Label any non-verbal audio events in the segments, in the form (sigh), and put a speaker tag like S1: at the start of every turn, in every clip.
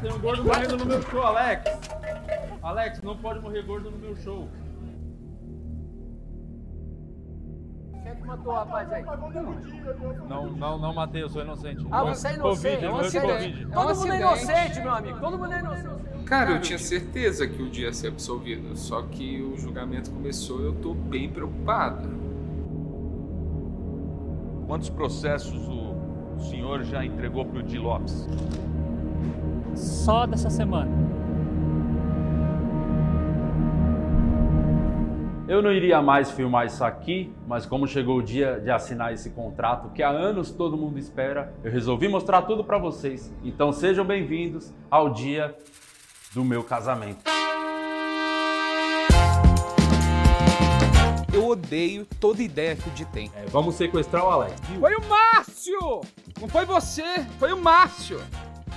S1: tem um gordo morrendo no meu show, Alex. Alex, não pode morrer gordo no meu show.
S2: Quem é que matou o rapaz aí?
S1: Não, não, não matei, eu sou inocente.
S2: Ah, você é inocente.
S1: Covid,
S2: é um
S1: morreu de
S2: acidente.
S1: Covid.
S2: Todo
S3: É um
S2: mundo é
S3: acidente.
S2: inocente, meu amigo. Todo mundo é inocente.
S4: Cara, eu tinha certeza que o dia ia ser absolvido, só que o julgamento começou e eu tô bem preocupado.
S5: Quantos processos o senhor já entregou para o Di Lopes?
S6: Só dessa semana.
S1: Eu não iria mais filmar isso aqui, mas como chegou o dia de assinar esse contrato que há anos todo mundo espera, eu resolvi mostrar tudo pra vocês. Então sejam bem-vindos ao dia do meu casamento.
S4: Eu odeio toda ideia que o Di tem.
S1: É, vamos sequestrar o Alex.
S3: Foi o Márcio! Não foi você, foi o Márcio!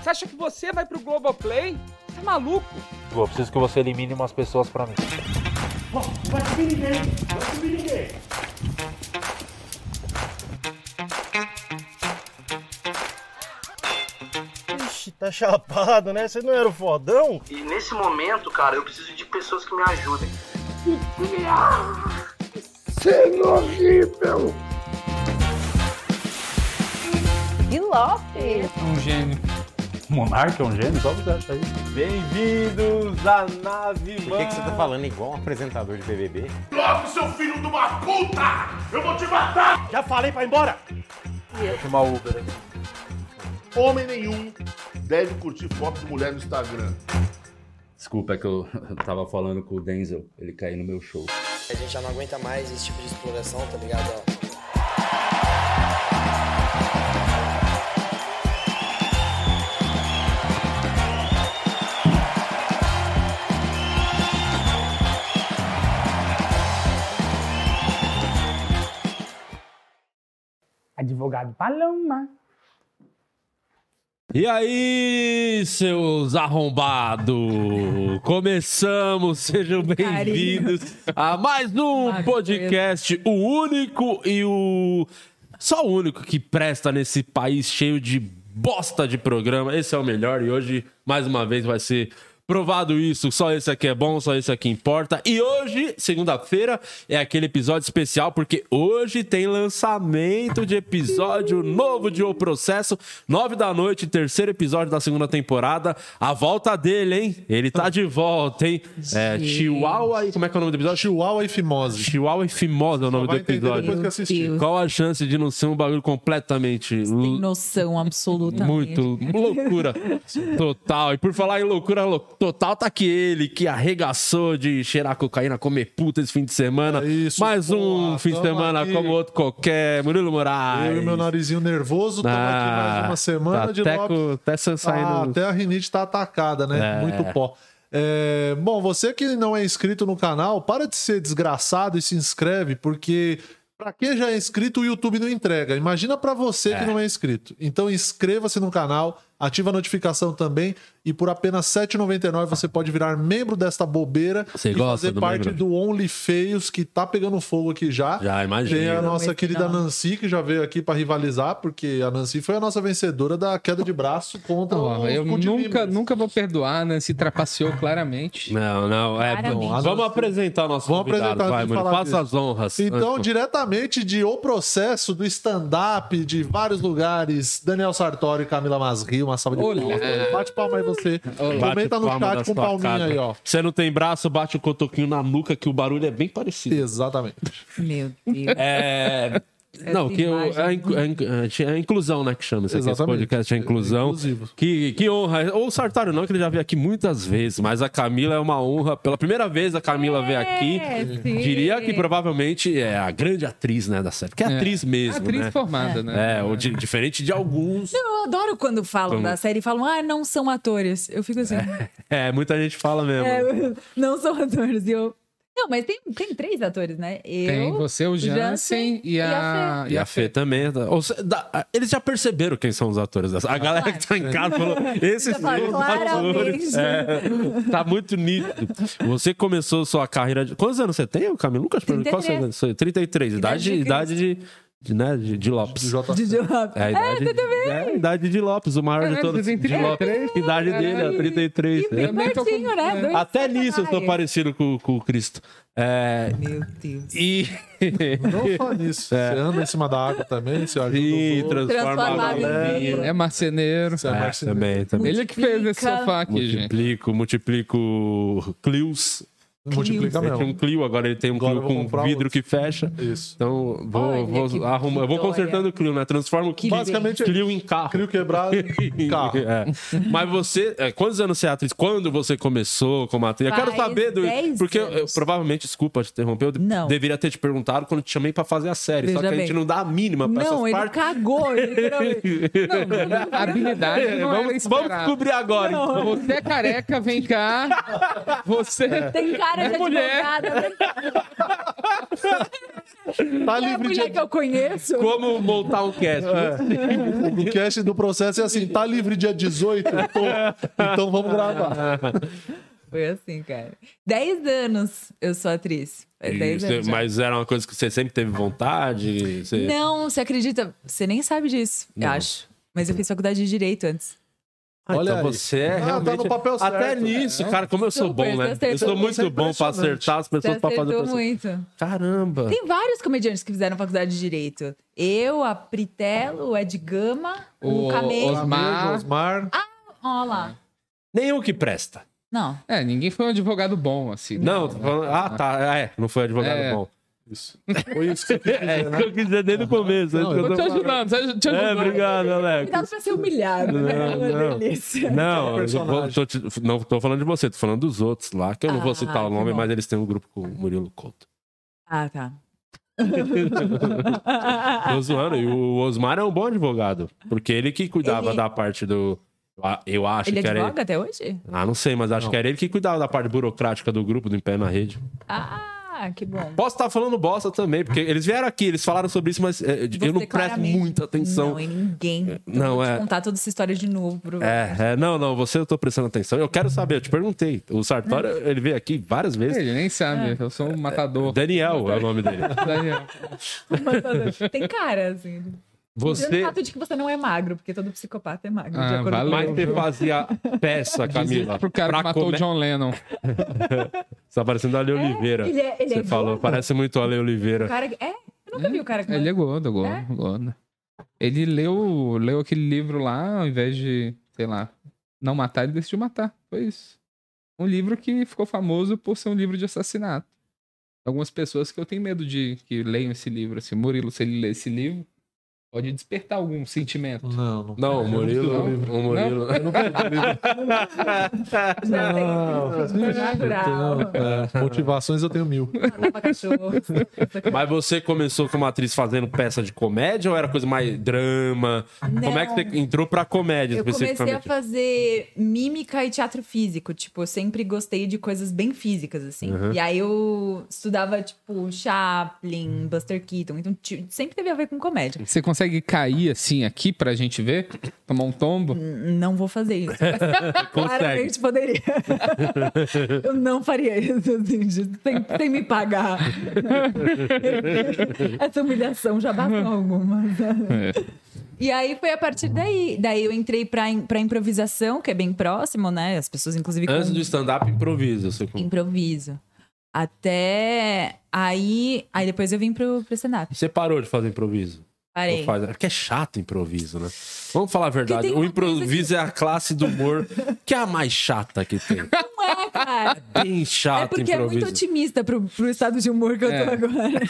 S3: Você acha que você vai pro Globoplay? Você tá maluco?
S6: Vou, preciso que você elimine umas pessoas pra mim.
S7: Ixi, tá chapado, né? Você não era o fodão?
S8: E nesse momento, cara, eu preciso de pessoas que me ajudem.
S9: De Lopes.
S6: Um gênio.
S1: Monarca é um gênio? Só avisar isso aí. Bem-vindos à nave, mano.
S10: Por que, que você tá falando igual um apresentador de BBB?
S7: Já falei pra ir embora!
S1: Chamar o Uber aqui.
S8: Homem nenhum deve curtir foto de mulher no Instagram.
S1: Desculpa, é que eu (laughs) tava falando com o Denzel, ele caiu no meu show.
S3: A gente já não aguenta mais esse tipo de exploração, tá ligado?
S6: Advogado Paloma.
S11: E aí, seus arrombado! Começamos, (laughs) sejam bem-vindos a mais um
S9: Magreza.
S11: podcast, o único e o. Só o único que presta nesse país cheio de bosta de programa. Esse é o melhor e hoje, mais uma vez, vai ser provado isso. Só esse aqui é bom, só esse aqui importa. E hoje, segunda-feira, é aquele episódio especial porque hoje tem lançamento de episódio novo de O Processo, nove da noite, terceiro episódio da segunda temporada. A volta dele, hein? Ele tá de volta, hein? É, Chihuahua e. Como é que é o nome do episódio?
S10: Chihuahua e Fimose.
S11: Chihuahua e Fimosa é o nome do
S10: vai entender
S11: episódio.
S10: depois que assistir.
S9: Deus.
S11: Qual a chance de não ser um bagulho completamente
S9: Tem
S11: l-
S9: noção absoluta.
S11: muito loucura total? E por falar em loucura lou- total, tá aqui ele que arregaçou de cheirar cocaína, comer puta esse fim de semana.
S10: É isso,
S11: Mais um
S10: porra,
S11: fim de
S10: tamo
S11: semana
S10: aqui.
S11: como outro qualquer. Murilo Moraes.
S10: Eu e meu narizinho nervoso, tamo aqui mais uma semana
S11: tá
S10: de
S11: até,
S10: Lopes.
S11: co- até sa-
S10: Ah,
S11: saindo.
S10: até a rinite tá atacada, né?
S11: É.
S10: Muito pó. É, bom, você que não é inscrito no canal, para de ser desgraçado e se inscreve, porque pra quem já é inscrito, o YouTube não entrega. Imagina pra você que não é inscrito. Então inscreva-se no canal, ativa a notificação também e por apenas R$ 7,99 você pode virar membro desta bobeira
S11: Você
S10: e
S11: gosta
S10: fazer
S11: do
S10: parte
S11: membro?
S10: do Only Feios que tá pegando fogo aqui já.
S11: Já, imagino.
S10: Tem a nossa
S9: Não,
S10: querida
S9: não.
S10: Nancy, que já veio aqui pra rivalizar, porque a Nancy foi a nossa vencedora da queda de braço contra
S11: Ah,
S10: o
S3: eu
S10: Cu de
S3: nunca,
S10: Libras.
S3: nunca vou perdoar, né? Se trapaceou claramente.
S11: Não, não, é.
S9: Claramente.
S11: Vamos Vamos apresentar nosso
S10: Vamos
S11: convidado,
S10: apresentar,
S11: vai,
S10: deixa eu
S11: Murilo.
S10: falar
S11: Faça as honras.
S10: Então,
S11: Antes-
S10: diretamente de O Processo, do stand-up, de vários lugares, Daniel Sartori e Camila Masri, uma salva de
S3: Olá.
S10: palmas. Bate palma aí você.
S11: Bate
S10: Comenta no
S11: palma da
S10: chat com
S11: sua
S10: palminha
S11: cara.
S10: aí, ó.
S11: Você não tem braço, bate o cotoquinho na nuca, que o barulho é bem parecido.
S10: Exatamente.
S9: Meu Deus.
S11: É. Não,
S9: Essa
S11: que eu,
S9: imagem
S11: é, a inc- é a inc- é a inc- é a inclusão, né, que chama isso aqui, esse
S10: Exatamente.
S11: podcast, é a
S10: É
S11: inclusão.
S10: inclusivo.
S11: que, que honra. Ou o Sartário não, que ele já veio aqui muitas vezes, mas a Camila é uma honra. Pela primeira vez a Camila veio aqui.
S9: sim.
S11: Diria que provavelmente é a grande atriz, né, da série. Que é atriz mesmo,
S3: Atriz
S11: né?
S3: formada, né?
S11: É, ou di- diferente de alguns.
S9: Eu adoro quando falam
S11: Vamos.
S9: da série e falam, ah, não são atores. Eu fico assim,
S11: É, muita gente fala mesmo.
S9: é, não são atores. E eu. Não, mas tem, tem três atores, né? Eu.
S3: Tem você, o Jansen,
S9: Jansen
S3: e a.
S11: E a Fê também. tá? Ou se- da- a- eles já perceberam quem são os atores dessa. A galera que tá em casa (laughs) falou: esses
S9: Já falaram
S11: são os atores.
S9: claramente.
S11: É, tá muito nítido. Você começou sua carreira. De... Quantos anos você é? tem, Camilo? Lucas,
S9: 33.
S11: qual você- você- 33. Idade,
S9: de
S11: idade de. de, né, de, de Lopes.
S9: DJ Lopes.
S11: É a idade,
S9: você também.
S11: é a idade de Lopes, o maior de
S9: Caralho,
S11: todos.
S9: você tem
S11: De Lopes.
S9: 33?
S11: Idade dele é 33.
S9: E bem
S3: é.
S9: pertinho, né? Dois
S11: Até nisso eu tô
S9: personagens.
S11: parecido com, com o Cristo. É...
S9: Meu Deus.
S11: E.
S10: Não
S11: (laughs)
S10: só nisso. Você anda em cima da água também, você ajuda
S11: É. Sim, transforma a
S10: Transforma a
S11: galera.
S10: galera.
S3: né?
S12: É marceneiro.
S10: é
S11: É,
S10: marceneiro.
S11: também, também.
S12: Ele que fez esse sofá aqui, gente.
S11: multiplico, multiplico Clios.
S10: Multiplica
S11: Ele
S10: mesmo.
S11: tinha um Clio, agora ele tem um
S10: Agora eu
S11: Clio
S10: vou
S11: com
S10: comprar
S11: vidro que fecha.
S10: Isso.
S11: Então, vou,
S10: Olha,
S11: vou
S10: que-
S11: arrumar.
S10: que
S11: Eu vou
S10: joia.
S11: consertando o Clio, né? Transformo o Clio,
S10: Basicamente,
S11: Clio em carro.
S10: Clio
S11: (laughs)
S10: quebrado, carro.
S11: É. Mas você, é, quantos anos você é atriz? Quando você começou como atriz? Eu quero
S9: Faz
S11: saber do.
S9: 10
S11: Porque eu- eu provavelmente, desculpa te interromper, eu de- deveria ter te perguntado quando te chamei pra fazer a série. só que
S9: Veja
S11: a gente
S9: bem.
S11: não dá a mínima pra
S9: Não,
S11: essas
S9: ele
S11: partes.
S9: cagou,
S11: (laughs)
S9: literalmente.
S11: Não, (laughs)
S12: habilidade não
S11: vamos,
S12: era
S11: vamos
S12: esperada.
S11: descobrir agora.
S12: Não.
S11: então.
S12: Você é careca, vem cá. Você
S9: Tem cara de
S12: é mulher.
S9: advogada. né?
S11: (laughs)
S10: Tá
S9: é a
S10: livre de
S9: mulher que eu conheço.
S11: Como montar um cast?
S10: É. O cast do processo é assim, tá livre dia 18? Tô. Então vamos
S11: É,
S10: gravar.
S9: Foi assim, cara. Dez anos eu sou atriz. Faz
S11: E
S9: É dez
S11: você-
S9: anos já.
S11: mas era uma coisa que você sempre teve vontade? Você-
S9: Não, você acredita? Você nem sabe disso, eu
S11: Não.
S9: acho. Mas eu fiz faculdade de Direito antes.
S11: Ah,
S10: Olha
S11: então
S10: aí.
S11: você é
S10: Ah, tá
S11: realmente...
S10: no papel
S11: Até
S10: certo.
S11: nisso,
S10: É.
S11: cara, como eu sou
S9: Super,
S11: bom,
S9: você
S11: né? Eu
S9: acertou.
S11: sou
S10: Isso é
S11: muito bom pra
S10: impressionante.
S11: acertar as pessoas,
S9: Você
S11: pra Ah. fazer...
S9: acertou
S11: pessoas-
S9: muito.
S11: Caramba!
S9: Tem vários comediantes que fizeram faculdade de Direito. Eu, a Pritelo, o Ed Gama, o,
S12: O
S9: Camelo.
S12: Osmar.
S10: Osmar.
S9: Ó lá.
S11: Nenhum que presta.
S9: Não.
S12: É, ninguém foi um advogado bom, assim.
S11: Não, tô falando... Ah, tá. É, não foi advogado
S12: É.
S11: bom.
S10: Isso. Foi isso que eu quis
S11: (laughs) É,
S10: dizer,
S11: isso
S10: né?
S11: que eu quis dizer desde o começo. é isso que eu
S12: Tô te
S11: tô falando.
S12: ajudando, te te
S11: É,
S12: ajudando.
S11: obrigado, Alex.
S9: Cuidado pra ser humilhado, né? Uma delícia.
S11: Não, eu
S10: personagem.
S11: vou- tô te- não tô falando de você, tô falando dos outros lá, que eu não vou
S9: Ah,
S11: citar o
S9: que
S11: nome,
S9: bom.
S11: mas eles têm um grupo com o Murilo Couto.
S9: Ah, tá.
S11: Tô zoando, e o Osmar é um bom advogado, porque ele que cuidava
S9: Ele-
S11: da parte do. ah, Eu acho
S9: Ele é
S11: que era
S9: advoga
S11: ele.
S9: até hoje?
S11: Ah, não sei, mas acho que era ele que cuidava da parte burocrática do grupo, do Em Pé na Rede.
S9: Ah, que bom.
S11: Posso estar falando bosta também, porque eles vieram aqui, eles falaram sobre isso, mas eh, eu não presto
S9: claramente-
S11: muita atenção.
S9: Não, é e ninguém.
S11: Não,
S9: Vou te
S11: é.
S9: contar toda essa história de novo. Pro...
S11: É, é, não, não, você eu tô prestando atenção. Eu quero saber, eu te perguntei. O Sartori,
S9: Hum.
S11: ele veio aqui várias vezes.
S12: Ele nem sabe, eu sou um matador.
S11: Daniel é o nome dele.
S12: Daniel.
S9: (laughs) Tem cara, assim. Tirando
S11: Você.
S9: O fato de que você não é magro, porque todo psicopata é magro. de
S12: Ah,
S9: acordo
S12: valeu.
S11: Mas você
S12: viu?
S11: fazia peça, Camila.
S12: Pro cara que matou o
S11: come-
S12: John Lennon.
S11: Você tá parecendo a Ale Oliveira.
S9: ele é- ele é
S11: você falou,
S9: gordo?
S11: parece muito a Ale
S9: com- O
S11: Oliveira.
S9: cara... que- É, eu nunca vi o cara que
S12: Ele é gordo, gordo, gordo. Ele leu, leu aquele livro lá, ao invés de, sei lá, não matar, ele decidiu matar. Foi isso. Um livro que ficou famoso por ser um livro de assassinato. Algumas pessoas que eu tenho medo de que leiam esse livro, assim, Murilo, se ele ler esse livro, pode despertar algum sentimento.
S10: Não, não.
S11: Não, o Murilo. O Murilo.
S9: Natural.
S10: É, motivações eu tenho mil.
S9: matava cachorro.
S11: Mas você começou como atriz fazendo peça de comédia ou era coisa mais drama? (laughs) Como é que você entrou pra comédia
S9: Eu comecei a
S11: especificamente?
S9: fazer mímica e teatro físico. Tipo, eu sempre gostei de coisas bem físicas, assim.
S11: Uhum.
S9: E aí eu estudava, tipo, Chaplin, Buster Keaton. Então, ti- sempre teve a ver com comédia.
S12: Você consegue cair assim aqui pra gente ver? Tomar um tombo?
S9: Não vou fazer isso.
S12: Consegue.
S9: Claramente poderia. (laughs) Eu não faria isso, assim, de- sem, sem me pagar. Essa humilhação já bateu algumas. E aí foi a partir daí. Daí eu entrei pra, im- pra improvisação, que é bem próximo, né? As pessoas, inclusive,
S11: Antes
S9: com-
S11: do stand-up, improviso. Você...
S9: improviso. Até aí. Aí depois eu vim pro, pro stand-up.
S11: você parou de fazer improviso?
S9: Parei.
S11: Não faz- Porque é chato improviso, né? Vamos falar a verdade.
S9: tem
S11: O improviso é a classe do humor que é a mais chata que tem.
S9: Não é, cara.
S11: Bem chato
S9: É porque é
S11: improviso.
S9: muito otimista pro, pro estado de humor que eu tô
S11: É.
S12: (laughs)
S9: agora.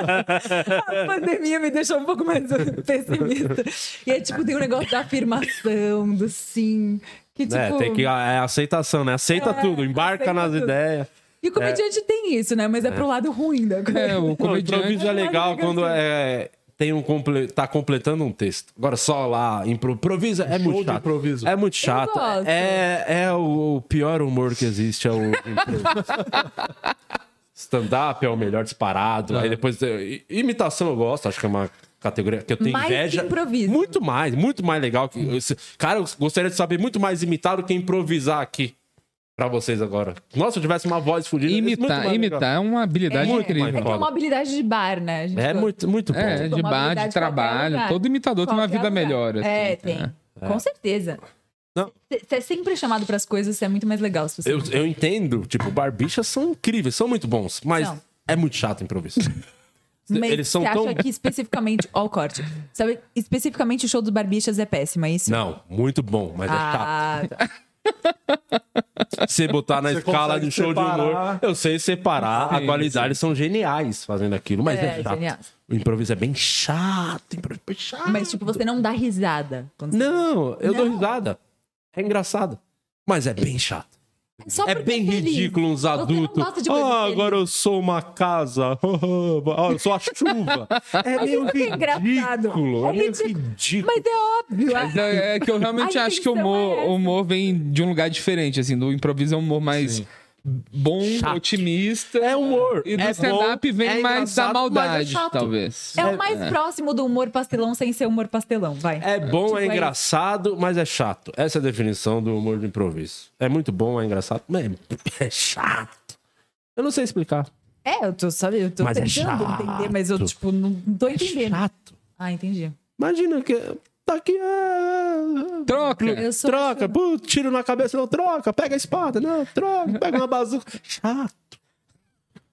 S9: A pandemia me deixou um pouco mais (laughs) pessimista. E é tipo, tem um negócio da afirmação, do sim. Que tipo.
S11: Né, tem que é aceitação, né? Aceita
S9: É,
S11: tudo, embarca
S9: aceita
S11: nas
S9: tudo.
S11: ideias.
S9: E o comediante tem isso, né? Mas é,
S11: É.
S9: pro lado ruim da coisa.
S12: É, o
S11: Não, o improviso é legal quando é tem um comple... tá completando um texto. Agora só lá impro- improvisa é muito chato. É muito chato.
S9: gosto.
S11: É é o o pior humor que existe é o
S9: (laughs)
S11: improviso. Stand-up é o melhor disparado.
S12: É.
S11: Aí depois eh, i- imitação eu gosto, acho que é uma categoria que eu tenho
S9: Mais que
S11: inveja.
S9: improviso.
S11: Muito mais, muito mais legal que esse- cara, eu gostaria de saber muito mais imitar do que improvisar aqui. Pra pra vocês agora. Nossa, se eu tivesse uma voz fodida...
S12: Imitar, imitar é uma habilidade
S11: É,
S12: incrível.
S11: é que
S9: É uma habilidade de bar, né? A gente
S11: É
S9: falou.
S11: muito, muito bom.
S12: É, de
S9: Uma
S12: bar,
S9: habilidade
S12: de
S9: de qualquer
S12: trabalho.
S9: lugar.
S12: Todo imitador tem uma
S9: Qualquer
S12: vida
S9: lugar.
S12: melhor. assim,
S9: é, tem.
S11: É.
S9: Com certeza. Você é sempre chamado pras coisas, você é muito mais legal. Se você
S11: Eu, eu entendo, tipo, barbichas são incríveis, são muito bons, mas
S9: Não.
S11: é muito
S9: (laughs)
S11: chato improviso.
S9: Mas
S11: Eles são
S9: você
S11: tão...
S9: acha que especificamente. Ó, o corte. Sabe, especificamente o show dos Barbichas é péssimo, é isso?
S11: Não, muito bom, mas
S9: ah, tá.
S11: é chato. Você botar na
S9: Você
S11: escala
S9: consegue
S11: de show de
S9: separar.
S11: humor, eu sei separar, a
S9: Sim,
S11: qualidade são geniais fazendo aquilo, mas é,
S9: É,
S11: chato.
S9: geniais.
S11: O improviso é bem chato. improviso é chato.
S9: Mas, tipo, você não dá risada. quando-
S11: Não, eu dou risada. É engraçado, mas é bem chato.
S9: Só
S11: é
S9: porque
S11: bem
S9: feliz.
S11: ridículo uns
S9: Você não
S11: adultos.
S9: gosta de coisa
S11: Ah,
S9: feliz."
S11: agora eu sou uma casa. (laughs) Ah, eu sou a
S9: (laughs)
S11: chuva. É
S9: Mas
S11: meio
S9: isso que é engraçado.
S11: ridículo. É
S9: É
S11: meio
S9: ridículo.
S11: ridículo.
S9: Mas é óbvio.
S12: Mas é, é que eu realmente
S9: A é
S12: acho que o
S9: intenção
S12: humor, o humor vem de um lugar diferente, assim. Do improviso é um humor mais bom, otimista.
S11: É humor.
S12: E do
S11: É
S12: stand-up
S11: bom,
S12: vem
S11: é
S12: mais da
S11: engraçado, mas é
S12: maldade,
S11: chato.
S12: talvez.
S9: É o mais próximo do humor pastelão sem ser humor pastelão, vai.
S11: É bom,
S9: Tipo,
S11: é engraçado, mas é chato. Essa é a definição do humor de improviso. É muito bom, é engraçado, mas é (laughs) chato. Eu não sei explicar.
S9: É, eu tô, sabe, eu tô
S11: Mas é
S9: tentando
S11: chato. É
S9: entender, mas eu, tipo, não, não tô entendendo.
S11: chato.
S9: Ah, entendi.
S11: Imagina que tá aqui. ah,
S12: Troca.
S9: Eu sou
S11: troca, pô, tiro na cabeça, não troca, pega a espada, não,
S12: (laughs)
S11: troca, pega uma bazuca. Chato.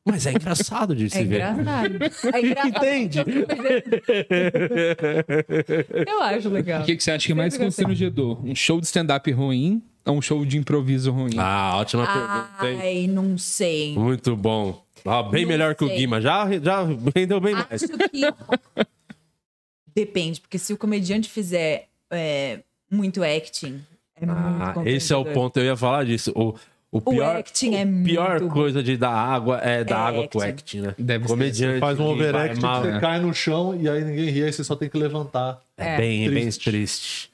S11: Mas é engraçado de se
S9: É
S11: ver.
S9: engraçado.
S11: (laughs)
S9: É engraçado.
S11: Entende?
S9: (laughs) Eu acho legal.
S12: O que, que você acha que é mais constrangedor? Um show de stand-up ruim ou um show de improviso ruim?
S11: Ah, ótima pergunta, hein?
S9: Ai, não sei.
S11: Muito bom. Ah, bem
S9: Não
S11: melhor que o
S9: sei. Ah,
S11: Guima. Já, já rendeu bem mais.
S9: Acho que. Depende, porque se o comediante fizer é, muito acting, é
S11: Ah,
S9: muito
S11: esse é o
S9: constrangedor.
S11: ponto, eu ia falar disso. O, o pior,
S9: acting é
S11: o pior
S9: muito
S11: coisa de dar água é dar
S9: É
S11: água com
S9: acting.
S11: acting, né?
S12: Deve ser.
S11: Comediante.
S10: Faz um
S11: que vai
S10: overact,
S11: mal,
S10: você
S11: né?
S10: cai no chão e aí ninguém ri, aí você só tem que levantar.
S11: É,
S9: É.
S11: bem, bem triste.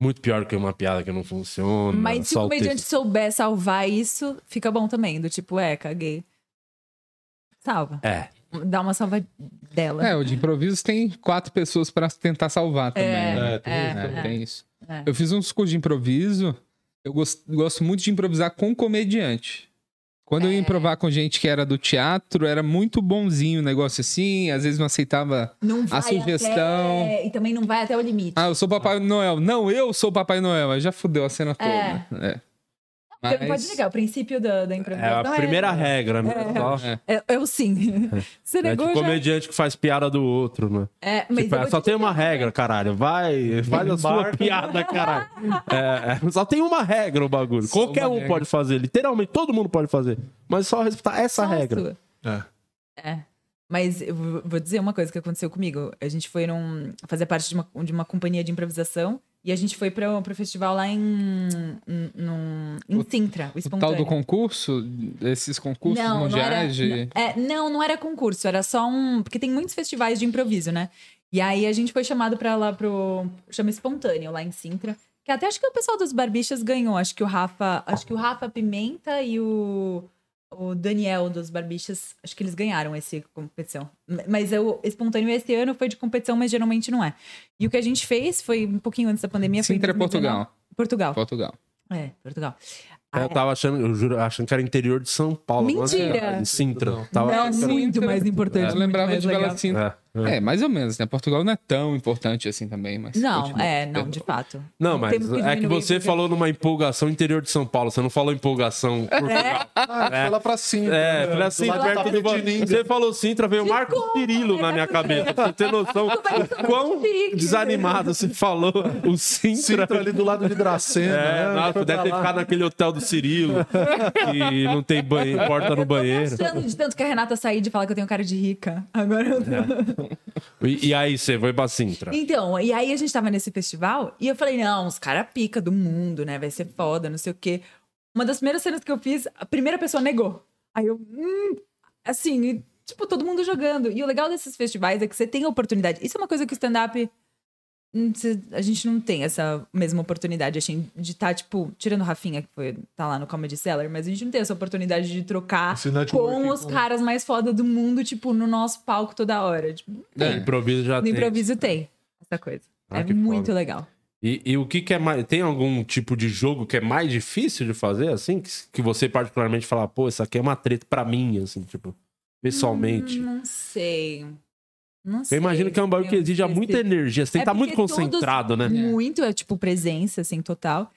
S11: Muito pior que uma piada que não funciona.
S9: Mas se
S11: né? só
S9: o comediante
S11: texto.
S9: souber salvar isso, fica bom também. Do tipo, é, caguei. Salva.
S11: É.
S9: Dá uma salva dela.
S12: É, o de improviso tem quatro pessoas pra tentar salvar também.
S9: É,
S12: né?
S9: É, tem é, isso também.
S12: tem isso.
S9: É.
S12: Eu fiz uns cursos de improviso. Eu gos- gosto muito de improvisar com comediante. Quando
S9: É.
S12: eu ia improvar com gente que era do teatro, era muito bonzinho o negócio assim. Às vezes não aceitava
S9: Não vai
S12: a sugestão.
S9: até- E também não vai até o limite.
S12: Ah, eu sou Papai Noel. Não, eu sou Papai Noel. Aí já fudeu a cena toda.
S9: É.
S12: É.
S9: Você não pode negar, o princípio da, da
S11: É
S9: improvisação
S11: a primeira regra, né?
S9: É.
S11: Só-
S9: É, eu
S11: (laughs)
S9: sim. Você
S11: É de
S9: negou já.
S11: comediante que faz piada do outro, né?
S9: É, mas
S11: Tipo,
S9: eu vou
S11: só
S9: te
S11: tem uma regra, caralho. Vai, faz a sua
S10: Embarca.
S11: piada, caralho. É, é, só tem uma regra o bagulho. Qualquer
S12: uma
S11: um
S12: regra.
S11: pode fazer, literalmente todo mundo pode fazer. Mas só respeitar
S9: Só
S11: essa
S9: a
S11: regra.
S9: sua. É. Mas eu vou- vou dizer uma coisa que aconteceu comigo. A gente foi num, fazer parte de uma, de uma companhia de improvisação e a gente foi para o festival lá em, em, num- em Sintra, o
S12: Tal
S9: espontâneo.
S12: do concurso, esses concursos mundiais
S9: não era,
S12: de.
S9: não- é, não, não era concurso, era só um. Porque tem muitos festivais de improviso, né? E aí a gente foi chamado pra lá pro. Chama Espontâneo, lá em Sintra. Que até acho que o pessoal dos Barbichas ganhou. Acho que o Rafa. Acho que o Rafa Pimenta e o. O Daniel dos Barbichas, acho que eles ganharam essa competição. M- Mas o espontâneo esse ano foi de competição, mas geralmente não é. E o que a gente fez foi um pouquinho antes da pandemia. foi em
S12: Sintra é
S9: 2019. Portugal.
S12: Portugal. Portugal.
S9: É, Portugal.
S11: Então
S9: Ah,
S11: Eu tava achando, eu juro, achando que era interior de São Paulo. alguma
S9: é. Mentira!
S11: coisa assim, Sintra. Tava
S9: não,
S11: achando que era-
S9: muito mais importante.
S12: Eu
S9: muito
S12: É, lembrava
S9: mais
S12: de Bela
S9: legal.
S12: Sintra.
S11: É,
S12: É. mais ou menos, né? Portugal não é tão importante assim também, mas.
S9: Não,
S12: continua.
S9: é, não, de fato.
S11: Não, mas
S9: Temos
S11: é que
S9: diminuir,
S11: você
S9: porque-
S11: falou numa empolgação interior de São Paulo, você não falou empolgação Portugal.
S10: Ah,
S11: É.
S10: foi lá pra cima. né?
S11: É, falei assim,
S10: Do lado da
S11: perto do banco.
S10: Tapetininga.
S11: Você falou Sintra, veio Marcos Cirilo
S9: é
S11: na minha cabeça. Pra você ter noção o quão desanimado você falou o Sintra.
S10: Sintra ali do lado de Dracena.
S11: É,
S10: né?
S11: nossa,
S10: Foi
S11: deve
S10: pra
S11: ter
S10: lá.
S11: ficado naquele hotel do Cirilo, que não tem banhe- porta no banheiro.
S9: Tirando de tanto que a Renata sair de falar que eu tenho cara de rica. Agora eu tô...
S11: E, e aí, você foi pra Sintra.
S9: Então, e aí a gente tava nesse festival e eu falei, não, os caras pica do mundo, né? Vai ser foda, não sei o quê. Uma das primeiras cenas que eu fiz, a primeira pessoa negou. Aí eu, hum, assim, e, tipo, todo mundo jogando. E o legal desses festivais é que você tem a oportunidade. Isso é uma coisa que o stand-up. hum, cê- A gente não tem essa mesma oportunidade, assim, de estar, tipo, tirando o Rafinha, que foi, tá lá no Comedy Cellar, mas a gente não tem essa oportunidade de trocar
S10: Esse networking
S9: com os
S10: com-
S9: caras mais foda do mundo, tipo, no nosso palco toda hora. Tipo,
S11: No improviso É, já
S9: no
S11: tem.
S9: improviso tem essa coisa.
S11: Ah,
S9: é
S11: que
S9: muito
S11: foda.
S9: legal.
S11: E, e o que, que é mais. Tem algum tipo de jogo que é mais difícil de fazer, assim? Que, que você particularmente fala, pô, isso aqui é uma treta pra mim, assim, tipo, pessoalmente.
S9: Hum, Não sei. Não sei.
S11: Eu imagino que é um bagulho que
S9: Eu
S11: exige
S9: não sei
S11: muita
S9: se-
S11: energia. Você tem que estar muito
S9: É porque todos-
S11: concentrado, né?
S9: Muito, é tipo presença, assim, total.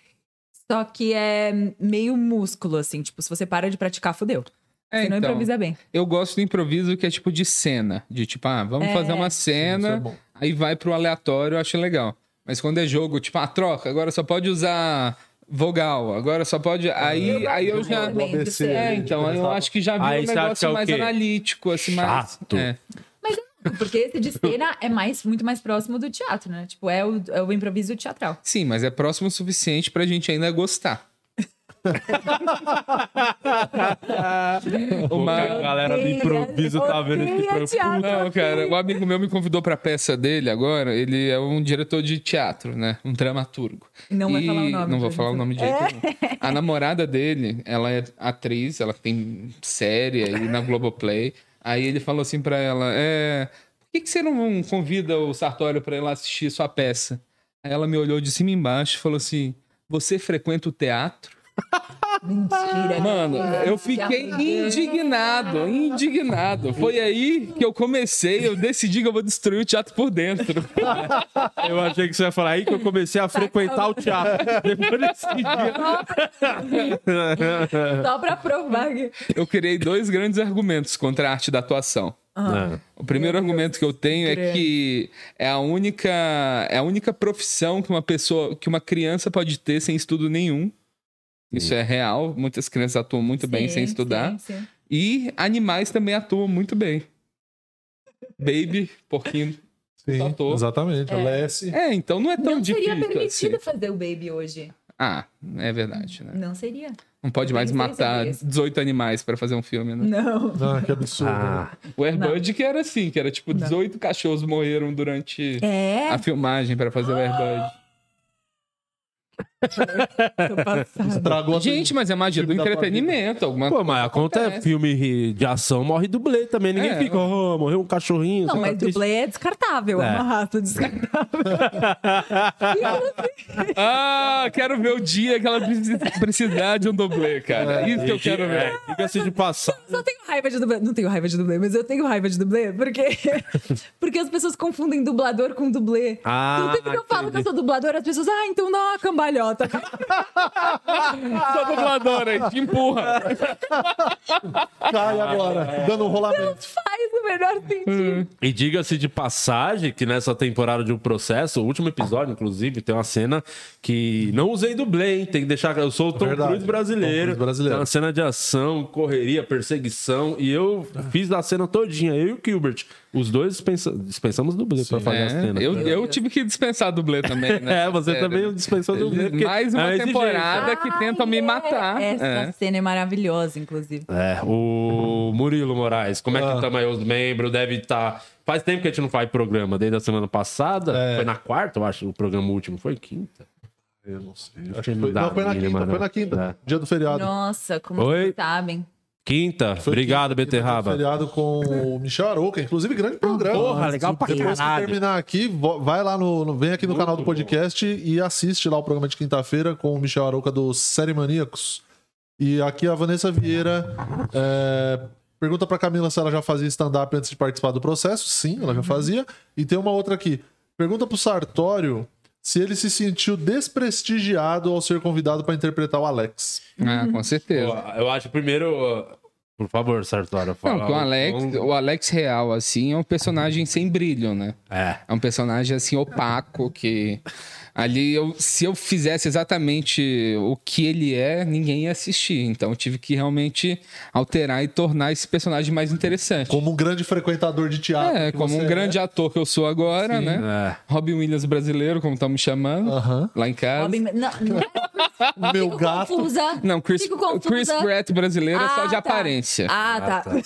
S9: Só que é meio músculo, assim. Tipo, se você para de praticar, fodeu.
S12: É,
S9: você não
S12: então.
S9: improvisa bem.
S12: Eu gosto do improviso que é tipo de cena. De tipo, ah, vamos
S9: É.
S12: fazer uma
S9: Isso é
S12: cena,
S9: bom.
S12: aí vai pro aleatório, eu acho legal. Mas quando é jogo, tipo, ah, troca, agora só pode usar vogal, agora só pode.
S11: É.
S12: Aí, aí eu já.
S9: Do ABC,
S12: É,
S9: né?
S12: então, aí eu acho que já vi
S11: tipo, Aí
S12: um
S11: você acha que é
S12: negócio
S11: o
S12: mais
S11: quê?
S12: analítico, assim, mais.
S11: Chato.
S12: É.
S9: Porque esse de cena é mais, muito mais próximo do teatro, né? Tipo, é o, é o improviso teatral.
S12: Sim, mas é próximo o suficiente pra gente ainda
S11: (laughs)
S12: gostar.
S11: Uma... A galera do improviso tá vendo esse preocupa.
S12: Não, cara, o amigo meu me convidou pra peça dele agora. Ele é um diretor de teatro, né? Um dramaturgo.
S9: Não vai
S12: E-
S9: falar o nome,
S12: Não vou
S9: por
S12: falar o nome de jeito
S9: É.
S12: nenhum. A namorada dele, ela é atriz, ela tem série aí na Globoplay. Aí ele falou assim pra ela: é, por que, que você não convida o Sartório pra ir lá assistir sua peça? Aí ela me olhou de cima e embaixo e falou assim: Você frequenta o teatro?
S9: (laughs) Mentira.
S12: Mano, eu fiquei indignado, indignado. Foi aí que eu comecei, eu decidi que eu vou destruir o teatro por dentro.
S11: Eu achei que você ia falar aí que eu comecei a frequentar o
S10: (laughs)
S11: teatro. Depois desse dia.
S9: Só pra provar. que-
S12: Eu criei dois grandes argumentos contra a arte da atuação.
S9: Ah.
S11: É.
S12: O primeiro argumento que eu tenho é
S9: credo.
S12: que é a única é a única profissão que uma pessoa, que uma criança pode ter sem estudo nenhum. Isso é real, muitas crianças atuam muito bem
S9: Sim,
S12: sem estudar.
S9: sim, sim.
S12: E animais também atuam muito bem. Baby, porquinho.
S10: Sim, exatamente.
S9: É.
S10: Alessi.
S12: É, então não é tão
S9: Não
S12: difícil.
S9: seria permitido
S12: assim.
S9: fazer o baby hoje.
S12: Ah, é verdade, né?
S9: Não seria.
S12: Não pode mais
S9: Tem licença
S12: matar
S9: pra isso.
S12: 18 animais pra fazer um filme, né?
S9: Não.
S10: Ah, que absurdo.
S12: O Airbud que era assim, que era tipo 18 cachorros morreram durante
S9: É?
S12: a filmagem pra fazer o Airbud.
S11: Ah.
S10: Estragou a
S12: Gente, mas é magia do
S11: filme da tua
S12: entretenimento. Alguma
S11: Pô, mas acontece, filme de ação morre dublê também. Ninguém
S12: É.
S11: fica, oh, morreu um cachorrinho.
S9: Não,
S11: você tá
S9: mas
S11: triste."
S9: dublê é descartável. É
S11: É.
S9: uma raça descartável.
S12: Ah, quero ver o dia que ela precisa- precisar de um dublê, cara. É isso que eu
S11: E-
S12: quero ver.
S11: é,
S9: (laughs)
S11: Diga-se de passar.
S9: Só tenho raiva de dublê. Não tenho raiva de dublê, mas eu tenho raiva de dublê porque, porque as pessoas confundem dublador com dublê.
S11: Ah,
S9: então, sempre que eu falo que eu sou dubladora, as pessoas, ah, então dá uma cambalhota.
S11: É.
S12: Sou dubladora, te empurra.
S10: Cai agora, dando um rolamento.
S9: Faz o melhor sentido.
S11: E diga-se de passagem que nessa temporada de O Processo, o último episódio, inclusive, tem uma cena que não usei dublê, hein? Tem que deixar. Eu sou o Tom
S10: Verdade.
S11: Cruise brasileiro.
S10: Tom Cruise brasileiro.
S11: Tem uma cena de ação, correria, perseguição. E eu
S12: Ah.
S11: fiz a cena todinha, eu e o Gilbert. Os dois dispensa- dispensamos dublê pra fazer a cena.
S12: É, eu, eu tive que dispensar dublê também, né?
S11: (laughs) É, você também dispensou dublê, porque
S12: Mais uma
S11: é exigência.
S12: temporada que tentam me matar.
S9: Essa
S11: É.
S9: cena é maravilhosa, inclusive.
S11: É, o Murilo Moraes, como é que estamos aí os membros? Deve estar. Faz tempo que a gente não faz programa, desde a semana passada. Foi na quarta, eu acho, o programa último. Foi quinta.
S10: Eu não sei.
S11: Acho
S10: Foi, não, foi na quinta, foi na quinta. Dia do feriado.
S9: Nossa, como
S11: Oi?
S9: vocês sabem.
S11: Quinta. Obrigado, Beterraba.
S10: Feriado com o Michel Aroca, inclusive grande programa.
S11: Porra, legal pra
S10: Depois
S11: caralho.
S10: que terminar aqui, vo- vai lá no, no- vem aqui no canal do podcast e assiste lá o programa de quinta-feira com o Michel Aroca do Série Maníacos. E aqui a Vanessa Vieira é, pergunta pra Camila se ela já fazia stand-up antes de participar do processo. Sim, ela já fazia. E tem uma outra aqui. Pergunta pro Sartório se ele se sentiu desprestigiado ao ser convidado pra interpretar o Alex.
S12: Ah, com certeza.
S11: Ó, Eu acho primeiro. ó, Por favor, Sartório, fala.
S12: Não, que o Alex, o Alex real, assim, é um personagem sem brilho, né?
S11: É.
S12: É um personagem, assim, opaco, que... Ali, eu, se eu fizesse exatamente o que ele é, ninguém ia assistir. Então, eu tive que realmente alterar e tornar esse personagem mais interessante.
S10: Como um grande frequentador de teatro.
S12: É,
S10: que
S12: como
S10: você
S12: um grande ator que eu sou agora,
S10: Sim.
S11: é.
S12: né? Robin Williams brasileiro, como estão me chamando, lá em casa.
S9: Robin- Não, não
S10: Meu
S9: Fico
S10: gato.
S9: Confusa.
S12: Não, Chris,
S9: Fico confusa. tá.
S12: Chris Pratt brasileiro é só
S9: Ah,
S12: de
S9: tá.
S12: aparência.
S9: Ah, tá.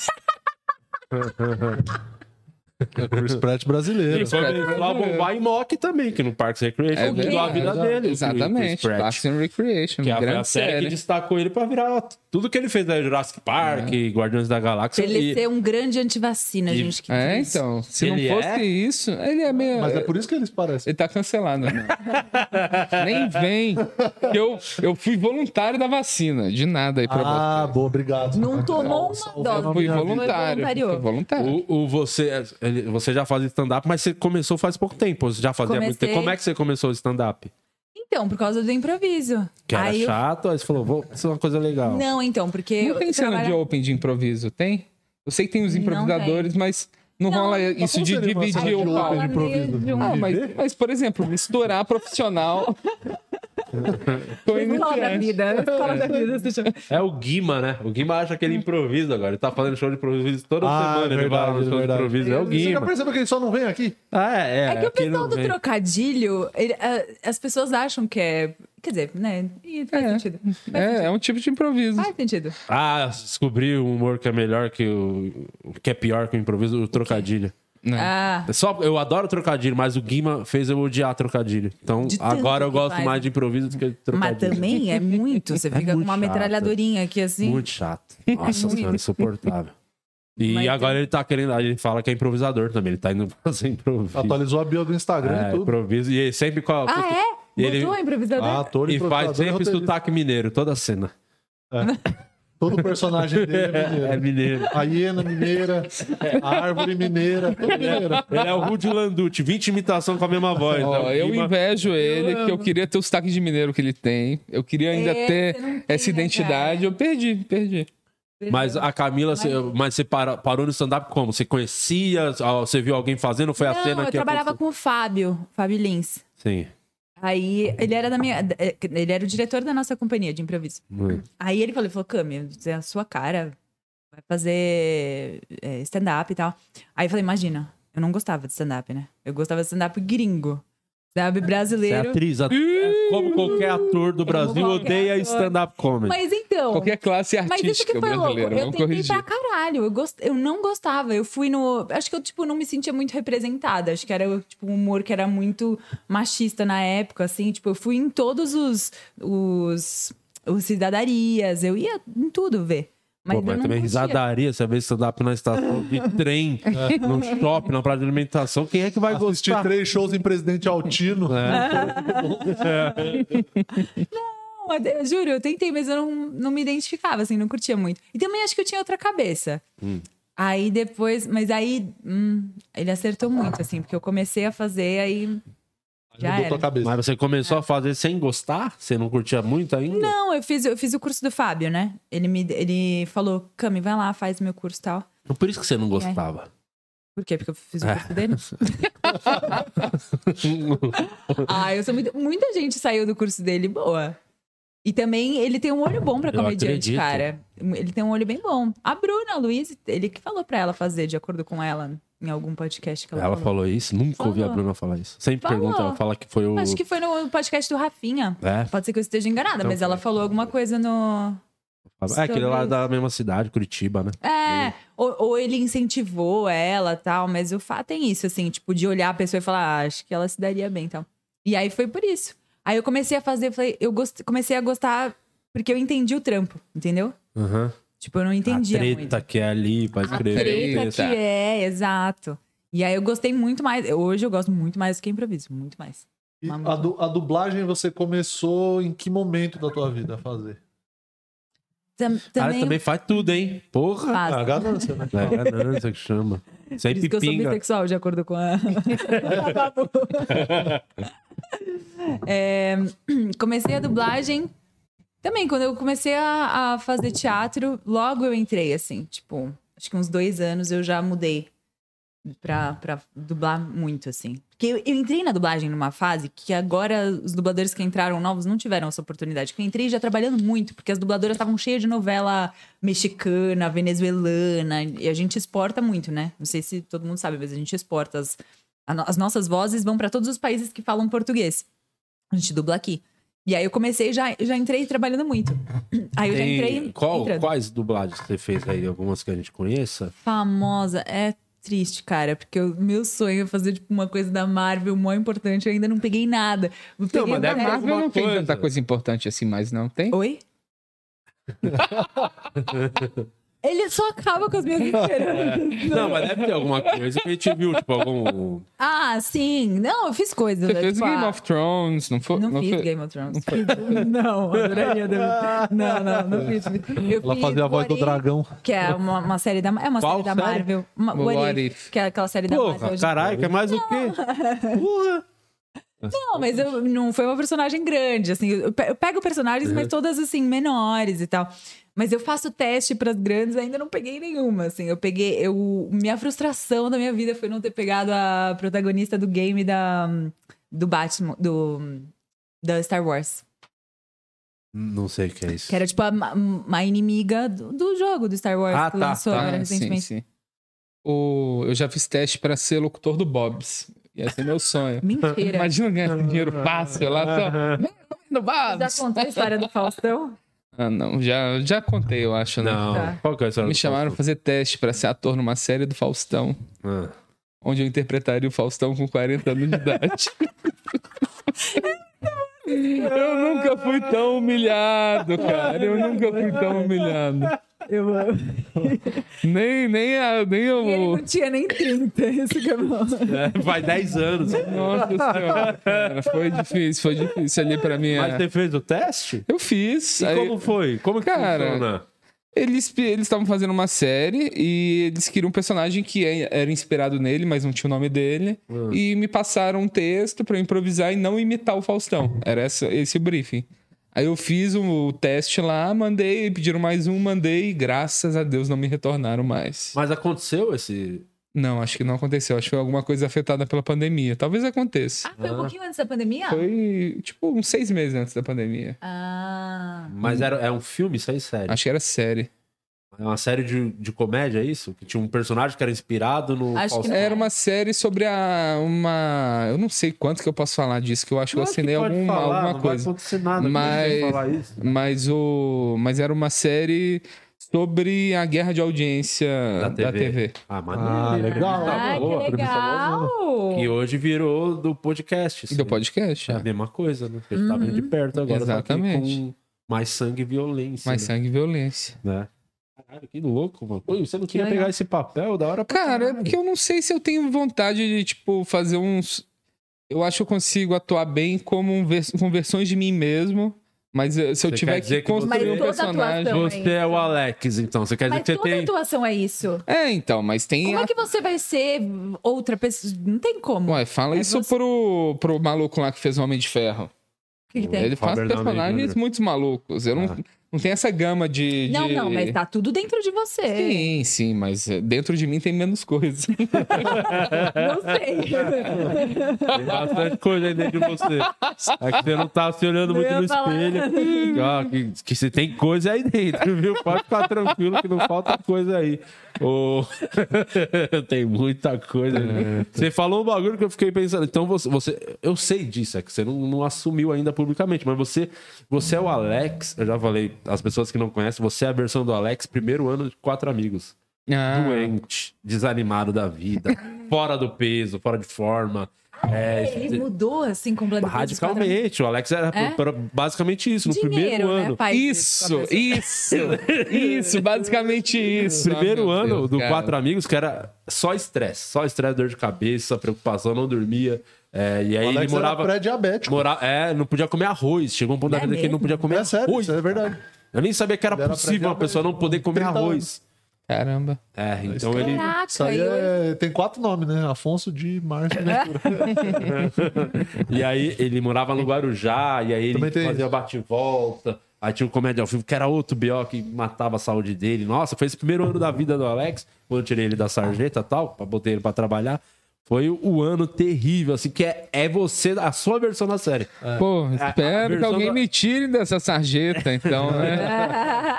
S10: É Chris Pratt brasileiro.
S11: E foi lá Bombay e Mock também, que no Parks and Recreation
S12: É
S11: mudou a
S12: verdade,
S11: vida
S12: exato.
S11: dele.
S12: Exatamente, Parks
S11: and Recreation, que foi a
S12: grande
S11: série,
S12: série.
S11: que destacou ele pra virar tudo que ele fez da Jurassic Park,
S12: É.
S11: Guardiões da Galáxia.
S9: Ele
S11: e-
S9: ser um grande antivacina,
S11: e-
S9: gente. Que
S12: É,
S9: triste.
S12: então. Se
S11: Ele
S12: não fosse
S11: é?
S12: isso, ele é meio.
S11: Mas é por
S10: isso que eles parecem.
S12: Ele tá cancelado,
S11: (laughs)
S12: né? Nem vem. Eu, eu fui voluntário da vacina. De nada aí pra você.
S10: Ah, boa, obrigado.
S9: Não tomou uma dose.
S12: Fui
S9: Foi
S12: voluntário. Fui voluntário.
S11: O, o você, ele- você já fazia stand-up, mas você começou faz pouco tempo. Você já fazia muito
S9: Comecei.
S11: tempo. Como é que você começou o stand-up?
S9: Então, por causa do improviso.
S11: Que era
S9: Aí eu-
S11: chato, aí você falou, vou, isso é uma coisa legal.
S9: Não, então, porque.
S12: Não
S9: eu
S12: tem cena
S9: trabalha-
S12: de open de improviso, tem? Eu sei que tem os
S9: Não
S12: improvisadores, mas não, rola
S10: Mas
S12: isso
S10: como
S12: de
S10: seria uma sala
S12: dividir
S10: de
S12: o
S10: open
S12: palco.
S10: de
S9: um
S10: improviso?
S12: Ah, mas, mas, por exemplo, misturar profissional com
S9: Escola da
S12: iniciante.
S9: vida. Escola da vida. se chama.
S11: (laughs) É o Guima, né? O Guima acha que ele improvisa agora. Ele tá fazendo show de improviso toda
S10: Ah,
S11: semana. ele
S10: verdade,
S11: vai no show de
S10: verdade.
S11: improviso. É o
S10: Você já
S11: Guima.
S10: percebeu que ele só não vem aqui?
S11: Ah, é.
S9: É, que o
S11: aquele
S9: pessoal do
S11: vem.
S9: trocadilho, ele- a- as pessoas acham que é. Quer dizer, né? E faz sentido. Faz
S12: É,
S9: sentido.
S12: é um tipo de improviso.
S9: Faz sentido.
S11: Ah, descobri um humor que é melhor que o. que é pior que o improviso, o trocadilho.
S9: Ah.
S11: É Só, eu adoro trocadilho, mas o Guima fez eu odiar trocadilho. Então
S9: De tanto
S11: agora eu
S9: que
S11: gosto
S9: faz. né?
S11: mais de improviso do que de trocadilho.
S9: Mas também é muito. Você
S11: É
S9: fica com
S11: muito
S9: uma
S11: chato.
S9: metralhadorinha aqui assim. (laughs)
S11: Muito chato.
S9: É
S11: Nossa
S9: muito.
S11: senhora, insuportável. E agora ele tá querendo. aí Ele fala que é improvisador também. Ele tá indo (laughs) fazer improviso.
S10: Atualizou a bio do Instagram
S11: É,
S10: e tudo. Ah,
S11: improviso. E ele sempre com a.
S9: Ah, é?
S11: E ele-
S9: Botou a improvisador?
S11: e faz sempre sotaque mineiro, toda cena.
S10: Todo personagem dele é mineiro.
S11: (laughs) É mineiro.
S10: A hiena mineira, a árvore mineira, tudo mineiro.
S11: Ele é o Rudy Landucci, 20 imitações com a mesma voz.
S12: Ó,
S11: né? O
S12: eu
S11: Guima-
S12: invejo ele, que eu queria ter o sotaque de mineiro que ele tem. Eu queria ainda
S9: É,
S12: ter
S9: você não tem,
S12: essa
S9: né,
S12: identidade. Eu perdi, perdi.
S11: Ah, Mas a Camila, você- mas você para- parou no stand-up como? Você conhecia? Ah, Você viu alguém fazendo? Foi a cena
S9: Não, eu
S11: que
S9: trabalhava com o Fábio, Fábio Lins.
S11: Sim.
S9: Aí ele era da minha. da- eh, Ele era o diretor da nossa companhia de improviso.
S11: Hum.
S9: Aí ele falou, ele falou, Cami, é a sua cara. Vai fazer eh, stand-up e tal. Aí eu falei, imagina, eu não gostava de stand-up, né? Eu gostava de stand-up gringo. Stand-up
S11: Você é
S9: brasileiro.
S11: atriz, at- como qualquer ator do Brasil,
S9: qualquer
S11: odeia
S9: ator.
S11: stand-up comedy.
S9: Mas então.
S12: Qualquer classe
S9: Mas isso
S12: artística
S9: que foi louco. Eu
S12: brasileira, vamos
S9: tentei
S12: corrigir.
S9: pra caralho. Eu, gost... eu não gostava. Eu fui no. Acho que eu, tipo, não me sentia muito representada. Acho que era tipo, um humor que era muito machista na época, assim. Tipo, eu fui em todos os. os... Os cidadarias, eu ia em tudo ver. Mas,
S11: Pô, mas
S9: eu não
S11: também
S9: curtia.
S11: risadaria, você vê stand-up na estação
S9: (laughs)
S11: de trem, no shopping, na praia de alimentação, quem é que vai
S10: Assisti
S11: gostar?
S10: três shows em Presidente Altino.
S9: Não, eu juro, eu tentei, mas eu não, não me identificava, assim, não curtia muito. E também acho que eu tinha outra cabeça.
S11: Hum.
S9: Aí depois, mas aí hum, ele acertou muito, assim, porque eu comecei a fazer, aí. Já era.
S11: Mas você começou a fazer sem gostar? Você não curtia muito ainda?
S9: É. Não, eu fiz, eu fiz o curso do Fábio, né? Ele me ele falou, Cami, vai lá, faz meu curso e tal.
S11: Então, Por isso que
S9: É.
S11: você não gostava.
S9: Por quê? Porque eu fiz o curso dele? Ah, eu sou muito. Muita gente saiu do curso dele, boa. E também ele tem um olho bom pra
S11: Eu
S9: comediante,
S11: acredito.
S9: cara. Ele tem um olho bem bom. A Bruna, a Luiz, ele que falou pra ela fazer, de acordo com ela, em algum podcast que ela,
S11: Ela falou isso? Nunca ouvi a
S9: Falou.
S11: Bruna falar isso. Sempre
S9: Falou.
S11: pergunta, ela fala que foi o.
S9: Acho que foi no podcast do Rafinha.
S11: É.
S9: Pode ser que eu esteja enganada,
S11: Então
S9: mas ela falou alguma coisa no.
S11: É aquele lá da mesma cidade, Curitiba, né?
S9: É, ou, ou ele incentivou ela tal, mas o fato é isso, assim, tipo, de olhar a pessoa e falar, ah, acho que ela se daria bem tal. E aí foi por isso. Aí eu comecei a fazer, falei, eu gost- comecei a gostar porque eu entendi o trampo, entendeu?
S11: Aham.
S9: Tipo, eu não entendia
S11: a treta
S9: muito.
S11: que é ali pra escrever.
S9: Treta que é, exato. E aí eu gostei muito mais. eu- Hoje eu gosto muito mais do que improviso, muito mais.
S10: E a, du- a dublagem você começou em que momento da tua vida a fazer?
S9: Tam-
S11: Cara,
S9: Ah, também,
S11: Ah, também... faz tudo, hein? Porra!
S9: Faz.
S10: Ah, ganância, né?
S11: É ganância que chama.
S9: Por
S11: Sempre
S9: isso que eu sou
S11: pinga.
S9: bissexual, de acordo com a. (laughs) É, comecei a dublagem também quando eu comecei a, a fazer teatro logo eu entrei assim tipo acho que uns dois anos eu já mudei pra, pra dublar muito assim porque eu, eu entrei na dublagem numa fase que agora os dubladores que entraram novos não tiveram essa oportunidade porque eu entrei já trabalhando muito porque as dubladoras estavam cheias de novela mexicana venezuelana e a gente exporta muito né não sei se todo mundo sabe mas a gente exporta as, a no- as nossas vozes vão pra todos os países que falam português a gente dubla aqui. E aí eu comecei, já, já entrei trabalhando muito. Aí eu já
S11: Tem-
S9: entrei.
S11: Qual,
S9: entrando.
S11: quais dublagens você fez aí? Algumas que a gente conheça?
S9: Famosa. É, triste, cara, porque o meu sonho é fazer tipo, uma coisa da Marvel mó importante, eu ainda não peguei nada. Eu peguei
S12: mas
S9: uma-
S12: a Marvel não tem tanta coisa importante assim mais, não
S10: (laughs)
S12: tem?
S9: Oi? Ele só acaba com as minhas esperanças.
S11: Não, mas deve ter alguma coisa que a gente viu, tipo, algum.
S9: Ah, sim. Não, eu fiz coisas.
S12: Você
S9: né?
S12: fez
S9: Tipo,
S12: Game
S9: ah,
S12: of Thrones, não foi?
S9: Não, fiz
S12: foi-
S9: Game of Thrones.
S12: não
S9: (laughs)
S12: foi-
S9: Não, adoraria. David. Não, não, não fiz. Eu
S10: Ela
S9: fiz
S10: fazia a voz
S9: What
S10: do
S9: If,
S10: dragão.
S9: Que é uma, uma série da, é uma série
S10: Qual
S9: da
S10: série?
S9: Marvel. Uma,
S10: O
S9: What,
S10: What
S9: If,
S10: If.
S9: Que é aquela série da Marvel.
S11: Porra,
S9: hoje-
S11: caralho, que é mais o quê?
S9: Não, mas eu não foi uma personagem grande, assim, eu pe- eu pego personagens, mas
S11: Uhum.
S9: todas assim menores e tal. Mas eu faço teste para grandes, ainda não peguei nenhuma, assim. Eu peguei, eu minha frustração da minha vida foi não ter pegado a protagonista do game da do Batman, do da Star Wars.
S11: Não sei o que é isso.
S9: Que era tipo a, ma- uma inimiga do, do jogo do Star Wars
S12: Ah,
S9: que
S12: tá,
S9: lançou
S12: tá.
S9: agora
S12: Ah, sim,
S9: recentemente.
S12: sim. O... Eu já fiz teste pra ser locutor do Bob's. Ia ser meu sonho.
S9: Mentira.
S12: Imagina ganhar esse dinheiro fácil lá só. No
S9: Já contou a história do Faustão?
S12: Ah, não. Já, já contei, eu acho, né?
S11: Não. Tá. Qual que é a história
S12: Me
S11: do
S12: chamaram pra fazer teste pra ser ator numa série do Faustão.
S11: Ah.
S12: Onde eu interpretaria o Faustão com 40 anos
S11: (laughs)
S12: de idade. Eu nunca fui tão humilhado, cara. Eu nunca fui tão humilhado.
S9: Eu amo.
S12: Nem, nem, a, nem eu.
S9: Ele não tinha nem 30, isso que é bom.
S11: Vai 10 anos.
S12: Nossa senhora. cara, foi difícil, foi difícil ali pra mim.
S11: Mas
S12: é.
S11: você fez o teste?
S12: Eu fiz.
S11: E
S12: aí-
S11: como foi? Como que
S12: Cara,
S11: funciona?
S12: Eles eles estavam fazendo uma série e eles queriam um personagem que é- era inspirado nele, mas não tinha o nome dele.
S11: Hum.
S12: E me passaram um texto pra eu improvisar e não imitar o Faustão. Era essa- esse o briefing. Aí eu fiz o teste lá, mandei, pediram mais um, mandei, e graças a Deus não me retornaram mais.
S11: Mas aconteceu esse.
S12: Não, acho que não aconteceu. Acho que foi alguma coisa afetada pela pandemia. Talvez aconteça.
S9: Foi um pouquinho antes da pandemia?
S12: Ah. Foi, tipo, uns seis meses antes da pandemia.
S9: Ah.
S11: Mas era, é um filme, isso aí, sério.
S12: Acho que era série.
S11: É uma série de, de comédia, é isso? Que tinha um personagem que era inspirado no. Faustão.
S12: era uma série sobre a uma. Eu não sei quanto que eu posso falar disso, que eu acho que eu
S11: Lógico que
S12: assinei
S11: pode
S12: alguma,
S11: falar,
S12: alguma
S11: não vai
S12: coisa.
S11: acontecer nada quando
S12: mas,
S11: você falar isso.
S12: mas o. Mas era uma série sobre a guerra de audiência da TV.
S11: Ah, maneiro.
S12: Ah, legal.
S9: Ai, que legal!
S12: né?
S11: E hoje virou do podcast.
S12: Do podcast.
S11: É a mesma coisa, né? Porque a gente tá vendo de perto agora. só que
S12: Exatamente.
S11: com mais sangue e violência.
S12: Mais
S11: né?
S12: sangue e violência.
S11: Né? Caralho, que louco, mano. Ui, você não
S12: Que
S11: queria
S12: legal.
S11: pegar esse papel da hora pra
S12: Cara, é
S11: caralho.
S12: porque eu não sei se eu tenho vontade de, tipo, fazer uns. Eu acho que eu consigo atuar bem como um vers- com versões de mim mesmo. Mas eh, se eu
S11: Você
S12: tiver
S11: quer dizer
S12: que
S11: que você-
S12: construir um
S9: Mas toda
S12: personagem.
S9: atuação é Você
S11: é o Alex, então. Você quer
S9: Mas toda atuação é isso.
S12: É, então, mas tem.
S9: Como é que você vai ser outra pessoa? Não tem como.
S12: Ué, fala isso pro, pro maluco lá que fez o Homem de Ferro.
S9: O que que tem?
S12: Ele faz
S11: Robert Downey
S12: personagens
S11: Jr. muito
S12: malucos. Eu não, não tenho essa gama de.
S9: Não,
S12: de-
S9: não, mas tá tudo dentro de você.
S12: Sim, sim, mas eh, dentro de mim tem
S9: (laughs)
S12: menos coisa.
S9: Não
S12: (laughs)
S9: sei.
S11: Tem bastante coisa aí dentro de você. É que você não tá se olhando muito
S9: Eu
S11: no
S9: ia falar.
S11: espelho. Ah, que, que você tem coisa aí dentro, viu? Pode ficar tranquilo que não falta coisa aí. Ô, (laughs) tem muita coisa. né? Você falou um bagulho que eu fiquei pensando. Então você. você- eu sei disso, é que você não, não assumiu ainda publicamente, mas você, você é o Alex. Eu já falei, as pessoas que não conhecem, você é a versão do Alex, primeiro ano de quatro amigos.
S12: Ah,
S11: Doente, desanimado da
S9: (laughs)
S11: vida, fora do peso, fora de forma. É,
S9: Ah, Ele mudou assim completamente.
S11: Radicalmente, o Alex era
S9: É?
S11: pra- basicamente isso, no
S9: Dinheiro,
S11: primeiro
S9: né,
S11: ano.
S9: faz isso com a
S11: isso, isso,
S12: (laughs)
S9: (laughs)
S12: isso, basicamente isso.
S11: Primeiro
S12: Ah, meu
S11: ano
S12: Deus,
S11: do
S12: cara.
S11: Quatro Amigos, que era só estresse, só estresse, dor de cabeça, preocupação, não dormia. É, e aí
S10: Alex era
S11: ele morava.
S10: pré-diabético.
S11: Mora, é, não podia comer arroz. Chegou um ponto da
S10: É
S11: vida que ele não
S10: mesmo?
S11: podia comer
S10: É sério,
S11: arroz.
S10: isso é verdade.
S11: Eu nem sabia que era,
S10: era
S11: possível uma
S10: pré-diabético,
S11: pessoa não poder comer
S10: 30
S11: arroz.
S12: Caramba.
S11: É, então ele.
S9: Caraca,
S10: Isso aí
S9: e
S10: é- tem quatro nomes, né? Afonso de Márcio Ventura.
S11: e aí ele morava no Guarujá, e aí ele
S10: Também tem
S11: fazia bate-volta. Aí tinha o Comédia ao Vivo, que era outro B.O. que matava a saúde dele. Nossa, foi esse primeiro ano da vida do Alex, quando eu tirei ele da sarjeta e tal, pra botar ele pra trabalhar. Foi o ano terrível, assim, que é, é você, a sua versão da série.
S12: Pô,
S11: É, a
S12: espero que
S11: versão
S12: alguém
S11: da-
S12: me tire dessa sarjeta, então,
S9: (laughs)
S12: né?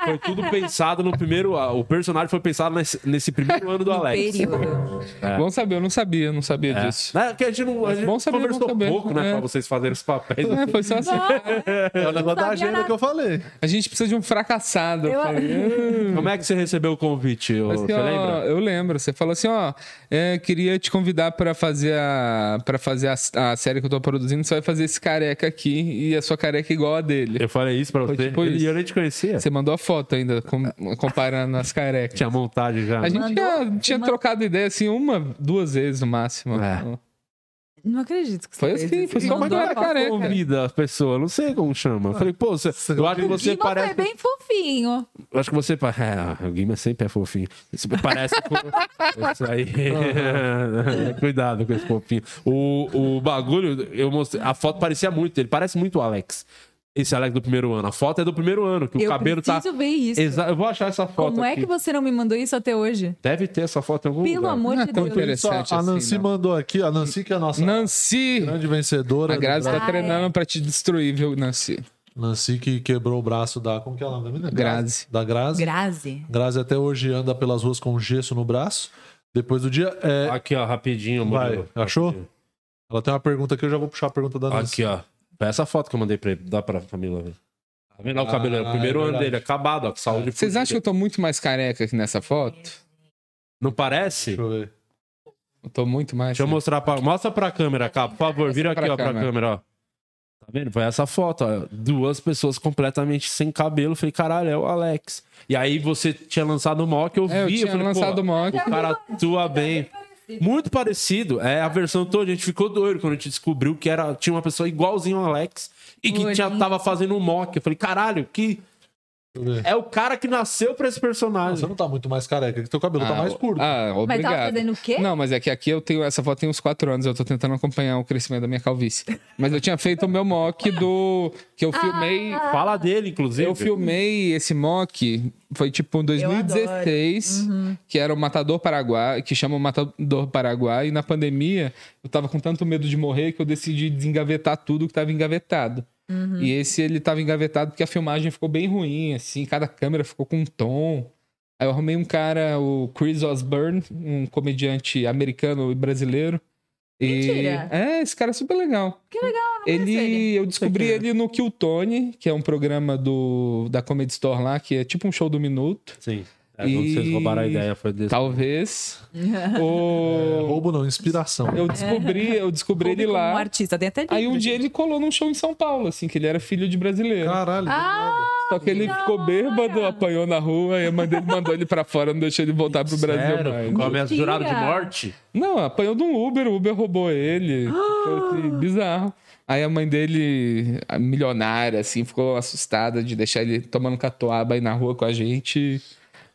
S11: Foi tudo pensado no primeiro. O personagem foi pensado nesse, nesse primeiro ano do Alex. É.
S12: Bom saber, eu não sabia, não sabia
S11: É.
S12: disso.
S11: É, que a gente não a
S12: Mas
S11: gente
S12: bom saber,
S11: conversou
S12: bom saber.
S11: pouco, né?
S12: É.
S11: Pra vocês fazerem os papéis.
S12: É, foi só assim.
S11: É o negócio da
S12: agenda
S10: que eu falei.
S12: A gente precisa de um fracassado.
S9: (laughs)
S12: Eu falei,
S11: Como é que você recebeu o convite? ô?
S12: Hum. Mas,
S11: Você
S12: assim, ó,
S11: lembra?
S12: Eu lembro. Você falou assim, ó, é, queria te convidar pra fazer a para fazer a, a série que eu tô produzindo. Você vai fazer esse careca aqui e a sua careca é igual a dele.
S11: Eu falei isso pra você.
S12: tipo
S11: Ele- e eu nem te conhecia.
S12: Você mandou a foto ainda com- comparando as carecas.
S11: Tinha montagem já.
S12: A gente
S9: Mandou-
S12: tinha, tinha trocado ideia assim uma, duas vezes no máximo.
S11: É.
S9: Um Não acredito que você
S12: Foi
S9: fez
S12: assim,
S9: isso.
S12: foi só uma
S9: Mandou
S12: cara
S9: pra-
S12: careca.
S11: Convida a pessoa, não sei como chama. Eu falei, pô, você, eu acho que
S9: O
S11: você
S9: Guima
S11: parece.
S9: foi é bem fofinho.
S11: Eu acho que você. pa- É, o Guima sempre é fofinho. Você parece (laughs) com. Isso aí. Cuidado com esse fofinho. O, o bagulho, eu mostrei. A foto parecia muito. Ele parece muito o Alex. Esse Alex do primeiro ano. A foto é do primeiro ano, que
S9: Eu
S11: o cabelo tá.
S9: preciso ver isso.
S11: Exa- Eu vou achar essa foto.
S9: Como é
S11: aqui.
S9: que você não me mandou isso até hoje?
S11: Deve ter essa foto em algum
S9: Pelo
S11: lugar.
S9: amor
S12: é
S9: de Deus.
S10: Só, a Nancy mandou aqui, a Nancy que é a nossa
S12: assim, Nancy!
S10: grande vencedora.
S12: A Grazi
S9: Ah, é.
S12: tá treinando pra te destruir, viu, Nancy?
S10: Nancy que quebrou o braço da. Como que é o nome da menina?
S12: Grazi.
S10: Da Grazi.
S9: Grazi.
S10: Grazi até hoje anda pelas ruas com gesso no braço. Depois do dia. É...
S11: Aqui, ó, rapidinho,
S10: Vai.
S11: Murilo.
S10: Achou? Ela tem uma pergunta aqui, eu já vou puxar a pergunta da Nancy.
S11: Aqui, ó. É Essa foto que eu mandei pra ele. Dá pra Camila ver. Tá vendo lá o cabelo? É o
S12: Ah,
S11: primeiro
S12: é
S11: ano
S12: verdade.
S11: dele, acabado, ó. com Saúde
S12: Vocês acham que eu tô muito mais careca aqui nessa foto?
S11: Não parece? Deixa
S10: eu ver.
S12: Eu tô muito mais.
S11: Deixa eu mostrar pra... Mostra pra câmera, cá, por favor. Vira aqui,
S12: pra
S11: ó, pra
S12: câmera.
S11: câmera, ó. Tá vendo? Foi essa foto, ó. Duas pessoas completamente sem cabelo. Falei, caralho, é o Alex. E aí você tinha lançado o mock, eu
S12: É, eu
S11: vi.
S12: tinha
S11: falei, pô,
S12: lançado o mock.
S11: O cara atua bem. Muito parecido. É a versão toda. A gente ficou doido quando a gente descobriu que era, tinha uma pessoa igualzinho ao Alex e que tinha, tava fazendo um mock. Eu falei, caralho, que. É o cara que nasceu pra esse personagem.
S10: Você não tá muito mais careca, que teu cabelo tá
S12: Ah,
S10: mais
S12: o-
S10: curto.
S12: Ah,
S9: Mas
S12: obrigado.
S9: tava fazendo o quê?
S12: Não, mas é que aqui eu tenho. Essa foto tem uns 4 anos, eu tô tentando acompanhar o crescimento da minha calvície. Mas eu tinha feito o meu mock do. Que
S9: Ah,
S12: eu filmei.
S11: Fala dele, inclusive.
S12: Eu filmei esse mock, foi tipo em 2016, que era o Matador Paraguai, que chama o Matador Paraguai, e na pandemia eu tava com tanto medo de morrer que eu decidi desengavetar tudo que tava engavetado. E esse ele tava engavetado porque a filmagem ficou bem ruim, assim, cada câmera ficou com um tom. Aí eu arrumei um cara, o Chris Osborne, um comediante americano e brasileiro. E...
S9: Mentira!
S12: É, esse cara é super legal.
S9: Que legal, não
S12: Ele,
S9: conheço ele.
S12: eu descobri ele no Kill Tony, que é um programa do da Comedy Store lá, que é tipo um show do minuto.
S11: Sim. É, quando vocês roubaram a ideia, foi
S9: (laughs)
S11: desse.
S12: Talvez. O-
S10: Roubo não, inspiração.
S12: Eu descobri, eu descobri ele lá.
S9: Um artista, tem até livro,
S12: Aí um dia
S9: gente.
S12: ele colou num show em São Paulo, assim, que ele era filho de brasileiro.
S10: Caralho.
S9: Ah,
S12: Só que ele ficou bêbado, apanhou na rua e a mãe dele mandou ele pra fora, não deixou ele voltar pro Brasil
S11: Sério?
S12: mais.
S11: Com a ameaça de jurado de
S9: Mentira!
S11: morte?
S12: Não, apanhou de um Uber, o Uber roubou ele. Foi assim, bizarro. Aí a mãe dele, a milionária, assim, ficou assustada de deixar ele tomando catuaba aí na rua com a gente.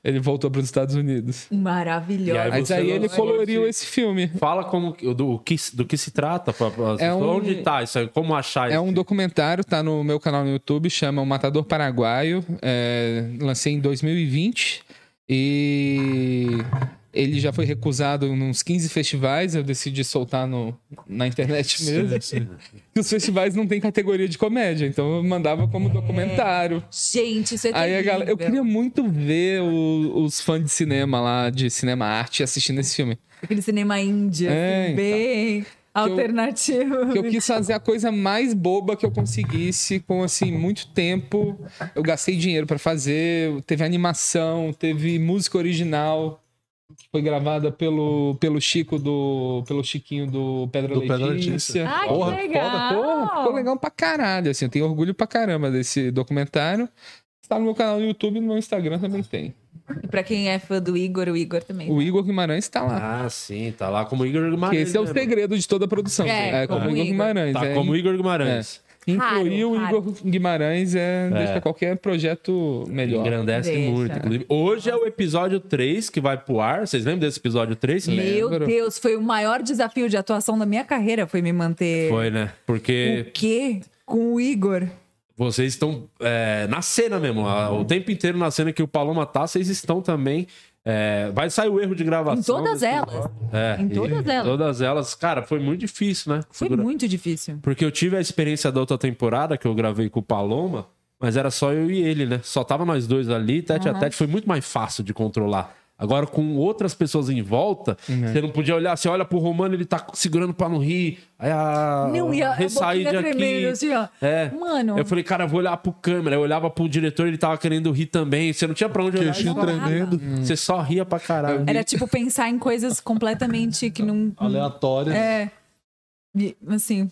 S12: Ele voltou para os Estados Unidos.
S9: Maravilhosa.
S12: Mas aí ele coloriu esse filme.
S11: Fala como que- do, que, se- do que se trata. pra- pra-
S12: É um-
S11: Onde tá isso aí? Como achar
S12: É
S11: isso?
S12: um documentário, tá no meu canal no YouTube, chama O Matador Paraguaio. é, lancei em 2020 e ele já foi recusado em uns 15 festivais. Eu decidi soltar no, na internet mesmo. E (laughs) os festivais não têm categoria de comédia, então eu mandava como documentário.
S9: Gente, isso é
S12: Aí a
S9: terrível.
S12: galera, eu queria muito ver o- os fãs de cinema lá, de cinema arte, assistindo esse filme.
S9: Aquele cinema índia,
S12: É,
S9: assim,
S12: então.
S9: bem alternativo.
S12: que eu quis fazer a coisa mais boba que eu conseguisse com assim muito tempo. Eu gastei dinheiro pra fazer, teve animação, teve música original que foi gravada pelo, pelo Chico do pelo Chiquinho do Pedra
S10: Do Pedra
S12: Letícia.
S10: Letícia. Ah, que
S12: Porra,
S9: legal!
S12: foda, porra, ficou legal pra caralho, assim, eu tenho orgulho pra caramba desse documentário. Está no meu canal no YouTube e no meu Instagram também tem.
S9: E Pra quem é fã do Igor, o Igor também.
S12: O Igor Guimarães está lá.
S11: Ah, sim, tá lá como
S10: Ah,
S11: Igor
S12: Que
S11: Guimarães.
S12: esse é o
S11: né,
S12: segredo de toda a produção.
S9: É,
S12: gente. É,
S9: como
S12: como Igor
S9: Igor.
S12: Guimarães.
S11: Tá,
S12: é.
S11: como Igor Guimarães.
S12: É. Incluir
S9: Raro,
S12: o
S9: raro.
S12: Igor Guimarães é, deixa qualquer projeto melhor.
S11: Engrandece
S9: Deixa.
S11: muito, inclusive. Hoje é o episódio 3 que vai pro ar. Vocês lembram desse episódio 3?
S9: Meu Deus, foi o maior desafio de atuação da minha carreira, foi me manter
S11: Foi, né?
S9: o
S11: Porque
S9: quê com o Igor.
S11: vocês estão é, na cena mesmo. a- O tempo inteiro na cena que o Paloma tá, vocês estão também. É, vai sair o erro de gravação.
S9: Em todas
S11: desse-
S9: elas.
S11: É,
S9: Em todas
S11: e-
S9: elas.
S11: Todas elas. Cara, foi muito difícil, né?
S9: Foi
S11: Segura-
S9: muito difícil.
S11: Porque eu tive a experiência da outra temporada que eu gravei com o Paloma, mas era só eu e ele, né? Só tava nós dois ali, tete a
S9: Aham.
S11: tete, foi muito mais fácil de controlar. Agora, com outras pessoas em volta, você não podia olhar, você olha pro Romano, ele tá segurando pra não rir. Aí a.
S9: Não, e a- a
S11: Ah, ressaí
S9: boquinha
S11: de aqui.
S9: tremendo, assim, ó.
S11: É.
S9: Mano.
S11: Eu falei, cara, eu vou olhar pro câmera. Eu olhava pro diretor, ele tava querendo rir também. Você não tinha pra onde olhar.
S9: Queixinho
S11: Você só-
S9: tremendo.
S11: Você só ria pra caralho.
S9: Era tipo pensar em coisas completamente que não.
S10: Aleatórias.
S9: É. E, Assim.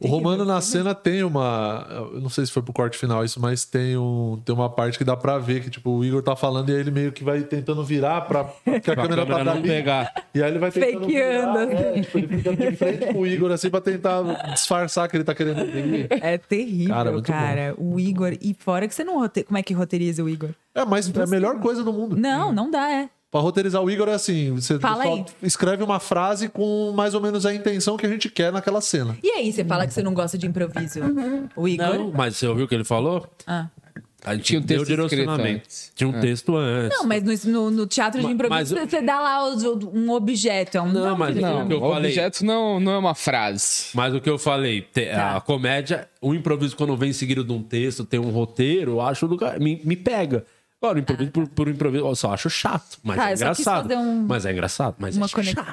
S10: O Romano na cena tem uma. Eu não sei se foi pro corte final isso, mas tem, um, tem uma parte que dá pra ver que, tipo, o Igor tá falando e aí ele meio que vai tentando virar pra. Que a
S11: Pra
S10: câmera tá
S11: câmera não
S10: dali.
S11: pegar.
S10: E aí ele vai tentando.
S9: Fakeando.
S10: É, tipo, ele fica de frente com o Igor assim pra tentar disfarçar que ele tá querendo rir.
S9: É terrível,
S10: Cara,
S9: cara.
S10: muito
S9: O Igor. E fora que você não. rote- Como é que roteiriza o Igor?
S10: É, mas é a melhor coisa do mundo.
S12: Hum.
S9: Não, não dá, é.
S10: Pra roteirizar o Igor é assim: você
S9: Fala
S10: só
S9: aí.
S10: escreve uma frase com mais ou menos a intenção que a gente quer naquela cena.
S9: E aí, você fala que você não gosta de improviso?
S12: Uhum.
S9: O Igor?
S11: Não, mas você ouviu o que ele falou?
S9: Ah.
S11: A gente tinha
S12: um
S11: deu
S12: texto escrito
S11: direcionamento.
S12: antes.
S11: Tinha um
S12: É.
S11: texto antes.
S9: Não, mas no, no- no teatro de
S11: Ma- mas
S9: improviso
S11: o-
S9: você dá lá os- um objeto. É um não,
S11: mas
S9: direito.
S11: o que eu falei-
S12: Objeto não, não é uma frase.
S11: Mas o que eu falei, te-
S9: Tá.
S11: a comédia, o improviso quando vem seguido de um texto, tem um roteiro, eu acho do ca- me, me pega. Agora, o improviso por, por improviso, eu só acho chato, mas
S9: Ah, Tá,
S11: é
S9: eu só quis
S11: engraçado.
S9: fazer um-
S11: Mas é engraçado, mas
S9: uma
S11: é chato.
S9: conexão.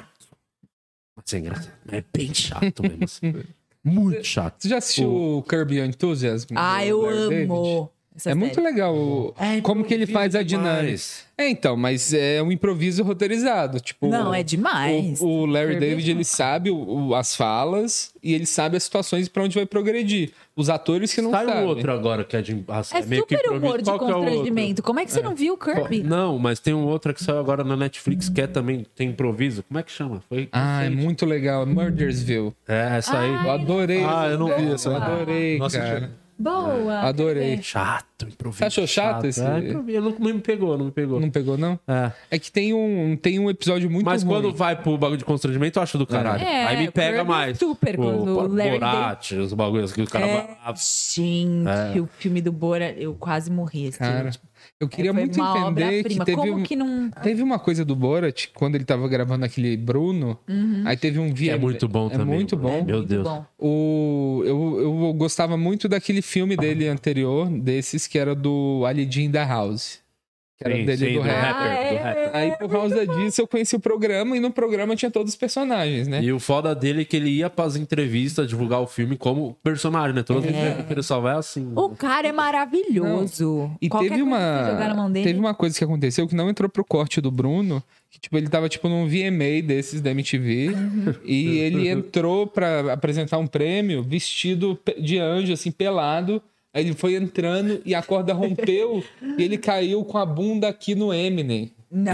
S11: Mas é engraçado, mas é bem chato mesmo.
S12: (laughs)
S11: assim. Muito chato.
S12: Você já assistiu o Curb Your
S11: é-
S12: Enthusiasm?
S9: Ah,
S12: do
S9: eu
S12: Larry David?
S9: amo. essa
S12: É muito
S9: série. É
S12: legal o- como que ele faz a dinâmica. É, então, mas é um improviso roteirizado. Tipo,
S9: Não, é demais.
S12: O, o Larry
S9: Curb é
S12: David, ele sabe o- o- as falas e ele sabe as situações pra onde vai progredir. Os atores que não
S11: Sai
S12: sabem.
S11: um outro agora que é de. assim,
S9: É
S11: meio que
S9: super
S11: improviso.
S9: humor de
S11: Qual que é o outro?
S9: constrangimento. Como é que você não viu o Kirby?
S11: Não, mas tem um outro que saiu agora na Netflix que é também tem improviso. Como é que chama? Foi
S12: Ah, é muito legal. Murdersville.
S11: É, essa aí.
S12: Eu adorei.
S10: Ah, eu não vi essa aí.
S12: Adorei,
S10: Não assisti.
S12: cara.
S9: Boa.
S12: É. Adorei.
S11: Chato, improviso.
S12: Você achou chato, esse?
S11: É, improviso, não, não me pegou, não me pegou.
S12: Não pegou, não?
S11: É.
S12: que tem um, tem um episódio muito
S11: Mas
S12: ruim.
S11: quando vai pro bagulho de constrangimento, eu acho do caralho.
S9: É,
S11: Aí me
S9: o
S11: pega
S9: Kirby
S11: mais.
S9: super quando o Larry
S11: Borat, os bagulhos que o cara Ah,
S9: É, gente, o filme do Bora, eu quase morri. esse
S12: É. Cara,
S9: dia.
S12: eu queria
S9: É, Foi
S12: muito
S9: uma
S12: entender que
S9: obra-prima.
S12: teve,
S9: Como
S12: um-
S9: que não...
S12: teve uma coisa do Borat, quando ele tava gravando aquele Bruno,
S9: Uhum.
S12: aí teve um vídeo.
S11: é muito bom
S12: é
S11: também,
S12: Muito
S11: Bruno.
S12: bom.
S11: Meu Deus. bom.
S12: O, eu, eu gostava muito daquele filme dele anterior, desses, que era do Ali G in the House. Que era
S11: Sim,
S12: dele
S11: sim,
S12: do,
S11: do
S12: rapper.
S11: rapper, do rapper.
S12: Aí por causa disso eu conheci o programa e no programa tinha todos os personagens, né?
S11: E o foda dele é que ele ia pras entrevistas divulgar o filme como personagem, né? Todas as entrevistas que ele só vai assim.
S9: É. O cara é maravilhoso.
S12: E
S9: Qualquer
S12: teve
S9: coisa que você
S12: uma,
S9: jogar na mão dele,
S12: teve uma coisa que aconteceu que não entrou pro corte do Bruno, que tipo ele tava tipo num VMA desses da MTV
S9: Uhum.
S12: e ele entrou pra apresentar um prêmio vestido pe- de anjo assim pelado. Aí ele foi entrando e a corda rompeu e ele caiu com a bunda aqui no Eminem.
S9: Não,
S12: (laughs)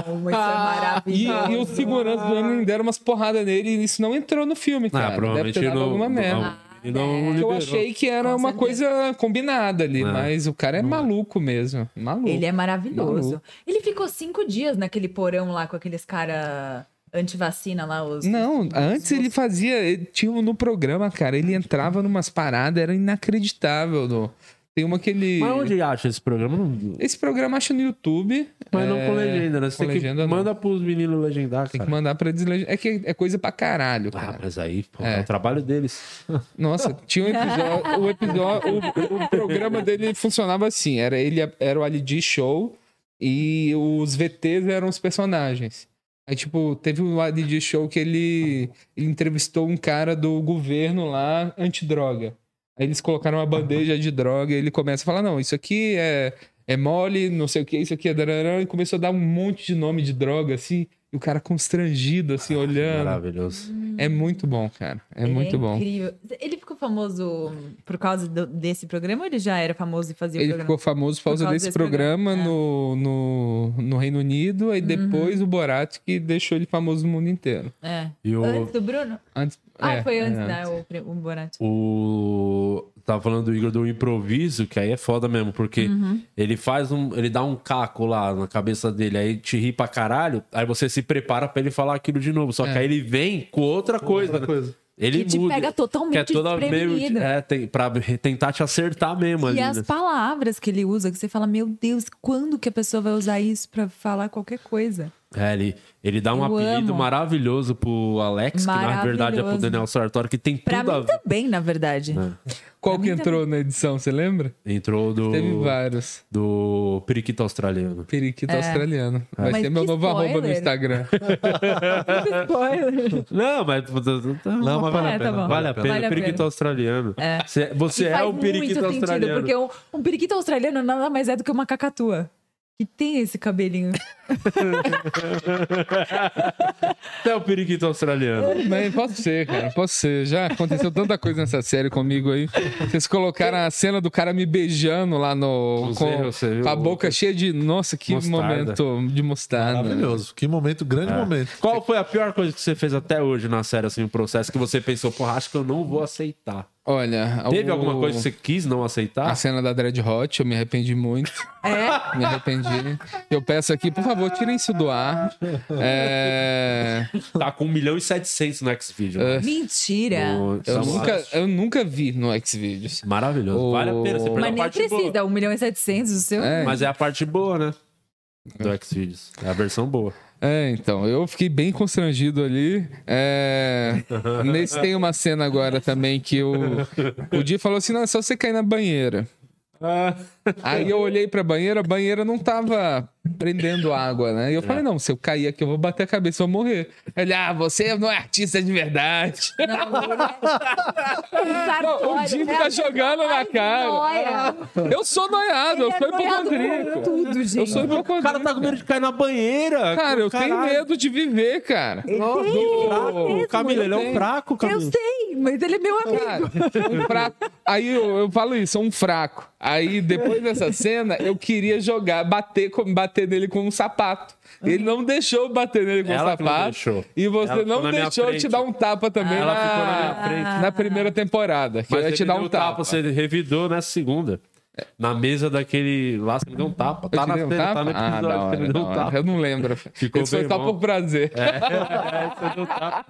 S9: isso é
S12: Ah, E,
S9: maravilhoso.
S12: e os seguranças do Eminem deram umas porradas nele e isso não entrou no filme, cara.
S11: Ah, provavelmente
S12: Deve ter dado
S11: não-
S12: alguma merda.
S9: É.
S11: ele não
S12: Ah, é. Eu
S11: liberou. Ah.
S12: achei que era uma coisa combinada ali, mas o cara é maluco mesmo. Maluco.
S9: Ele é maravilhoso.
S12: Maluco.
S9: Ele ficou cinco dias naquele porão lá com aqueles cara antivacina lá, os...
S12: Não,
S11: assim,
S12: antes ele fazia. ele Tinha um no programa, cara. Ele entrava numas paradas, era inacreditável. no- Tem uma que ele.
S11: Mas onde acha esse programa? Não-
S12: Esse programa acha no YouTube.
S11: Mas não com
S12: é,
S11: legenda, né? Você
S12: com
S11: tem que-
S12: legenda, não.
S11: manda pros meninos legendar,
S12: Tem que
S11: cara.
S12: mandar pra deslegendar. É que é coisa pra caralho. Cara.
S11: Ah, mas aí, pô, é o trabalho deles.
S12: Nossa, tinha um episódio. o, episódio o, o programa dele funcionava assim: era, ele, era o Ali G Show e os VTs eram os personagens. Aí, tipo, teve um Ali G Show que ele, ele entrevistou um cara do governo lá, antidroga. Aí eles colocaram uma bandeja de droga e ele começa a falar: não, isso aqui é, é mole, não sei o que, isso aqui é. Darará, e começou a dar um monte de nome de droga, assim, e o cara constrangido, assim, olhando.
S11: Maravilhoso.
S12: É muito bom, cara. É
S9: Ele
S12: muito bom.
S9: incrível. Ele ficou famoso por causa do- desse programa ou ele já era famoso e fazia o
S12: Ele
S9: programa?
S12: ficou famoso por causa, desse programa, no, no, no Reino Unido, aí depois o Borat que deixou ele famoso no mundo inteiro.
S9: É.
S11: E o-
S9: Antes do Bruno?
S12: Antes,
S9: Ah,
S12: é,
S9: foi antes,
S12: é,
S9: né? O, pri- o Borat.
S11: O. Tava falando do Igor do improviso, que aí é foda mesmo, porque
S9: Uhum.
S11: ele faz um. Ele dá um caco lá na cabeça dele, aí te ri pra caralho, aí você se prepara pra ele falar aquilo de novo. Só que aí ele vem É. com outra coisa. né? Ele
S9: Que te
S11: muda-
S9: pega totalmente
S11: que é toda meio,
S9: desprevenido.
S11: é, tem, Pra tentar te acertar mesmo ali.
S9: E as
S11: né?
S9: palavras que ele usa, que você fala, meu Deus, quando que a pessoa vai usar isso pra falar qualquer coisa?
S11: É, ele, ele dá um
S9: Eu
S11: apelido
S9: amo.
S11: maravilhoso pro Alex, que na verdade é pro
S9: Maravilhoso.
S11: Daniel Sartori, que tem
S9: Pra
S11: tudo
S9: mim
S11: a ver.
S9: também, na (laughs)
S11: É.
S9: verdade.
S12: Qual que entrou na edição, você lembra?
S11: Entrou do.
S12: Teve vários.
S11: Do Periquito Australiano.
S12: Periquito
S11: É.
S12: australiano.
S11: É.
S12: Vai
S11: Mas
S12: ser meu
S11: que
S12: novo arroba no
S11: spoiler.
S12: Instagram.
S11: Não, mas. Não,
S9: mas vale a É, tá pena, bom.
S11: Vale a pena.
S9: Vale a
S11: periquito
S9: pena.
S11: australiano.
S9: É.
S11: Você, (laughs) você
S9: E
S11: é
S9: faz
S11: o periquito
S9: muito sentido,
S11: australiano.
S9: porque um, um periquito australiano nada mais é do que uma cacatua. Que tem esse
S11: (laughs)
S9: cabelinho.
S11: Você é o periquito australiano.
S12: Mas pode ser, cara. Pode ser. Já aconteceu tanta coisa nessa série comigo aí. Vocês colocaram a cena do cara me beijando lá no.
S11: Não
S12: Com,
S11: sei, você viu?
S12: com a boca cheia de. Nossa, que
S11: Mostarda.
S12: momento de mostarda.
S10: Maravilhoso. Que momento, grande
S11: É.
S10: momento.
S11: Qual foi a pior coisa que você fez até hoje na série, assim, um processo que você pensou, porra, acho que eu não vou aceitar?
S12: Olha.
S11: Teve
S12: Ah, o- Ah,
S11: alguma coisa que você quis não aceitar?
S12: A cena da Dread Hot, eu me arrependi muito.
S9: É?
S12: (laughs) Me arrependi. Eu peço aqui, por favor, tirem isso do ar. É...
S11: Tá com 1 milhão e 700 no Então, X-Video. né?
S9: Mentira.
S11: No-
S12: Eu
S11: São
S12: nunca,
S11: vários.
S12: eu nunca vi no Xvideos.
S11: é Maravilhoso. Vale a pena, você perdeu
S9: Mas nem
S11: parte boa.
S9: precisa, 1 milhão e 700 o seu. um
S11: Mas é a parte boa, né? Do Xvideos. É a versão boa.
S12: É, então, eu fiquei bem constrangido ali. É... Nesse tem uma cena agora também que eu... o Di falou assim: não, é só você cair na banheira. Aí eu olhei pra banheira, a banheira não tava prendendo água, né? E eu falei: não, se eu cair aqui, eu vou bater a cabeça, eu vou morrer. Ele, ah, você não é artista de verdade.
S11: um
S9: Não,
S12: o Di fica jogando na cara.
S11: Ah,
S12: Eu sou noiado, eu
S9: Ele é
S12: sou
S9: noiado
S12: hipocondríaco.
S9: com tudo,
S12: Eu
S9: gente.
S12: sou hipocondríaco. O cara
S11: tá com medo de cair na banheira.
S12: Cara, eu tenho
S11: Caralho.
S12: medo de viver, cara.
S11: fraco, o Camilo, ele é um fraco, Camilo.
S9: Eu sei, mas ele é meu amigo.
S12: Um fraco. Aí eu, eu falo isso, um fraco. Aí
S9: (laughs)
S12: depois dessa cena, eu queria jogar, bater, com- bater nele com um sapato. Ele não deixou eu bater nele com um
S11: Ela que não
S12: sapato.
S11: deixou.
S12: E
S11: Ela
S12: você
S11: ficou na
S12: não
S11: minha
S12: deixou eu te
S11: frente.
S12: dar um tapa também.
S11: Ela
S12: na,
S11: ficou na minha frente.
S12: na primeira temporada. Que
S11: Mas
S12: eu ia
S11: você
S12: te
S11: me
S12: dar
S11: deu
S12: um tapa.
S11: Você revidou na segunda. Na mesa daquele lá, você me deu um tapa. Tá
S12: eu te
S11: na
S12: dei um
S11: cena, tá
S12: tapa?
S11: no
S12: ah,
S11: episódio,
S12: da
S11: você
S12: hora,
S11: me
S12: da
S11: deu um
S12: hora.
S11: tapa.
S12: Eu não lembro.
S11: Ficou
S12: Isso foi
S11: bem
S12: só
S11: bom. É,
S12: por prazer.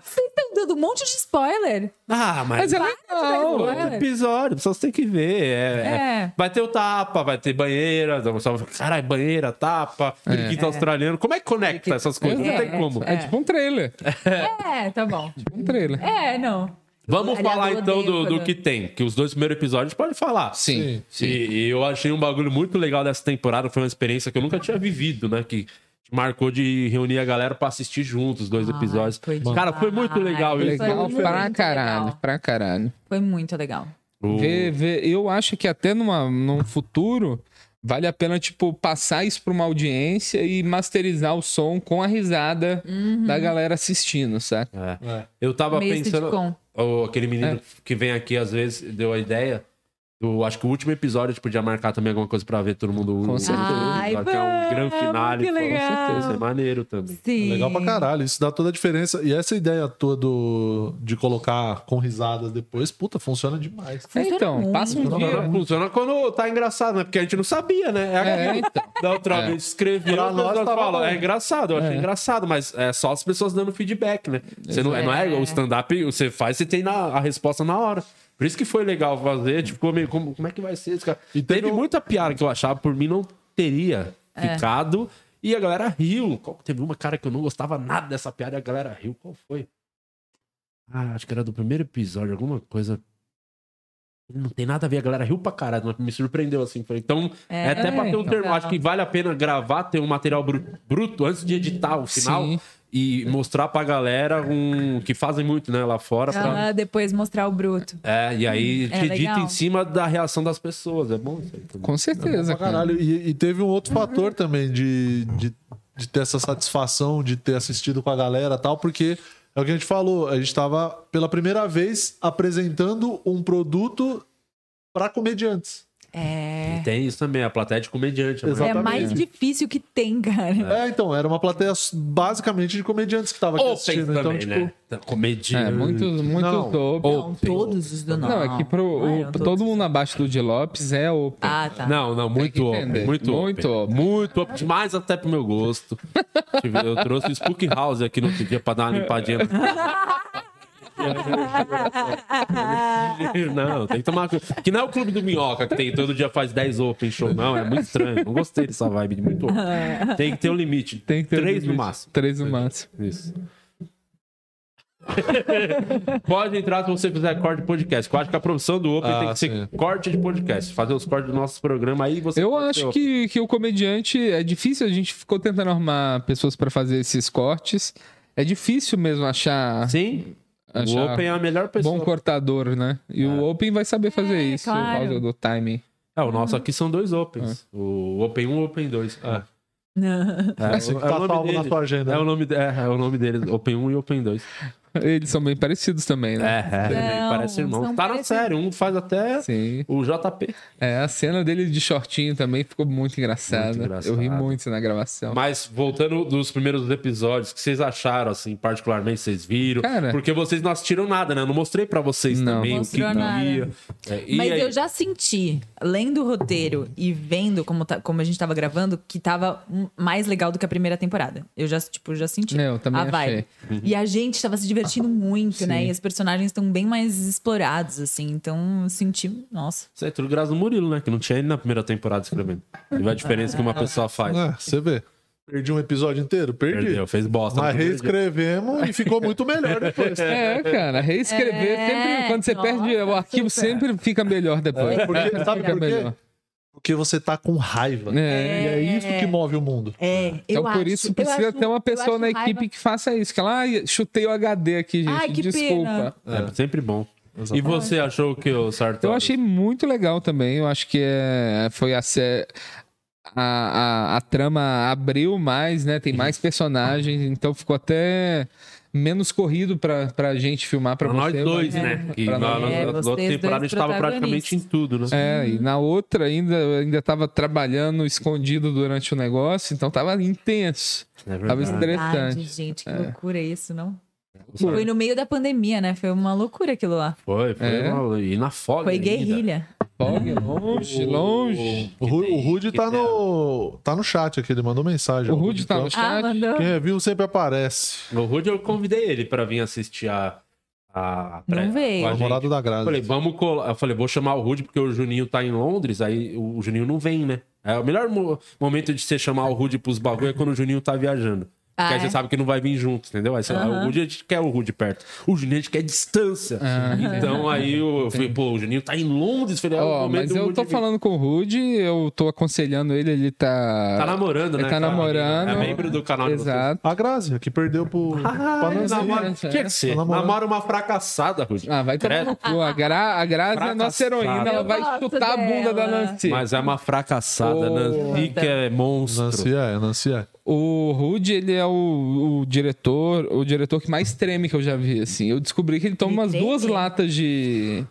S9: Vocês estão dando um monte de spoiler.
S11: Ah, mas... um
S12: Mas é
S9: Para de dar
S12: legal. é.
S9: spoiler.
S11: Episódio, só você tem que ver. É,
S9: É.
S11: é. Vai ter o tapa, vai ter banheira. só- Caralho, banheira, tapa, periquito australiano. Como é que conecta essas coisas? Não tem
S9: Exato.
S11: como.
S9: É tipo
S12: um trailer.
S9: É, tá bom.
S12: Um trailer.
S9: É, não.
S11: Vamos
S9: Aliás,
S11: falar
S9: eu
S11: então
S9: odeio
S11: do, do
S9: quando-
S11: que tem, que os dois primeiros episódios pode falar.
S12: Sim, sim.
S11: E, e eu achei um bagulho muito legal dessa temporada, foi uma experiência que eu nunca tinha vivido, né? Que marcou de reunir a galera pra assistir juntos os dois episódios. Cara, foi muito legal isso.
S12: Legal pra caralho, pra caralho.
S9: Foi muito legal.
S12: Vê, vê, eu acho que até numa, num futuro vale a pena, tipo, passar isso pra uma audiência e masterizar o som com a risada da galera assistindo, saca?
S11: é,
S10: É.
S11: Eu tava
S12: Meio
S11: pensando.
S12: sitcom.
S11: Ô, aquele menino
S12: É.
S11: que vem aqui às vezes deu a ideia. Do, acho que o último episódio a gente podia marcar também alguma coisa pra ver todo mundo.
S12: Com
S11: um-
S12: certeza.
S9: Ai,
S11: Vai ter um grande
S9: vamos,
S11: finale.
S9: que
S11: com
S9: legal.
S11: certeza, é maneiro também.
S9: Sim.
S10: Legal pra caralho, isso dá toda a diferença. E essa ideia toda do- de colocar com risadas depois, puta, funciona demais.
S12: Funciona Então, muito. passa um
S11: Funciona,
S12: dia.
S11: funciona quando tá engraçado, né? Porque a gente não sabia, né?
S12: É, então.
S11: Da outra
S12: É.
S11: vez escreveu,
S10: Pra
S11: as
S10: nós
S11: pessoas
S10: tava
S11: falam,
S10: bom.
S11: é engraçado, eu achei
S10: É.
S11: engraçado, mas é só as pessoas dando feedback, né? Você não, é. não é o stand-up, você faz, você tem na- a resposta na hora. Por isso que foi legal fazer, tipo, ficou meio, como, como é que vai ser esse cara? E teve
S10: um
S11: muita piada que eu achava, por mim não teria
S9: É.
S11: ficado, e a galera riu. Qual- Teve uma cara que eu não gostava nada dessa piada e a galera riu. Qual foi? Ah, acho que era do primeiro episódio, alguma coisa. Não tem nada a ver, a galera riu pra caralho, mas me surpreendeu assim. Falei, então, é,
S9: É,
S11: até pra ter um
S9: então.
S11: termo. Acho que vale a pena gravar, ter um material bru- bruto antes de editar o final
S12: Sim.
S11: e mostrar pra galera um. que fazem muito, né, lá fora. pra-
S9: Ela depois mostrar o bruto.
S11: É, e aí
S9: É,
S11: te edita
S9: legal.
S11: em cima da reação das pessoas. É bom isso aí. também.
S12: Com certeza,
S10: Pra caralho. E, e teve um outro fator também de, de, de ter essa satisfação de ter assistido com a galera e tal, porque é o que a gente falou, a gente tava pela primeira vez apresentando um produto pra comediantes.
S9: É.
S11: E tem isso também, a plateia de comediante. né?
S9: É mais difícil que tem, cara.
S10: É, então, era uma plateia basicamente de comediantes que tava aqui
S11: Open
S10: assistindo. Então,
S11: também,
S10: tipo,
S11: né? Comediante.
S12: É, muitos, muitos
S10: Não.
S12: open.
S11: Não,
S9: todos os do
S12: Não, é que pro,
S9: Não
S12: o-
S9: eram todos.
S12: todo mundo abaixo do de Lopes é open.
S9: Ah, tá.
S11: Não, não, muito
S12: que
S11: open.
S12: entender.
S11: Muito,
S12: Muito
S11: open. Muito open. Demais até pro meu
S12: (laughs) (laughs)
S11: gosto. Tive- Eu trouxe o Spook House aqui no outro dia pra dar uma limpadinha.
S12: é
S9: (laughs)
S11: (laughs) Não, tem que tomar. cu- Que não é o clube do Minhoca que tem todo dia faz 10 open show, não. É muito estranho. Não gostei dessa vibe de muito open. Tem que ter um limite.
S12: Tem que ter um
S11: Três no
S12: limite.
S11: máximo.
S12: Três no máximo.
S11: Isso. (laughs) Pode entrar se você fizer corte de podcast. que Eu acho que a profissão do Open
S12: Ah,
S11: tem que ser corte de podcast. Fazer os cortes do nosso programa aí você.
S12: Eu acho que, que o comediante é difícil. A gente ficou tentando armar pessoas pra fazer esses cortes. É difícil mesmo achar.
S11: Sim.
S12: Achar
S11: Open é a melhor pessoa.
S12: Bom cortador, né? E o Open vai saber fazer isso
S11: claro.
S12: por causa do timing.
S11: É, o nosso aqui são dois Opens.
S12: É.
S11: O Open 1 e o Open 2. Ah. É,
S10: Esse que
S11: é
S10: tá
S11: o nome
S10: salvo na
S11: dele.
S10: tua agenda,
S11: É
S10: né?
S11: o nome, de- é, é o nome deles, Open 1 e Open 2.
S12: Eles são bem parecidos também, né?
S11: É, é, parece irmão. Tá na série, um faz até o JP.
S12: É, a cena dele de shortinho também ficou muito engraçada. Eu ri muito na gravação.
S11: Mas voltando dos primeiros episódios, o que vocês acharam, assim, particularmente, vocês viram?
S12: Cara-
S11: Porque vocês não assistiram nada, né? Eu Não mostrei pra vocês também
S9: Mostrou
S11: o que
S9: nada.
S11: ia. É, e
S9: Mas
S11: aí?
S9: eu já senti, lendo o roteiro e vendo como, tá- como a gente tava gravando, que tava hum, mais legal do que a primeira temporada. Eu já, tipo, já senti
S12: É, eu também
S9: a vibe.
S12: achei. Uhum.
S9: E a gente tava se divertindo muito, né?
S11: Sim.
S9: E os personagens estão bem mais explorados, assim. Então, eu senti... Nossa.
S11: Isso é tudo graças ao Murilo, né? Que não tinha ele na primeira temporada escrevendo. E vai a diferença que uma pessoa faz.
S10: É, você vê. Perdi um episódio inteiro? Perdi.
S11: Perdeu, fez bosta.
S10: Mas
S11: no primeiro dia.
S10: reescrevemos e ficou muito melhor
S11: (laughs)
S10: depois.
S12: É, cara, reescrever sempre. Quando você perde o arquivo, sempre fica melhor depois.
S10: É, porque- sabe
S12: Fica
S10: por quê?
S12: melhor.
S10: Porque você tá com raiva.
S12: É.
S10: E é isso que move o mundo.
S9: É, eu
S12: Então, por
S9: acho-
S12: isso
S9: eu
S12: precisa
S9: acho-
S12: ter uma
S9: eu
S12: pessoa
S9: acho
S12: na
S9: raiva-
S12: equipe que faça isso. Que ela, ah, chutei o HD aqui, gente.
S9: Ai, que
S12: Desculpa.
S11: É, sempre bom. E você achou o que, o Sartori?
S12: Então, Eu achei muito legal também. Eu acho que é, foi a, sé- a, a, a trama abriu mais, né? Tem mais personagens, então ficou até menos corrido pra, pra gente filmar pra
S11: Pra nós
S12: você,
S11: dois,
S12: mas-
S11: né? Que
S12: pra
S11: na,
S12: nós
S11: na-
S9: É,
S12: dois.
S11: na outra temporada a gente tava praticamente em tudo, né?
S12: É, e na outra ainda eu ainda tava trabalhando escondido durante o negócio, então tava intenso. tava
S11: É.
S9: Verdade,
S12: estressante.
S9: gente, que
S12: É.
S9: loucura isso, não? E foi no meio da pandemia, né? Foi uma loucura aquilo lá.
S11: Foi, foi.
S12: É.
S11: uma- E na folga.
S9: Foi
S11: ainda.
S9: guerrilha.
S12: Fog, longe, longe.
S10: O, Ru-
S11: é
S10: o Rude tá no, tá no chat aqui, ele mandou mensagem.
S12: O Rude tá no
S10: Campos.
S12: chat? Ah, mandou.
S10: Quem é vivo sempre aparece.
S11: O Rude, eu convidei ele pra vir assistir a. a
S9: Não veio.
S11: com a
S10: Namorado
S11: gente.
S10: da Grazi.
S11: Eu Falei, vamos colar. Eu falei, vou chamar o Rude porque o Juninho tá em Londres, aí o Juninho não vem, né? É o melhor mo- momento de você chamar o Rude pros bagulho é quando o Juninho tá viajando. Porque
S9: Ah,
S11: aí você
S9: é?
S11: sabe que não vai vir junto, entendeu? Aí você,
S9: Aham.
S11: o Rude a gente quer o Rude perto. O Juninho a gente quer distância.
S9: Ah, é.
S11: Então aí eu, eu falei, pô, o Juninho tá em Londres. Falei, é o
S12: Ó,
S11: momento
S12: mas
S11: do
S12: eu
S11: Rude
S12: tô
S11: vir.
S12: falando com o Rude, eu tô aconselhando ele, ele tá.
S11: Tá namorando, né?
S12: Ele tá
S11: cara?
S12: namorando.
S11: É membro do canal de vocês.
S12: Exato.
S10: A Grazi, que perdeu pro.
S11: Ah, ele namora-
S12: é.
S11: Tinha que ser.
S12: Namorando.
S11: Namora uma fracassada, Rude.
S12: Ah, vai tomar no cu. A, Gra a Grazi é a nossa heroína, ela vai
S9: gosto
S12: chutar a bunda da
S9: dela.
S12: Nancy.
S11: Mas é uma fracassada. Nancy que é monstro.
S10: Nancy é, Nancy é.
S12: O Rude, ele é o, o diretor, o diretor que mais treme que eu já vi, assim. Eu descobri que ele toma umas duas latas de...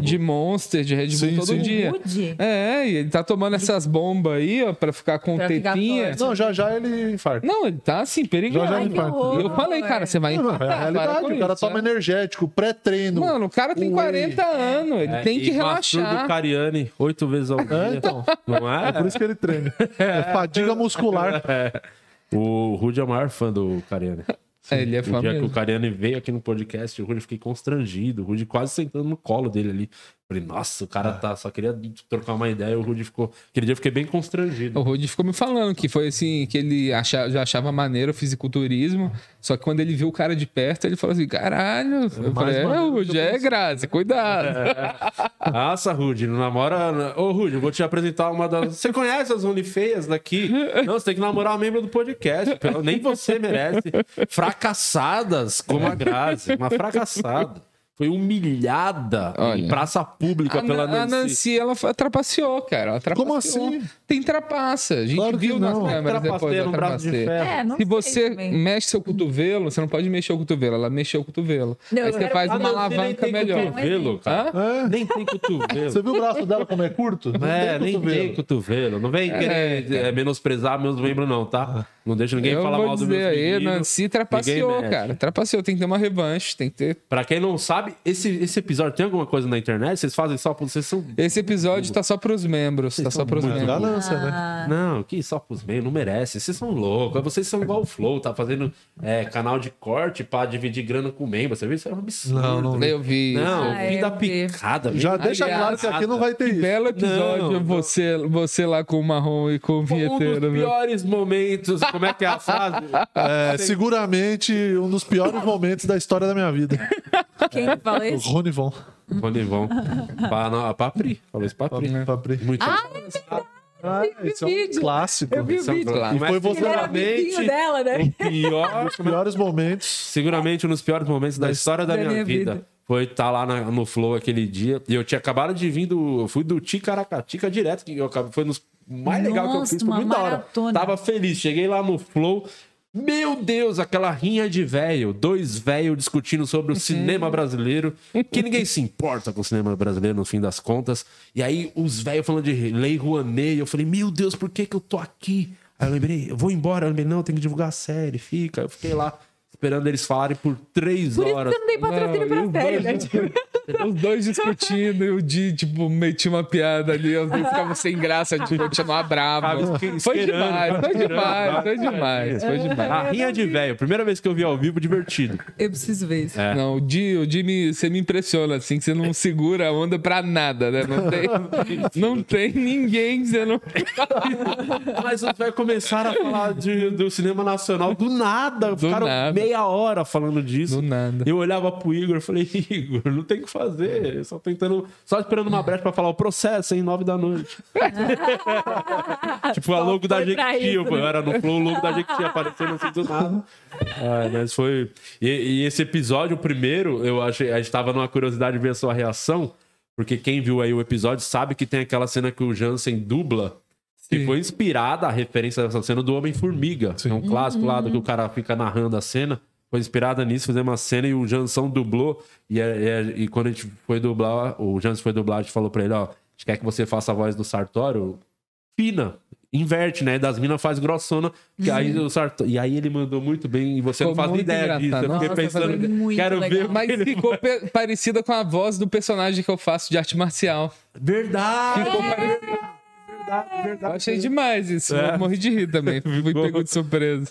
S12: De Monster, de Red Bull
S10: Sim,
S12: todo
S10: sim.
S12: dia.
S9: Rude?
S12: É, e ele tá tomando essas bombas aí, ó, pra ficar com
S9: Pra ficar
S12: tetinha.
S9: forte. Não,
S10: já já ele infarta.
S12: Não, ele tá assim, perigoso.
S10: Já, já ele Ai, que infarta. horror.
S12: E eu falei, cara, você vai
S10: Não,
S12: infartar.
S10: é a
S12: para
S10: realidade,
S12: com
S10: o cara
S12: isso,
S10: toma
S12: é.
S10: energético, pré-treino.
S12: Mano, o cara tem
S10: Whey.
S12: 40 anos, ele
S11: É,
S12: tem que
S11: e Mansur do
S12: relaxar. É,
S11: Cariani, oito vezes
S12: (laughs)
S11: ao dia.
S10: então.
S11: Não é?
S10: É por isso que ele treina. É fadiga muscular.
S11: É. O Rude é o maior fã do Cariani.
S12: É, ele é fã
S11: o dia que
S12: mesmo.
S11: o Cariani veio aqui no podcast, o Rude eu fiquei constrangido. O Rude quase sentando no colo dele ali. Falei, nossa, o cara
S12: Ah.
S11: tá, só queria trocar uma ideia. O Rude ficou. Aquele dia eu fiquei bem constrangido.
S12: O Rudy ficou me falando que foi assim, que ele acha- já achava maneiro o fisiculturismo, só que quando ele viu o cara de perto, ele falou assim, caralho, eu falei, é,
S11: maneiro
S12: Rudy, é graça, cuidado.
S11: É, Nossa, Rude, Ah, não namora. né? Ô, Rude, eu vou te apresentar uma das. Você conhece as OnlyFeias daqui? Não, você tem que namorar uma membro do podcast. pelo- Nem você merece. Fracassadas como a Grazi. Uma fracassada. Foi humilhada em praça pública
S12: A,
S11: pela
S12: Na- a
S11: Nancy.
S12: Nancy, ela fa- trapaceou, cara. ela
S11: Como
S12: trapaceou.
S11: assim?
S12: Tem trapaça. A gente viu nas
S11: não.
S12: câmeras depois
S11: Trapaceia
S12: da
S11: no braço de
S12: trapaceia.
S11: ferro. É, não
S12: Se
S11: sei
S12: você
S11: também.
S12: mexe seu cotovelo, você não pode mexer o cotovelo. Ela mexeu o cotovelo.
S11: Ah, Não,
S12: Aí
S11: eu
S12: você
S11: quero-
S12: faz
S11: a
S12: uma
S11: Nancy nem
S12: alavanca
S11: tem
S12: melhor.
S11: cotovelo, cara. Nem tem cotovelo.
S10: Você viu o braço dela como é curto? Não
S11: É,
S10: tem
S11: nem tem cotovelo. Não vem
S10: É,
S11: querer eh, menosprezar meus membros, não, tá? Não deixa ninguém
S12: eu
S11: falar
S12: vou
S11: mal do
S12: dizer
S11: meu
S12: aí, Nancy trapaceou, cara. Trapaceou, tem que ter uma revanche, tem que ter.
S11: Pra quem não sabe, esse, esse episódio tem alguma coisa na internet? Vocês fazem só pra vocês são.
S12: Esse episódio tá só pros membros, tá só pros membros.
S11: né?
S12: Ah.
S11: Não, que só pros meios, não merece. Vocês são loucos. É, Vocês são igual o Flow, tá fazendo é, canal de corte pra dividir grana com membro. Você viu? Isso é um absurdo.
S12: Não, não vi. Eu vi isso.
S11: Não,
S12: Ah,
S11: fim
S12: é,
S11: da
S12: eu vi.
S11: picada.
S12: Já
S11: vem da
S12: deixa claro que aqui não vai
S11: picada.
S12: Que belo episódio
S11: Não,
S12: Você, você lá com o marrom e com o
S11: Um dos
S12: vinheteiro, né? viu?
S11: piores momentos. Como é que é a
S12: (laughs)
S11: frase?
S10: É, seguramente um dos piores momentos da história da minha vida.
S9: Quem
S12: (laughs)
S9: que fala
S10: O
S9: isso?
S10: Rony Von.
S11: Ronivon. Pa, não, a Papri. Falou isso, Papri.
S12: né?
S10: Papri.
S11: Muito
S9: Ah, é verdade! eu vi
S10: Esse é um
S9: vídeo.
S10: clássico.
S9: Eu vi
S11: Esse é um
S9: vídeo.
S11: clássico.
S10: E foi
S11: Mas
S10: você
S9: Era amiguinho dela, né?
S11: Pior,
S10: os piores momentos.
S11: Seguramente um dos piores momentos da história da, minha, vida. Foi estar lá na- no Flow aquele dia. E eu tinha acabado de vir do. Eu fui do Ticaracatica direto, que eu acabei- foi nos mais legal que eu
S9: Nossa,
S11: fiz. Foi
S9: uma
S11: muito da hora.
S9: maratona.
S11: Tava feliz. Cheguei lá no Flow. Meu Deus, aquela rinha de velho. Dois velhos discutindo sobre o cinema brasileiro. Que ninguém se importa com o cinema brasileiro, no fim das contas. E aí, os velhos falando de Lei Rouanet. Eu falei, meu Deus, por que, que eu tô aqui? Aí eu lembrei, eu vou embora. Eu lembrei, não, eu tenho que divulgar a série, fica. Eu fiquei lá esperando eles falarem por três
S9: Por isso
S11: horas.
S9: que você Então, não tem patrocínio
S12: Não,
S9: pra série, né?
S12: Os dois discutindo, eu de, tipo, meti uma piada ali, eu ficava sem graça, tipo, eu chamava bravo. Foi demais, foi demais, foi demais, foi demais.
S11: A rinha de velho, primeira vez que eu vi ao vivo, divertido.
S9: Eu preciso ver isso.
S11: É.
S12: Não, o Di, o Di me- você me impressiona, assim, que você não segura a onda pra nada, né? Não tem, não tem ninguém que você não.
S11: Mas os velhos começaram a falar de- do cinema nacional do nada. ficaram meia hora falando disso.
S12: Do nada.
S11: Eu olhava pro Igor e falei, (laughs) Igor, não tem o que fazer. Só tentando. Só esperando uma brecha pra falar o processo, hein? Nove
S5: (laughs)
S11: da noite. tipo, a logo da
S5: foi pra
S11: Jequiti.
S5: isso,
S11: Eu
S5: né?
S11: era no flow, o logo da Jequiti aparecendo assim do nada. Ai, mas foi. E, e esse episódio, o primeiro, eu achei. A gente tava numa curiosidade de ver a sua reação. Porque quem viu aí o episódio sabe que tem aquela cena que o Jansen dubla. Que foi inspirada a referência dessa cena do Homem-Formiga. É um clássico lá do que o cara fica narrando a cena. Foi inspirada nisso, fizemos uma cena e o Jansão dublou. E, é- é- e quando a gente foi dublar, o Jansson foi dublar, a gente falou pra ele, ó, a gente quer que você faça a voz do Sartório fina. Inverte, né? Das minas faz grossona. Que aí
S12: Uhum.
S11: o Sartório... E aí ele mandou muito bem. E você não
S12: Ficou
S11: faz nem
S12: muito
S11: ideia disso.
S12: engraçado.
S11: Eu fiquei
S12: Nossa,
S11: pensando...
S12: foi muito
S11: quero ver...
S12: legal. Mas ficou pe- parecida com a voz do personagem que eu faço de arte marcial.
S11: Verdade!
S12: Ficou parecida. Eu achei demais isso.
S11: É.
S12: Eu morri de rir também. Fui pego de surpresa.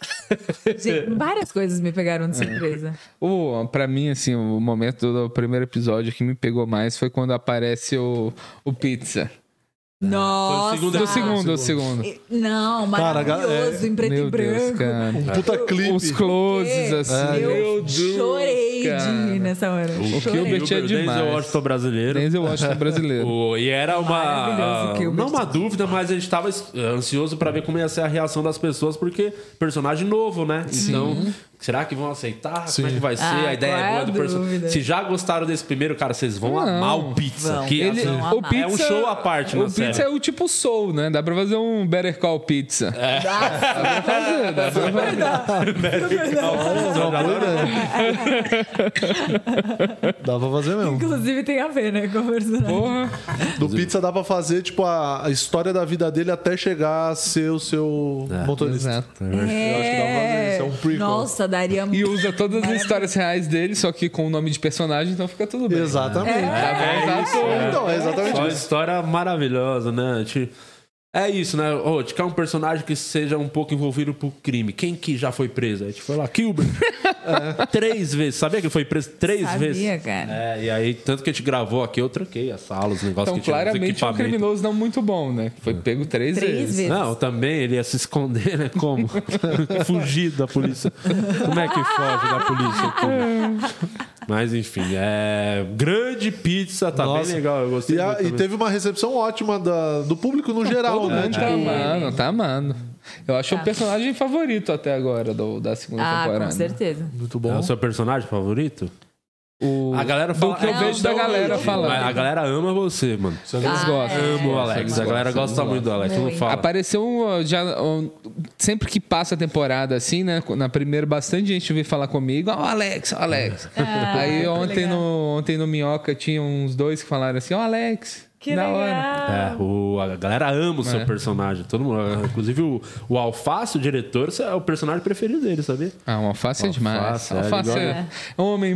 S9: Gente, várias coisas me pegaram de surpresa.
S12: O, pra mim, assim, o momento do primeiro episódio que me pegou mais foi quando aparece o, o Pizza.
S9: Nossa!
S12: Do segundo, do segundo.
S9: E- Não,
S12: Cara,
S9: maravilhoso,
S12: é-
S9: em preto
S12: Meu
S9: e
S12: Deus,
S9: branco.
S12: cara. Um
S10: puta clipe.
S12: Os closes,
S9: É.
S12: assim.
S9: Eu chorei
S12: cara.
S9: de rir nessa hora.
S11: O
S9: Chorei.
S11: Gilbert é demais. Denzel Washington brasileiro.
S12: Denzel Washington
S11: (laughs)
S12: brasileiro.
S11: O- Tipo, e era uma... ah,
S12: Maravilhoso, Gilbert.
S11: não uma dúvida, mas a gente tava eh, ansioso pra ver como ia ser a reação das pessoas, porque personagem novo, né? Então, será que vão aceitar? Como é que vai ser?
S12: Ah,
S11: a ideia é
S12: qual é
S11: boa
S12: a
S11: do personagem.
S12: dúvida?
S11: Se já gostaram desse primeiro, cara, vocês vão amar o Pizza.
S12: Vão.
S11: que,
S12: Ele-
S11: assim,
S12: o
S11: é um
S12: Pizza-
S11: show à parte,
S12: O
S11: né?
S12: Pizza é o tipo Soul, né? Dá pra fazer um Better Call Pizza. É. Dá pra fazer, dá
S11: (laughs)
S12: pra
S10: Dá pra fazer mesmo.
S9: Inclusive tem a ver, né, com o personagem.
S10: Do pizza dá pra fazer, tipo, a, a história da vida dele até chegar a ser o seu motorista.
S12: Exato.
S10: É. Eu acho que dá pra fazer isso. É um prequel.
S9: Nossa, daria
S12: E
S9: muito.
S12: usa todas as histórias reais dele, só que com o nome de personagem, então fica tudo bem. tá
S10: Exatamente.
S11: É isso, é.
S10: Então, é exatamente
S12: tipo,
S11: Só uma
S10: isso.
S11: história maravilhosa, né? A gente- É isso, né? Ô, de cá um personagem que seja um pouco envolvido pro crime. Quem que já foi preso? Aí a gente foi lá,
S12: (laughs)
S11: Kilber. Três vezes. Sabia que foi preso três
S9: Sabia,
S11: vezes?
S9: cara.
S11: É, e aí, tanto que a gente gravou aqui, eu tranquei a sala, os negócios
S12: Então,
S11: que tinha, os
S12: claramente, é um
S11: equipamentos.
S12: criminoso não muito bom, né?
S11: É.
S12: Foi pego três,
S9: é.
S12: vezes.
S11: Não, também ele ia se esconder, né?
S12: (laughs)
S11: Como? Fugir da polícia. Como é que foge da polícia? Como?
S12: (laughs)
S11: Mas enfim, é. Grande pizza, tá bem
S10: Nossa.
S11: legal. Eu gostei
S10: E, a-
S11: muito
S10: e
S11: também.
S10: teve uma recepção ótima da- do público no geral,
S12: Todo
S10: né?
S12: mundo
S10: Tipo,
S12: tá amando, tá amando. Eu acho o personagem favorito até agora do- da segunda
S9: Tá. Ah,
S12: temporada.
S9: com certeza.
S10: Muito
S11: É o seu personagem favorito? A galera
S12: do
S11: fala.
S12: que eu
S11: é,
S12: vejo da
S11: não,
S12: galera
S11: mas
S12: falando.
S11: A galera Ah, ama você, mano.
S12: Eles gostam.
S11: Amo o Alex.
S12: Eles
S11: A galera
S12: gostam,
S11: gosta
S12: eles
S11: muito do Alex.
S12: gostam.
S11: Não fala.
S12: Apareceu um, já, um, sempre que passa a temporada assim, né? Na primeira, bastante gente veio falar comigo. Ó, Alex, ó, Alex.
S9: Ah,
S12: (laughs) Aí
S9: que
S12: ontem
S9: legal.
S12: no, ontem no Minhoca tinha uns dois que falaram assim: Ó, Alex.
S9: Que
S12: Da
S11: É,
S12: hora.
S11: o- a galera ama o seu personagem. Todo mundo, inclusive o, o Alface, o diretor, esse é o personagem preferido dele, sabia?
S12: Ah, o Alface é demais.
S11: é,
S12: Alface
S11: ele
S12: é,
S11: gosta-
S12: homem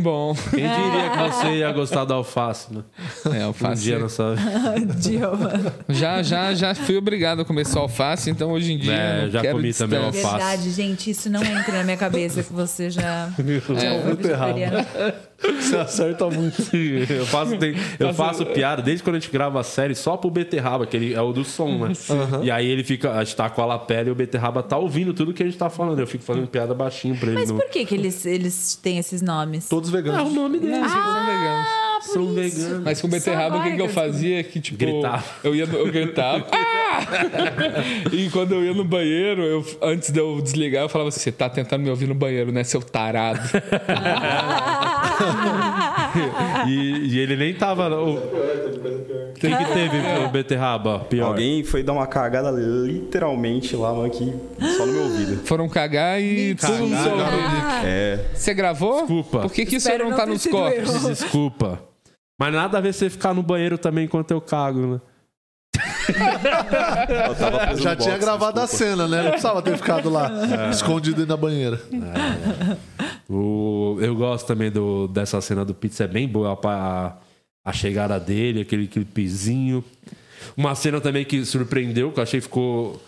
S11: (laughs)
S12: bom.
S11: Quem diria que você ia gostar do Alface, né?
S12: É, Alface-
S11: Um dia na (laughs) sua...
S9: É.
S12: Já, já, já fui obrigado a comer só alface, então hoje em dia.
S11: É,
S12: eu não
S11: já
S12: quero
S11: comi também
S12: distância.
S9: Verdade, gente, isso não entra na minha cabeça que você já.
S11: É,
S9: muito errado.
S11: Você acerta muito. (laughs) Eu faço, tem- eu faço piada desde quando a gente grava a série só pro Beterraba, que ele é o do som, né?
S9: Sim.
S11: E aí ele fica, a gente tá com a lapela e o Beterraba tá ouvindo tudo que a gente tá falando. Eu fico fazendo piada baixinho pra ele.
S9: Mas
S11: não-
S9: por que, que eles, eles têm esses nomes?
S11: Todos veganos.
S12: É o nome
S9: dele.
S12: deles, eles são veganos.
S9: Ah, por
S11: São
S9: isso.
S11: veganos.
S12: Mas com
S9: Só né?
S12: beterraba, o que,
S9: agora
S12: que eu
S9: que eu
S12: fazia? Que tipo.
S11: Gritava.
S12: Eu ia no- eu gritava.
S9: (laughs)
S12: "Ah!" (laughs) e quando eu ia no banheiro, eu, antes de eu desligar, eu falava assim: você tá tentando me ouvir no banheiro, né, seu
S9: (laughs)
S12: tarado?
S11: E, e ele nem tava. O que, que teve
S9: Ah.
S11: o Beterraba? Pior.
S13: Alguém foi dar uma cagada literalmente lá, mano, que só no meu ouvido.
S12: Foram cagar e tudo no seu ouvido.
S13: É.
S12: Você gravou?
S11: Desculpa.
S12: Por que, que isso não tá nos cortes?
S11: Desculpa. Mas nada a ver você ficar no banheiro também enquanto eu cago, né?
S10: (laughs) Já tinha gravado a cena, né? Não precisava ter ficado lá,
S11: É.
S10: escondido na banheira.
S11: O- eu gosto também do, dessa cena do Pizza, é bem boa a, a chegada dele, aquele clipezinho. Uma cena também que surpreendeu, que eu achei que ficou.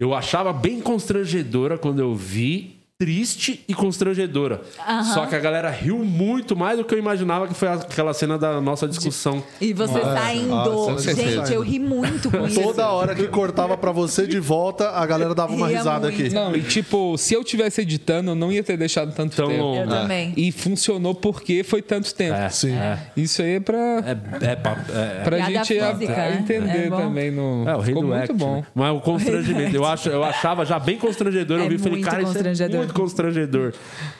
S11: Eu achava bem constrangedora quando eu vi. Triste e constrangedora.
S9: Aham.
S11: Só que a galera riu muito mais do que eu imaginava, que foi aquela cena da nossa discussão.
S9: (laughs) E você
S11: Nossa.
S9: saindo.
S11: Nossa, com
S9: gente,
S11: certeza.
S9: eu ri muito com isso.
S10: Toda hora que cortava pra você de volta, a galera dava uma
S9: Ria
S10: risada
S9: muito.
S10: aqui.
S12: Não, e tipo, se eu tivesse editando, eu não ia ter deixado tanto tempo.
S11: longo. Eu também.
S12: E funcionou porque foi tanto tempo.
S11: sim.
S12: Isso aí é pra.
S11: É, é, pra- é, é.
S12: Pra gente a- a entender
S9: É bom.
S12: também no.
S11: É, o rei
S12: Ficou
S11: do
S12: muito
S11: act,
S12: bom.
S11: né? Mas o constrangimento, eu, acho, eu achava já bem constrangedor.
S9: É
S11: eu vi e falei,
S9: muito
S11: cara, isso é
S9: constrangedor.
S11: muito constrangedor.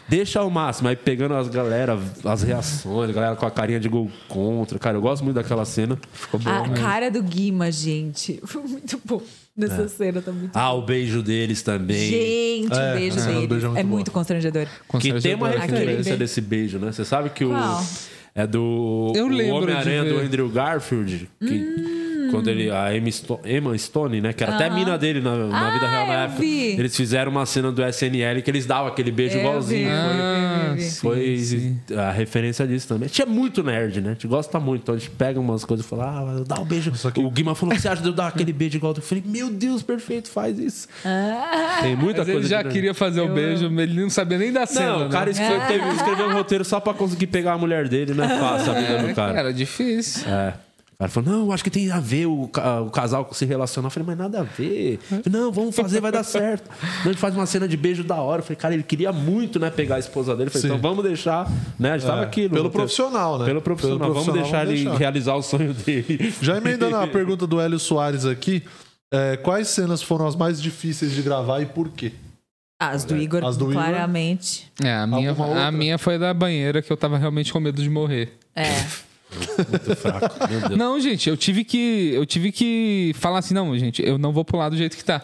S11: Deixa ao máximo. Aí pegando as galera, as reações, a galera com a carinha de gol contra. Cara, eu gosto muito daquela cena. Ficou bom,
S9: A cara do Guima, gente. (laughs) Foi muito bom. Nessa
S11: É.
S9: cena, tá muito
S11: Ah, o beijo deles também.
S9: Gente, o beijo dele. é muito constrangedor.
S11: Que tem uma
S9: Aquele
S11: é referência
S9: beijo.
S11: desse beijo, né? Você sabe que o.
S9: Qual?
S11: É do.
S12: Eu
S11: o
S12: lembro
S11: Homem-Aranha
S12: de ver.
S11: do Andrew Garfield. Que, Quando ele. A Emma Sto- Emma Stone, né? Que era até
S9: Hum. Aham. Ah,
S11: mina dele na, na vida real na
S9: eu
S11: época.
S9: vi.
S11: Eles fizeram uma cena do SNL que eles davam aquele beijo
S9: Eu vi,
S11: igualzinho.
S9: eu vi, eu
S12: Ah,
S9: vi, eu vi.
S11: Ah, foi foi a referência disso também. A gente é muito nerd, né? A gente gosta muito. Então a gente pega umas coisas e fala, ah, mas dá um beijo. O Guima falou: você acha de eu dar aquele beijo igual? Eu falei, meu Deus, perfeito, faz isso.
S9: Ah.
S11: Tem muita
S12: Mas
S11: coisa
S12: Ele já
S11: de-
S12: queria fazer o beijo, ele não sabia nem da cena.
S11: Não, o cara
S12: né?
S11: escreve- teve- escreveu um roteiro só pra conseguir pegar a mulher dele, não é fácil a vida do
S12: É,
S11: cara.
S12: cara, difícil.
S11: É. O cara falou, não, acho que tem a ver o, ca- o casal se relacionar. Eu falei, mas nada a ver. Eu falei, não, vamos fazer, vai dar (laughs) certo. Não, a gente faz uma cena de beijo da hora. Eu falei, cara, ele queria muito, né, pegar a esposa dele. Eu falei,
S10: Sim.
S11: então vamos deixar, né? A gente tava
S10: É,
S11: aqui. no
S10: pelo
S11: roteiro.
S10: profissional, né?
S11: Pelo profissional.
S10: Pelo
S11: vamos
S10: profissional,
S11: deixar
S10: vamos
S11: ele
S10: deixar.
S11: realizar o sonho dele.
S10: Já emendando
S11: (laughs)
S10: a pergunta do Hélio Soares aqui, é, quais cenas foram as mais difíceis de gravar e por quê?
S9: As do Igor,
S10: As do Igor.
S9: claramente.
S12: É, a minha,
S10: Alguma outra?
S12: a minha foi da banheira que eu tava realmente com medo de morrer.
S9: É.
S11: Muito fraco, meu Deus.
S12: Não, gente, eu tive que eu tive que falar assim, não, gente, eu não vou pular do jeito que tá.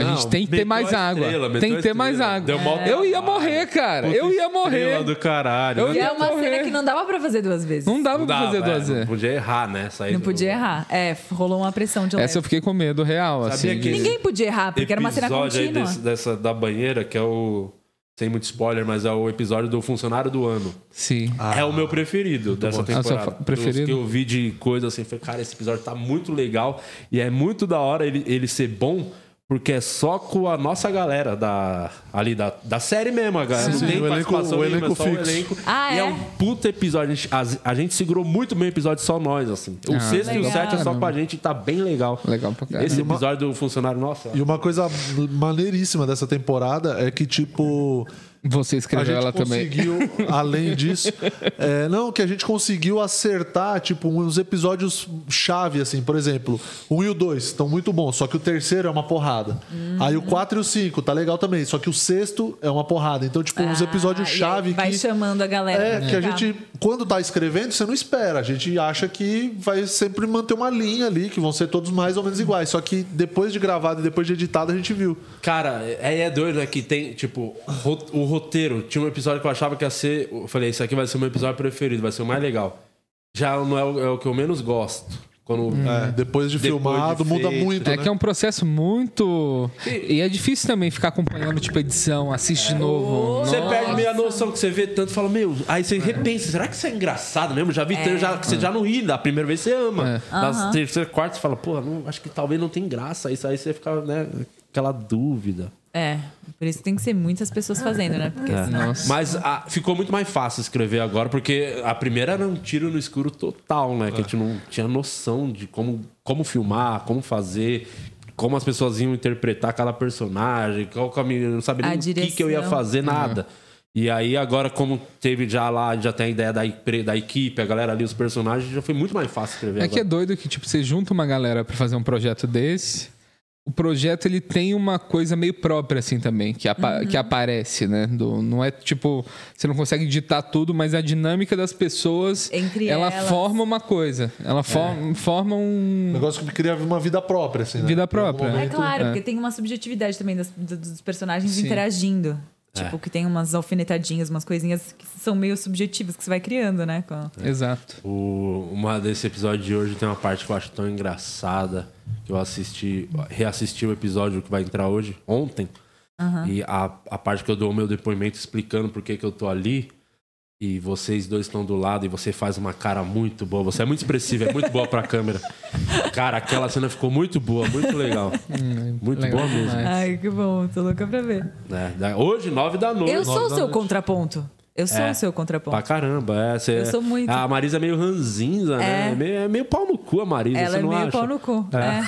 S12: A
S11: Não,
S12: gente tem que ter
S11: meteu
S12: mais
S11: a
S12: água.
S11: estrela, meteu
S12: tem
S11: a
S12: que ter mais
S11: estrela.
S12: água.
S11: Deu mó
S12: Eu ia morrer, cara. eu ia morrer.
S11: Estrela do caralho.
S12: Eu
S11: né?
S9: E é uma cena que não dava pra fazer duas vezes.
S12: Não dava
S11: Não
S12: pra
S11: dava,
S12: fazer
S11: é,
S12: duas
S11: Não
S12: vezes.
S11: podia errar, né? Sair
S9: Não
S11: do-
S9: podia errar. É, rolou uma pressão de
S12: Essa eu
S9: leve.
S12: fiquei com medo real,
S11: Sabia
S12: assim.
S11: que-
S9: Ninguém podia errar, Ah, porque era uma cena
S11: episódio aí
S9: contínua.
S11: desse- dessa da banheira, que é o. Sem muito spoiler, mas é o episódio do funcionário do ano.
S12: Sim.
S11: é o meu preferido dessa
S12: bom. Ah,
S11: temporada.
S12: seu fa- preferido?
S11: Dos que eu vi de coisa assim, falei, cara, esse episódio tá muito legal. E é muito da hora ele, ele ser bom, porque é só com a nossa galera da, ali da, da série mesmo, a galera.
S10: Sim,
S11: Não tem
S10: o elenco-
S11: participação
S10: o
S11: nenhuma,
S10: elenco
S11: é só o
S10: fixo.
S11: elenco.
S9: Ah,
S11: E é
S9: é?
S11: um puta episódio. A gente, as- a gente segurou muito bem o episódio só nós, assim. O
S10: Ah,
S11: sexto e o
S10: legal.
S11: sétimo é só com a gente e tá bem legal.
S12: Legal pra caralho.
S11: Esse episódio do funcionário, nossa.
S10: E uma coisa maneiríssima dessa temporada é que, tipo.
S12: Você
S10: a
S12: escreveu
S10: gente
S12: ela
S10: (laughs)
S12: também.
S10: conseguiu, além disso. é, não, que a gente conseguiu acertar, tipo, uns episódios chave, assim. Por exemplo, um e o dois estão muito bons, só que o terceiro é uma porrada. Aí o quatro e o cinco tá legal também, só que o sexto é uma porrada. Então, tipo, uns episódios chave
S9: Ah, Vai um
S10: que.
S9: chamando a galera.
S10: É,
S9: pra
S10: que a
S9: ficar.
S10: gente, quando tá escrevendo, você não espera. A gente acha que vai sempre manter uma linha ali, que vão ser todos mais ou menos iguais. Só que depois de gravado e depois de editado, a gente viu.
S11: Cara, é, é doido, né? Que tem, tipo, ro- o roteiro. Tinha um episódio que eu achava que ia ser. Eu falei, esse aqui vai ser o meu episódio preferido, vai ser o mais legal. Já não é o, é o que eu menos gosto. Quando,
S12: Hum.
S10: É, depois de filmado, muda muito,
S12: É
S10: né?
S12: que é um processo muito. E é difícil também ficar acompanhando, tipo, edição, assiste de novo.
S11: Você
S12: Nossa.
S11: perde meio a noção que você vê tanto e fala, meu, aí você repensa, será que isso é engraçado mesmo? Já vi
S12: É.
S11: tanto já, que você já não ri, da primeira vez você ama.
S12: É.
S11: Da
S12: Aham.
S11: terceira, quarta, você fala, pô, não, acho que talvez não tem graça. Isso aí você fica, né, aquela dúvida.
S9: É, por isso tem que ser muitas pessoas fazendo, né? Porque
S11: É.
S9: senão...
S11: Mas a- ficou muito mais fácil escrever agora, porque a primeira era um tiro no escuro total, né? Que a gente não tinha noção de como, como filmar, como fazer, como as pessoas iam interpretar cada personagem, qual caminho, não sabia
S9: A
S11: nem o que, que eu ia
S9: direção. Uhum.
S11: fazer, nada. E aí, agora, como teve já lá, já tem a ideia da, ipre- da equipe, a galera ali, os personagens, já foi muito mais fácil escrever
S12: É que é doido que, tipo, você junta uma galera pra fazer um projeto desse. O projeto, ele tem uma coisa meio própria, assim, também, que, apa- que aparece, né? Do, não é, tipo, você não consegue ditar tudo, mas a dinâmica das pessoas...
S9: Entre
S12: ela
S9: elas.
S12: forma uma coisa. Ela forma, forma um...
S10: negócio que cria uma vida própria, assim,
S12: Vida própria.
S9: É claro, porque tem uma subjetividade também das- do- dos personagens
S12: Sim.
S9: interagindo.
S12: É.
S9: Tipo, que tem umas alfinetadinhas, umas coisinhas que são meio subjetivas que você vai criando, né? com a-
S12: Exato.
S11: O, uma desse episódio de hoje tem uma parte que eu acho tão engraçada que eu assisti, reassisti o episódio que vai entrar hoje, ontem.
S9: Aham.
S11: E a, a parte que eu dou o meu depoimento explicando por que, que eu tô ali. E vocês dois estão do lado e você faz uma cara muito boa. Você é muito expressivo, é muito boa pra câmera. Cara, aquela cena ficou muito boa,
S9: (laughs)
S11: muito legal. muito
S9: Hum, legal
S11: boa mesmo.
S9: Ai, que bom, tô louca pra ver.
S11: É, da- hoje, nove da noite.
S9: eu sou o
S11: Nove da
S9: seu
S11: noite.
S9: contraponto. Eu sou
S11: É.
S9: o seu contraponto.
S11: Pra caramba, é. Você,
S9: Eu sou muito.
S11: A Marisa é meio ranzinza, né?
S9: É.
S11: É meio, é meio pau no cu a Marisa,
S9: Ela
S11: você
S9: é
S11: não
S9: meio
S11: acha?
S9: pau no cu.
S11: É.
S9: É.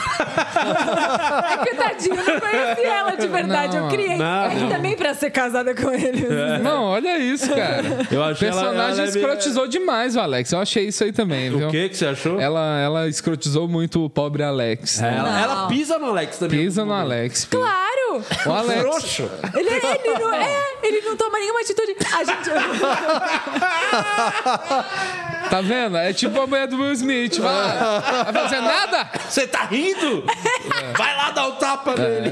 S9: (laughs) É que tadinho, eu não conheci ela de verdade.
S11: Não,
S9: eu criei
S11: não, não.
S9: também pra ser casada com ele.
S12: Não, olha isso, cara.
S11: Eu
S12: O
S11: achei ela- ela
S12: personagem
S11: é meio-
S12: escrotizou demais o Alex. Eu achei isso aí também, viu? O
S11: que que você achou? É,
S12: Ela, ela escrotizou muito o pobre Alex. né?
S11: Ela, ela pisa no Alex também.
S12: Pisa no Alex. pisa.
S9: Claro!
S12: O Alex.
S11: Frouxo.
S9: Ele, ele não, é, ele não toma nenhuma atitude. A gente.
S11: (laughs)
S12: Tá vendo? É tipo a mulher do Will Smith. Vai lá. Vai fazer nada?
S11: Você tá rindo? Vai lá dar o tapa nele.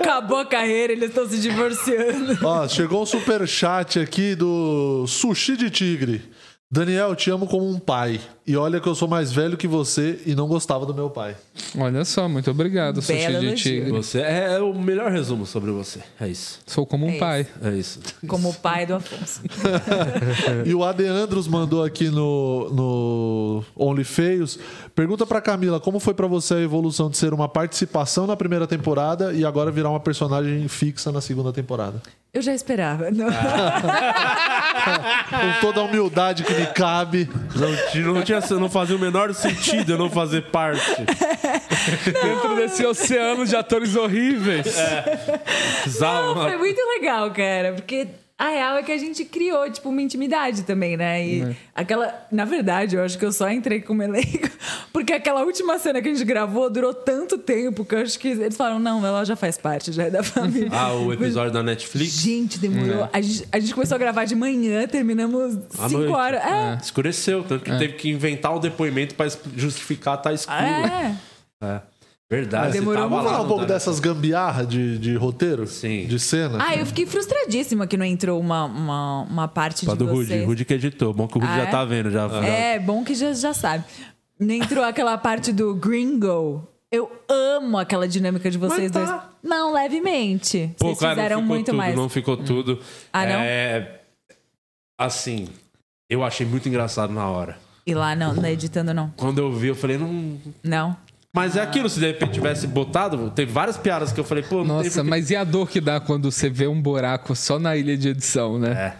S9: Acabou a carreira, eles estão se divorciando.
S10: Ó, chegou um superchat aqui do Sushi de Tigre. Daniel, te amo como um pai. E olha que eu sou mais velho que você e não gostava do meu pai.
S12: Olha só, muito obrigado, Sushi de Tigre.
S11: Você é o melhor resumo sobre você. É isso.
S12: Sou como um
S9: É
S12: pai.
S11: É isso.
S9: Como o pai do Afonso.
S12: É.
S10: e o Adeandros mandou aqui no, no Only Feios. Pergunta pra Camila, como foi pra você a evolução de ser uma participação na primeira temporada e agora virar uma personagem fixa na segunda temporada?
S9: Eu já esperava. Não.
S11: Ah,
S10: Com toda a humildade que me cabe.
S11: Não, tinha- não, tinha, não fazia o menor sentido eu não fazer parte.
S12: Dentro desse oceano de atores horríveis.
S11: tá
S9: Não,
S11: né?
S9: foi muito legal, cara, porque a real é que a gente criou, tipo, uma intimidade também, né? E
S12: É.
S9: aquela. Na verdade, eu acho que eu só entrei como elenco, (laughs) porque aquela última cena que a gente gravou durou tanto tempo que eu acho que eles falaram, não, ela já faz parte, já é da família.
S11: Ah, o episódio da Netflix?
S9: Gente, demorou. A, gente, a gente começou a gravar de manhã, terminamos
S11: À
S9: 5
S11: noite.
S9: horas. É.
S11: Escureceu, tanto que teve que inventar o depoimento pra es- justificar tá escuro.
S9: É.
S11: É. Verdade. você tava
S10: Vamos
S11: lá né?
S10: falar um
S11: no
S10: pouco
S11: Dark-
S10: dessas gambiarra de, de roteiro? Sim. De cena?
S9: Ah, eu fiquei frustradíssima que não entrou uma, uma, uma parte
S11: Pra
S9: de
S11: do Rudy.
S9: vocês.
S11: Rudy que editou. Bom que o Rudy
S9: Ah,
S11: já
S9: é?
S11: tá vendo. Já, já-
S9: É, bom que já, já sabe. Não entrou aquela parte do gringo. Eu amo aquela dinâmica de vocês dois. Não, levemente.
S11: tá. Pô,
S9: vocês
S11: cara, não
S9: fizeram
S11: ficou
S9: muito
S11: tudo,
S9: mais.
S11: Não ficou tudo.
S9: Ah, não?
S11: É, assim, eu achei muito engraçado na hora.
S9: E lá não, não é editando, não.
S11: Quando eu vi, eu falei, não.
S9: Não.
S11: Mas é aquilo, se de repente tivesse botado, teve várias piadas que eu falei, pô, não tem
S12: Nossa,
S11: porque-
S12: mas e a dor que dá quando você vê um buraco só na ilha de edição, né?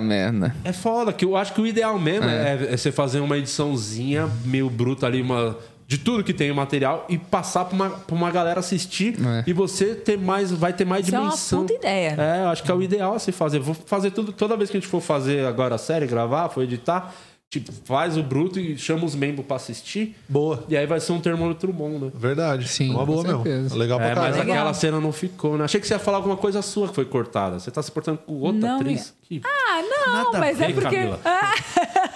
S9: (laughs)
S12: merda.
S11: É foda, que eu acho que o ideal mesmo é, é você fazer uma ediçãozinha meio bruta ali, uma. De tudo que tem o material e passar pra uma, pra uma galera assistir e você ter mais, vai ter mais
S9: Isso é uma
S11: dimensão.
S9: puta ideia.
S11: É, eu acho que é o ideal a se fazer. Vou fazer tudo, toda vez que a gente for fazer agora a série, gravar, for editar, tipo, faz o bruto e chama os membros pra assistir.
S10: Boa.
S11: E aí vai ser um termômetro bom, né?
S10: Verdade. É
S12: Sim.
S10: Uma boa
S11: com
S10: mesmo.
S11: certeza.
S10: Legal pra
S11: é,
S10: caralho.
S11: mas aquela cena não ficou, né? Achei que você ia falar alguma coisa sua que foi cortada. Você tá se portando com outra
S9: Não,
S11: atriz. Que
S9: Ah, não,
S11: Nada a
S9: mas é
S11: ver,
S9: porque.
S11: Camila.
S9: (laughs)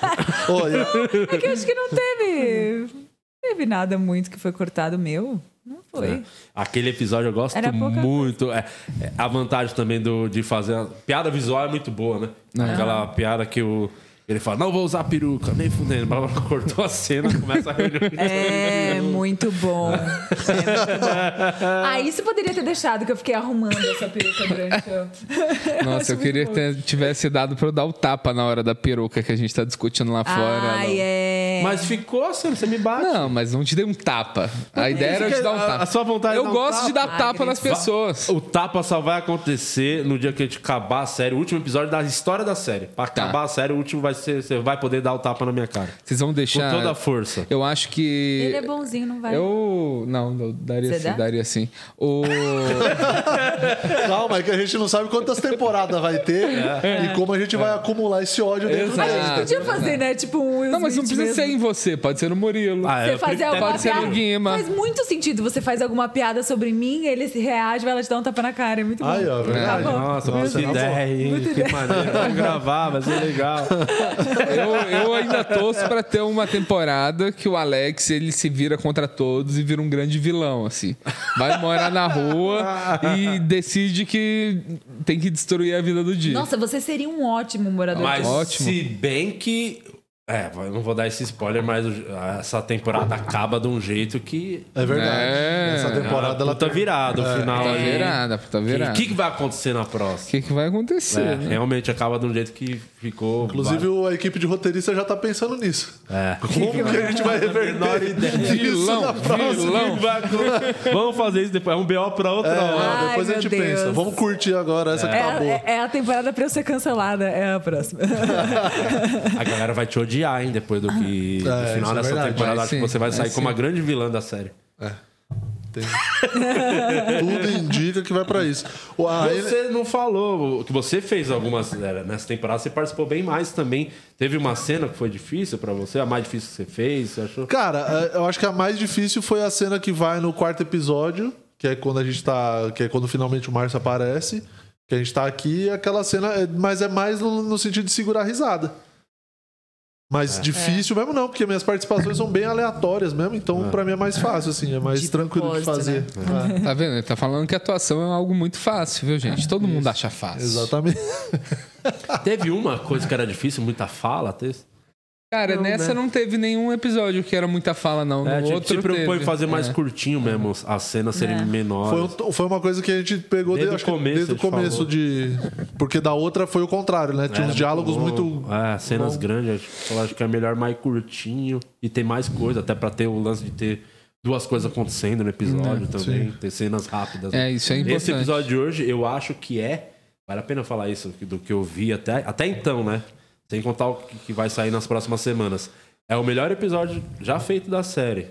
S9: Ah,
S10: Olha,
S9: é que eu acho que não teve. Não teve nada muito que foi cortado meu. Não foi.
S11: É. Aquele episódio eu gosto
S9: Era pouca
S11: muito. É, é, a vantagem também do, de fazer. a- piada visual é muito boa, né?
S12: É.
S11: Aquela piada que o. Ele fala, não vou usar peruca, nem fudendo. Blá, blá, blá. cortou a cena, começa a reunião.
S9: É, muito bom. Ah, isso poderia ter deixado que eu fiquei arrumando essa peruca durante o.
S12: Nossa,
S9: acho
S12: eu queria
S9: muito
S12: que te- tivesse dado pra eu dar o tapa na hora da peruca que a gente tá discutindo lá (laughs) fora.
S9: Ai,
S12: não.
S9: é.
S11: Mas ficou assim, você me bate.
S12: Não, mas não te dei um tapa. A ideia era te dar um
S11: A-
S12: tapa.
S11: A sua vontade
S12: Eu gosto de dar tapa nas pessoas.
S11: O tapa só vai acontecer no dia que a gente acabar a série, o último episódio da história da série. Pra acabar a série, o último vai ser. Você vai poder dar o tapa na minha cara.
S12: Vocês vão deixar.
S11: Com toda a força.
S12: Eu acho que.
S9: Ele é bonzinho, não vai.
S12: Eu. Não, não, daria
S9: Você
S12: sim,
S9: dá?
S12: daria sim.
S11: (laughs)
S12: O.
S10: Calma, é que a gente não sabe quantas temporadas vai ter
S12: É.
S10: e como a gente vai acumular esse ódio dentro
S12: Exato.
S10: dele.
S12: A gente
S9: Podia fazer, né? Tipo um Will
S12: Ah, Não, mas não
S9: Smith
S12: precisa
S9: mesmo.
S12: ser em você, pode ser no Murilo.
S11: Ah.
S9: Você fazer alguma
S12: Pode ser
S9: piada.
S12: no Guima.
S9: Faz muito sentido. Você faz alguma piada sobre mim, ele se reage, vai lá te dar um tapa na cara. É muito bom.
S11: Ai, ó, verdade.
S9: Tá bom.
S11: Nossa,
S9: Muito
S11: que
S9: bom.
S11: ideia aí,
S9: Muito
S11: que
S9: ideia.
S11: maneiro. Vamos gravar, vai ser legal.
S12: Eu, eu ainda torço pra ter uma temporada que o Alex ele se vira contra todos e vira um grande vilão, assim. Vai morar na rua e decide que tem que destruir a vida do dia.
S9: Nossa, você seria um ótimo morador.
S11: Mas
S9: de rua.
S11: se bem que. É, eu não vou dar esse spoiler, mas essa temporada acaba de um jeito que.
S10: É verdade.
S12: É.
S10: Essa temporada ela
S11: tá virada, o
S12: É,
S11: final.
S12: puta
S11: aí.
S12: virada, puta
S11: Que-
S12: virada.
S11: O que, que vai acontecer na próxima? O
S12: que, vai acontecer?
S11: É,
S10: né?
S11: Realmente acaba de um jeito que ficou.
S10: Inclusive, a equipe de roteirista já tá pensando nisso.
S11: É.
S10: Como que a gente vai reverter isso na próxima?
S11: Vamos fazer isso depois. É um BO pra outra
S10: É,
S11: hora.
S9: Ai,
S10: depois a
S9: meu
S10: gente
S9: Deus.
S10: pensa. Vamos curtir agora essa que tá boa.
S9: É, é- é a temporada pra eu ser cancelada. É a próxima.
S11: A galera vai te odiar, hein, depois do que.
S10: É,
S11: no
S10: isso
S11: final
S10: é
S11: dessa
S10: verdade.
S11: temporada,
S10: Vai
S11: acho que
S10: sim,
S11: você vai
S10: vai
S12: É
S11: sair
S10: sim.
S11: como a grande vilã da série.
S10: É. Tudo indica que vai pra isso. O- a-
S11: Você não falou que você fez algumas. era, Nessa temporada você participou bem mais também. Teve uma cena que foi difícil pra você, a mais difícil que você fez, você achou?
S10: Cara, é, eu acho que a mais difícil foi a cena que vai no quarto episódio, que é quando a gente tá. que é quando finalmente o Márcio aparece. Que a gente tá aqui, e aquela cena. é- Mas é mais no, no sentido de segurar a risada. Mas difícil mesmo não, porque minhas participações são bem aleatórias mesmo, então pra mim é mais fácil, assim, é mais tranquilo de fazer. É.
S12: Tá vendo? Ele tá falando que atuação é algo muito fácil, viu, gente?
S11: É
S12: Todo mundo acha fácil.
S10: Exatamente.
S11: (laughs) Teve uma coisa que era difícil, muita fala, texto.
S12: Cara,
S11: Não,
S12: nessa
S11: né?
S12: não teve nenhum episódio que era muita fala, não.
S11: É,
S12: No
S11: tipo,
S12: outro
S11: se preocupou em
S12: teve.
S11: fazer mais
S12: É.
S11: curtinho mesmo as cenas serem
S10: Foi,
S11: menores.
S10: um- foi uma coisa que a gente pegou
S11: Desde
S10: de-
S11: o
S10: acho que
S11: começo,
S10: desde
S11: a
S10: o
S11: gente
S10: começo
S11: falou.
S10: de. Porque da outra foi o contrário, né? Tinha
S11: Era
S10: uns diálogos muito.
S11: bom. É, cenas grandes. acho- Eu acho que é melhor mais curtinho e ter mais coisa, até pra ter o lance de ter duas coisas acontecendo no episódio
S12: É,
S10: Hum,
S11: também,
S12: sim.
S11: ter cenas rápidas.
S12: É, isso é
S11: Esse
S12: importante.
S11: episódio de hoje, eu acho que é. Vale a pena falar isso do que eu vi até, até então, né? Sem contar o que que vai sair nas próximas semanas. É o melhor episódio já feito da série.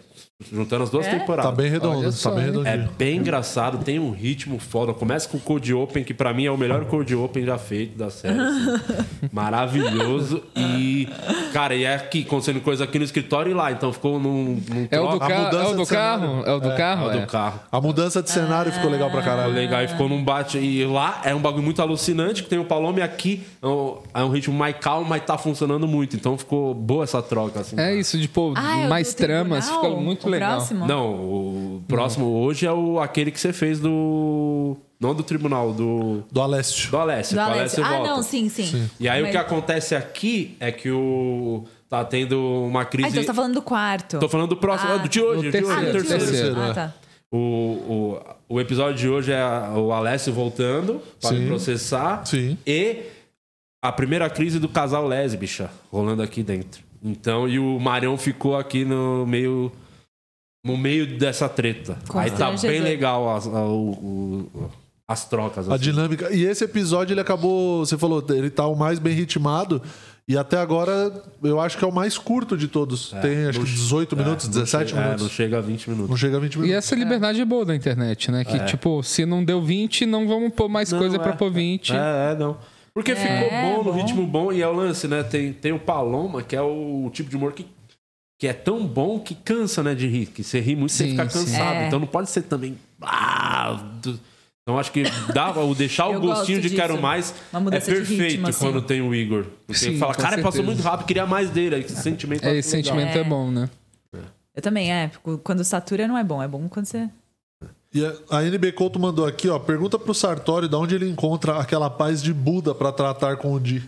S11: Juntando as duas
S10: É?
S11: temporadas.
S10: Tá bem redondo, Olha só, tá bem hein? redondinho.
S11: É bem engraçado, tem um ritmo foda. Começa com o Cold Open, que pra mim é o melhor Cold Open já feito da série.
S12: (laughs)
S11: assim. Maravilhoso. E, cara, e é aqui, acontecendo coisa aqui no escritório e lá. Então ficou num. num
S12: É o do
S11: troca-
S12: ca-
S11: A mudança
S12: é o do
S11: de cenário.
S12: carro? É o do carro,
S11: É o
S12: é.
S11: do carro.
S10: A mudança de cenário ficou legal pra caralho.
S11: Legal, e ficou num bate. E lá é um bagulho muito alucinante, que tem o Palome aqui. É um, é um ritmo mais calmo, mas tá funcionando muito. Então ficou boa essa troca, assim.
S12: É isso, de pô,
S9: Ah, é o
S12: mais
S9: do tribunal?
S12: tramas, fica muito
S9: O
S12: legal.
S9: próximo?
S11: Não, o próximo hoje é o aquele que você fez do. Não do tribunal, do.
S10: Do Alessio.
S11: Do Alessio.
S9: Do
S11: com o
S9: Alex.
S11: Alessio
S9: Ah,
S11: volta.
S9: não, sim, sim.
S11: E aí o
S9: Mas-
S11: que acontece aqui é que o. Tá tendo uma
S9: Ah,
S11: crise.
S9: então você tá falando Ah. do quarto.
S11: Tô falando do próximo. é, do de hoje,
S9: Do
S11: de hoje,
S9: terceiro. Ah,
S11: do
S9: do terceiro.
S11: é.
S9: Ah, tá.
S11: O, o, o episódio de hoje é o Alessio voltando para
S10: Sim.
S11: me processar.
S10: Sim.
S11: E a primeira crise do casal lésbica rolando aqui dentro. Então, e o Marião ficou aqui no meio. No meio dessa treta. Aí tá bem
S10: Constrangedor.
S11: legal as, a- o- o- as trocas.
S10: A
S11: assim.
S10: dinâmica. E esse episódio, ele acabou. Você falou, ele tá o mais bem ritmado. E até agora, eu acho que é o mais curto de todos.
S11: É,
S10: Tem acho
S11: não
S10: que
S11: che-
S10: 18
S11: é,
S10: minutos,
S11: não
S10: 17
S11: chega- é,
S10: minutos.
S11: não chega a 20 minutos.
S10: Não chega a 20
S12: E
S10: minutos.
S12: essa liberdade é boa da internet, né? Que,
S11: É.
S12: tipo, se não deu 20, não vamos pôr mais
S11: Não,
S12: coisa
S11: é.
S12: pra pôr 20.
S11: É, é, não. Porque ficou bom, no ritmo bom, e é o lance, né? Tem, tem o Paloma, que é o tipo de humor que, que é tão bom que cansa, né, de rir. Que você ri muito, você
S12: Sim,
S11: fica
S12: sim.
S11: cansado.
S12: É.
S11: Então não pode ser também. Ah, do- Então acho que dá o deixar o
S12: Eu
S11: gostinho de
S12: gosto
S11: quero
S12: disso.
S11: mais
S12: Uma
S11: é
S12: mudança de
S11: perfeito
S12: ritmo, assim.
S11: quando tem o Igor. Porque
S12: Sim,
S11: fala,
S12: com
S11: cara, passou
S12: certeza.
S11: muito rápido, queria mais dele. Aí Esse sentimento eu
S12: É,
S11: acho
S12: esse
S11: legal.
S12: sentimento é. bom, né?
S9: Eu também, é. Quando satura não é bom. É bom quando você...
S10: E a- a NB Couto mandou aqui, ó. Pergunta pro Sartori de onde ele encontra aquela paz de Buda pra tratar com o Di.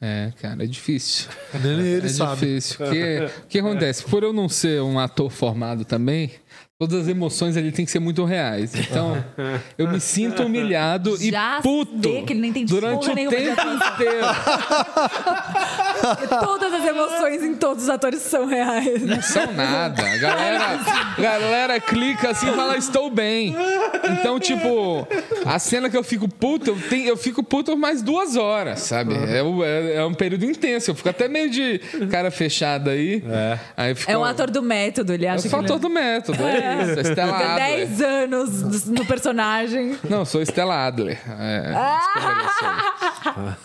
S12: É, cara, é difícil.
S10: Nem ele
S12: é
S10: sabe.
S12: difícil. Porque- O que acontece? Por eu não ser um ator formado também, todas as emoções ali têm que ser muito reais. Então, eu me sinto humilhado
S9: Já
S12: e puto
S9: vê que ele nem tem
S12: durante
S9: porra
S12: o
S9: nenhuma de
S12: tempo
S9: atuação.
S12: inteiro.
S9: Todas as emoções em todos os atores são reais.
S12: Não são nada. A galera, a galera clica assim e fala, estou bem. Então, tipo, a cena que eu fico puto, eu, tenho- eu fico puto mais duas horas, sabe? É, o- é- é um período intenso. Eu fico até meio de cara fechada aí. Aí fica,
S9: É um ator do método, ele acha
S12: Eu sou
S11: né?
S9: que.
S12: ator do método, é isso, é Stella
S9: Fica
S12: Adler.
S9: 10 anos no personagem.
S12: Não, eu sou Stella Adler. É,
S9: Ah,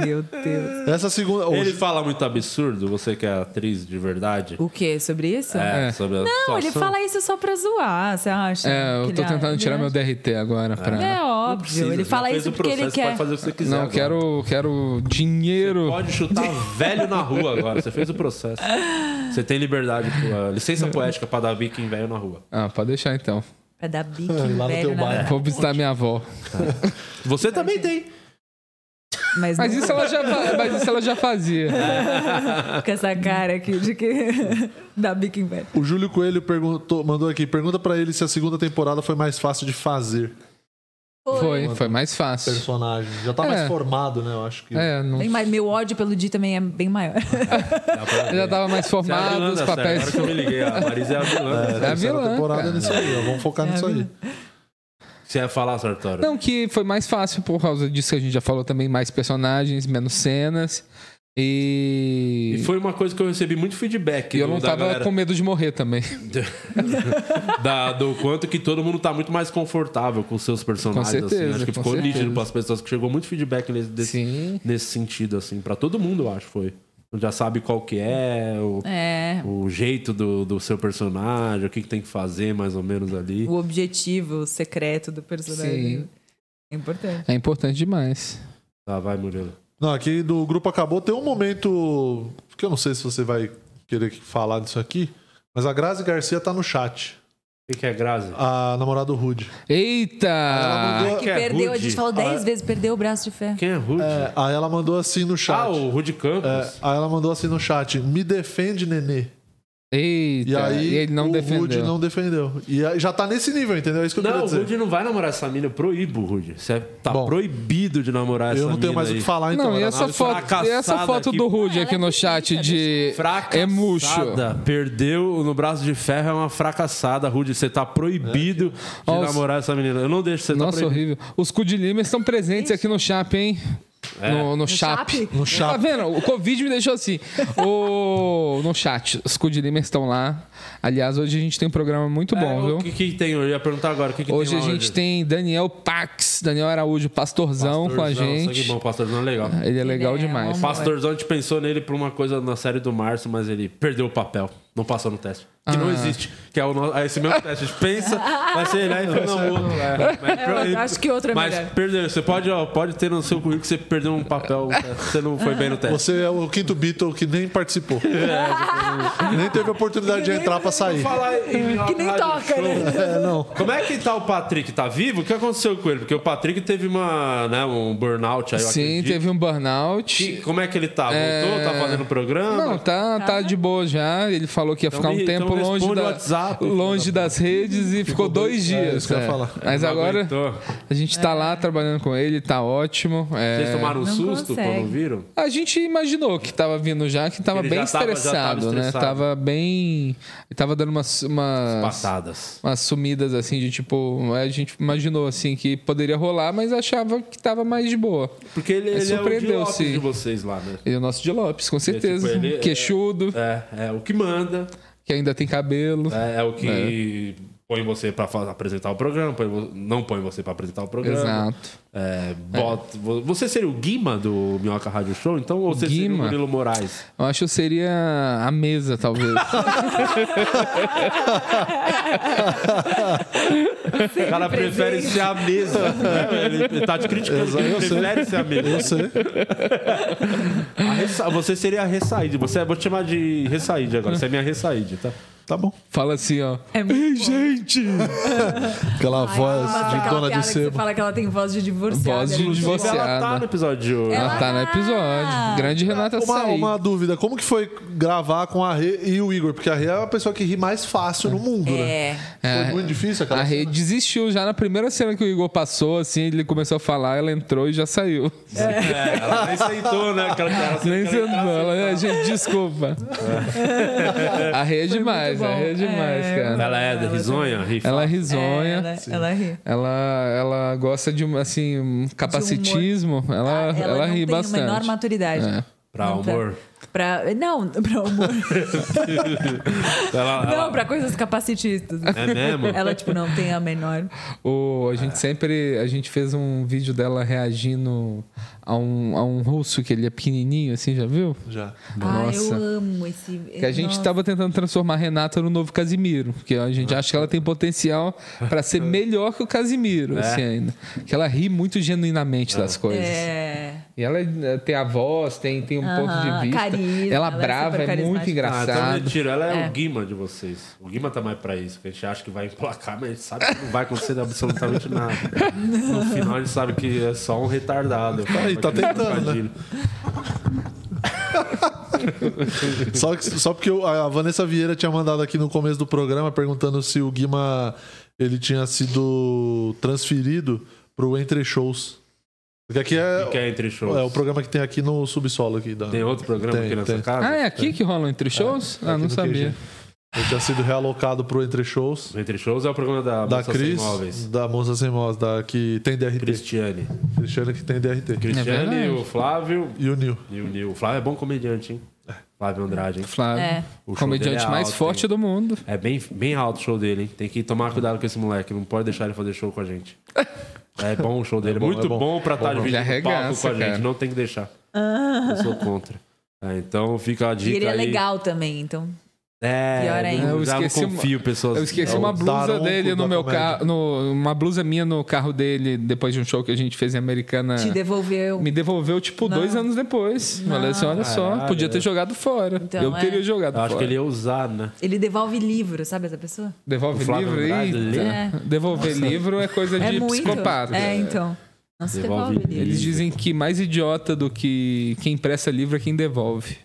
S9: Meu Deus.
S10: Essa segunda.
S12: é
S11: Ele fala muito absurdo, você que é atriz de verdade.
S9: O quê? Sobre isso?
S11: É, sobre a
S9: Não, ele
S11: situação.
S9: fala isso só pra zoar, você acha?
S12: É, eu
S9: Que
S12: tô
S9: dá-
S12: tentando tirar meu DRT agora. Pra...
S9: É óbvio, ele fala isso porque ele quer.
S12: Não, quero, quero dinheiro.
S11: Pode chutar um velho na rua agora. Você fez o processo. Você tem liberdade, pô, a licença poética pra dar bico em velho na rua.
S12: Ah, pode deixar então.
S9: Pra dar bique
S11: Lá no
S9: velho
S11: teu
S9: na-
S11: bairro.
S12: Vou visitar minha avó.
S11: Você também tem.
S9: Mas,
S12: Mas
S9: não- é
S12: isso é ela já, fa- mas isso ela já fazia.
S9: Com essa cara aqui de que (laughs) dá bique em velho.
S10: O Júlio Coelho perguntou, mandou aqui, pergunta pra ele se a segunda temporada foi mais fácil de fazer.
S12: Foi, foi mais fácil.
S10: Personagem. Já tá
S12: É.
S10: mais formado, né? Eu acho que.
S12: É, não-
S9: Tem mais- meu ódio pelo Di também é bem maior.
S12: Eu já tava mais
S11: Você é a
S12: formado,
S11: vilã
S12: os
S11: da série,
S12: papéis.
S11: Agora que eu me liguei, a Marisa é a vilã.
S12: É, É a vilã, temporada cara. nisso aí, ó,
S10: vamos focar
S12: É a nisso aí. É.
S11: Você ia falar, Sartório?
S12: Não, que foi mais fácil por causa disso que a gente já falou também, mais personagens, menos cenas. E.
S11: E foi uma coisa que eu recebi muito feedback.
S12: E eu
S11: do-
S12: não
S11: da
S12: tava
S11: galera.
S12: com medo de morrer também.
S11: da- do quanto que todo mundo tá muito mais confortável com os seus personagens.
S12: Com certeza,
S11: assim. Acho que
S12: com
S11: ficou
S12: certeza.
S11: nítido pras pessoas que chegou muito feedback nesse, desse, nesse sentido, assim, para todo mundo, eu acho, foi. Já sabe qual que é,
S9: (laughs)
S11: o,
S9: É.
S11: o jeito do, do seu personagem, o que, que tem que fazer, mais ou menos ali.
S9: O objetivo secreto do personagem. É importante.
S12: É importante demais.
S11: Tá, vai, Murilo.
S10: Não, aqui do grupo acabou. Tem um momento que eu não sei se você vai querer falar disso aqui, mas a Grazi Garcia tá no chat.
S11: O que, que é Grazi?
S10: A namorada do Rude.
S12: Eita!
S10: É
S12: Ah,
S9: que perdeu, a gente falou 10 vezes, perdeu o braço de ferro.
S11: Quem é Rude?
S10: aí ela mandou assim no chat. Ah, o
S11: Rude Campos.
S10: aí ela mandou assim no chat: Me defende, nenê.
S12: Eita,
S10: E aí
S12: e ele não
S10: o
S12: defendeu.
S10: Rude não defendeu. E aí já tá nesse nível, entendeu? É isso que eu
S11: Não,
S10: queria
S11: o
S10: dizer.
S11: Rude não vai namorar essa mina, eu proíbo, Rude. Você tá proibido de namorar
S12: é
S11: essa
S10: eu
S11: mina.
S10: não tenho mais o que falar, então.
S12: não, e
S10: Era
S12: essa
S10: nada.
S12: foto, e essa foto do Rude aqui no chat de. É murcho.
S11: Fracassada. Perdeu no braço de ferro, é uma fracassada, Rude. Você tá
S10: É.
S11: proibido de
S12: Ó, os-
S11: namorar essa menina. Eu não deixo você tá
S12: Nossa,
S11: proibido.
S12: horrível. Os cu de lima estão presentes aqui no chap, hein?
S11: É.
S12: No,
S11: No
S12: no, chap.
S11: chap?
S12: No chap. Tá vendo? O Covid me deixou assim. O... No chat, os cu de lima estão lá. Aliás, hoje a gente tem um programa muito bom, viu?
S11: É, O que, que tem? Eu ia perguntar agora. O que, que
S12: Hoje
S11: tem
S12: a
S11: lá
S12: gente tem Daniel Pax, Daniel Araújo,
S10: um
S12: pastorzão, com a
S11: Pastorzão, sangue
S12: gente.
S11: bom, Pastorzão é legal.
S12: Ele é legal demais.
S11: O Pastorzão, a gente pensou nele pra uma coisa na série do Márcio, mas ele perdeu o papel. Não passou no teste. Que não
S12: Ah.
S11: existe. Que é, o nosso, é esse mesmo teste. A gente pensa, vai ser ele, aí fica, não, outro. É.
S9: É, eu acho que outro é
S11: Mas
S9: melhor.
S11: perdeu. Você pode, ó, pode ter no seu currículo que você perdeu um papel. né? Você não foi bem no teste.
S10: Você é o quinto Beatle que nem
S12: (laughs)
S10: participou.
S12: É,
S10: nem teve oportunidade de entrar pra sair.
S9: Que nem toca, né?
S10: É, não.
S11: Como é que tá o Patrick? Tá vivo? O que aconteceu com ele? Porque o Patrick teve uma, né, um burnout aí, eu
S12: Sim,
S11: acredito.
S12: teve um burnout.
S11: E como é que ele tá? Voltou?
S12: É.
S11: Tá fazendo programa?
S12: Não, tá, tá de boa já. Ele falou que ia
S11: Então
S12: ficar um
S11: me-
S12: tempo
S11: então
S12: longe,
S11: responde
S12: da,
S11: o WhatsApp,
S12: longe das redes e ficou dois
S11: dois- é,
S12: dias.
S11: isso que eu ia
S12: é.
S11: falar.
S12: Mas
S11: Não
S12: agora
S11: aguentou.
S12: a gente tá lá trabalhando com ele, tá ótimo. é.
S11: Vocês tomaram um susto quando viram?
S12: A gente imaginou que tava vindo já, que tava
S11: Ele
S12: bem
S11: já tava- já tava
S12: estressado, né?
S11: estressado.
S12: Tava bem. Tava dando umas. umas
S11: passadas.
S12: Umas sumidas, assim, de tipo. A gente imaginou, assim, que poderia rolar, mas achava que tava mais de boa.
S11: Porque ele,
S12: Mas
S11: ele é o de Lopes
S12: surpreendeu-se.
S11: de vocês lá, né?
S12: Ele é o nosso de Lopes, com
S11: tipo,
S12: certeza.
S11: ele é-
S12: Queixudo.
S11: É, é o que manda.
S12: Que ainda tem cabelo.
S11: É, é o que põe você pra fa- apresentar o programa, põe vo- não põe você pra apresentar o programa.
S12: Exato.
S11: É, bota- vo- Você seria o Guima do Minhoca Rádio Show, então? Ou você seria o
S12: Guima?
S11: Murilo Moraes?
S12: Eu acho que seria a
S10: (laughs)
S12: mesa, talvez.
S11: O cara prefere ser a mesa. né? Ele ele tá te criticando.
S10: Exato,
S11: Ele
S10: eu sei.
S11: prefere ser a mesa.
S10: Eu sei.
S11: A ressa- Você seria a é ressaíde. Você... Vou te chamar de ressaíde agora. Você é minha ressaíde, tá?
S10: Tá bom.
S12: Fala assim, ó.
S9: É muito
S10: gente! Aquela
S9: Ai,
S10: voz
S9: nossa,
S10: de
S9: aquela
S10: dona
S9: piada
S10: de
S9: que Você
S10: sebo.
S9: fala que ela tem voz de um divorciada.
S12: Voz de
S9: Ela-
S12: divorciada.
S10: Ela tá no episódio de hoje.
S12: Ela tá no episódio. Grande Renata
S10: Uma,
S12: Saí.
S10: uma dúvida, como que foi gravar com a Rê e o Igor? Porque a Rê é a pessoa que ri mais fácil no mundo,
S9: é.
S10: né? Foi muito difícil aquela
S12: É, A rede desistiu já na primeira cena que o Igor passou, assim, ele começou a falar, ela entrou e já saiu.
S11: É, ela nem sentou, né? Aquela cara assim,
S12: Nem
S11: aquela
S12: sentou, ela,
S10: tá.
S12: "É, gente, desculpa. A rede demais, a rede demais, cara.
S11: Ela é da risonha? Rifa.
S12: Ela é risonha.
S9: ela-
S12: Sim.
S9: ela ri.
S12: Ela, ela gosta de um, assim, um capacitismo. ela, ela,
S9: Ah, Ela, não
S12: ri
S9: tem
S12: bastante.
S9: a menor maturidade.
S12: É.
S11: Pra
S9: Não tá-
S11: humor.
S9: Pra, não, pra humor.
S11: ela,
S9: Não, pra coisas capacitistas.
S12: É mesmo?
S9: Ela, tipo, não tem a menor.
S12: O, a
S11: É.
S12: gente sempre. A gente fez um vídeo dela reagindo a um, a um russo que ele é pequenininho, assim, já viu?
S10: Já.
S9: Ah, eu
S12: Nossa.
S9: amo esse.
S12: que a gente tá
S9: Nossa.
S12: tava tentando transformar a Renata no novo Casimiro. Porque a
S11: Ah.
S12: gente acha que ela tem potencial
S11: (laughs)
S12: pra ser melhor que o Casimiro,
S11: É. Ah.
S12: assim, ainda. Que ela ri muito genuinamente das coisas.
S9: É.
S12: E ela eh, tem a voz, tem, tem um ponto
S9: Aham,
S12: de vista.
S9: carisma,
S12: ela
S9: ela é
S12: brava,
S9: super
S12: é, muito
S9: carismática.
S12: engraçada.
S11: Ah, então tiro. Ela é,
S9: É.
S11: o Guima de vocês. O Guima tá mais pra isso, que a gente acha que vai emplacar, mas a gente sabe que não vai acontecer absolutamente nada. No final a gente sabe que é só um retardado.
S10: Aí, tá
S11: Aquele
S10: tentando, né?
S11: trocadilho.
S10: só, que- só porque eu- a Vanessa Vieira tinha mandado aqui no começo do programa perguntando se o Guima ele tinha sido transferido pro Entre Shows. Porque aqui é.
S11: O que é Entre Shows?
S10: É o programa que tem aqui no subsolo aqui da.
S11: Tem outro programa aqui nessa casa?
S12: Ah, é aqui que rolam entre shows?
S11: é
S12: ah,
S10: aqui
S12: não
S10: no QG.
S12: sabia.
S10: Ele tinha sido realocado pro Entre Shows.
S11: O Entre Shows é o programa da,
S10: Da
S11: Moça Sem
S10: Cris,
S11: Móveis.
S10: da Moça Sem Móveis, da que tem DRT.
S11: Cristiane.
S12: É
S10: Cristiane que tem DRT.
S11: Cristiane,
S10: É
S11: o Flávio.
S10: E o Nil.
S11: E o Nil. O Flávio é bom comediante, hein? Flávio Andrade, hein?
S12: Flávio. É.
S11: O show
S12: Comediante
S11: dele é
S12: mais
S11: alto,
S12: forte
S11: hein?
S12: do mundo.
S11: É bem, bem alto o show dele, hein? Tem que tomar cuidado com esse moleque. Não pode deixar ele fazer show com a gente. É bom o show dele.
S10: É bom,
S11: Muito
S10: é
S11: bom,
S10: bom.
S11: pra
S10: Bom
S11: estar
S10: mesmo.
S11: dividindo
S10: Ele
S11: o palco com
S10: arregaça,
S11: a gente.
S10: cara.
S11: Não tem que deixar.
S9: Ah.
S11: Eu sou contra. É, então fica a dica
S9: E ele é
S11: aí.
S9: legal também, então.
S11: É,
S9: Pior ainda.
S11: Eu
S12: Eu
S11: já
S12: esqueci
S11: não
S12: uma-
S11: confio, pessoas.
S12: Eu esqueci
S11: É o
S12: uma blusa
S11: Daronco
S12: dele
S11: da
S12: no meu
S11: comédia.
S12: carro. no- Uma blusa minha no carro dele, depois de um show que a gente fez em Americana.
S9: Te devolveu.
S12: É. Me devolveu, tipo,
S9: Não.
S12: dois anos depois. Eu Falei assim: olha só,
S11: Caralho.
S12: podia ter jogado fora.
S9: Então,
S12: eu
S9: é.
S12: teria
S11: Eu
S12: jogado fora.
S11: acho que ele ia usar, né?
S9: Ele devolve livro, sabe essa pessoa?
S12: Devolve
S11: O Flávio
S12: livro aí. tá?
S11: Andrade lê? É.
S12: Devolver
S11: Nossa.
S12: livro é coisa de
S9: é muito.
S12: psicopata.
S9: É, então. Não se devolve, livro.
S12: Eles dizem que mais idiota do que quem empresta livro é quem devolve.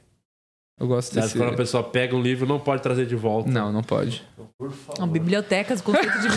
S12: Eu gosto
S11: Você acha que
S12: desse.
S11: Quando a pessoa pega um livro, não pode trazer de volta.
S12: é. Não, não pode.
S9: Não, bibliotecas, conceito de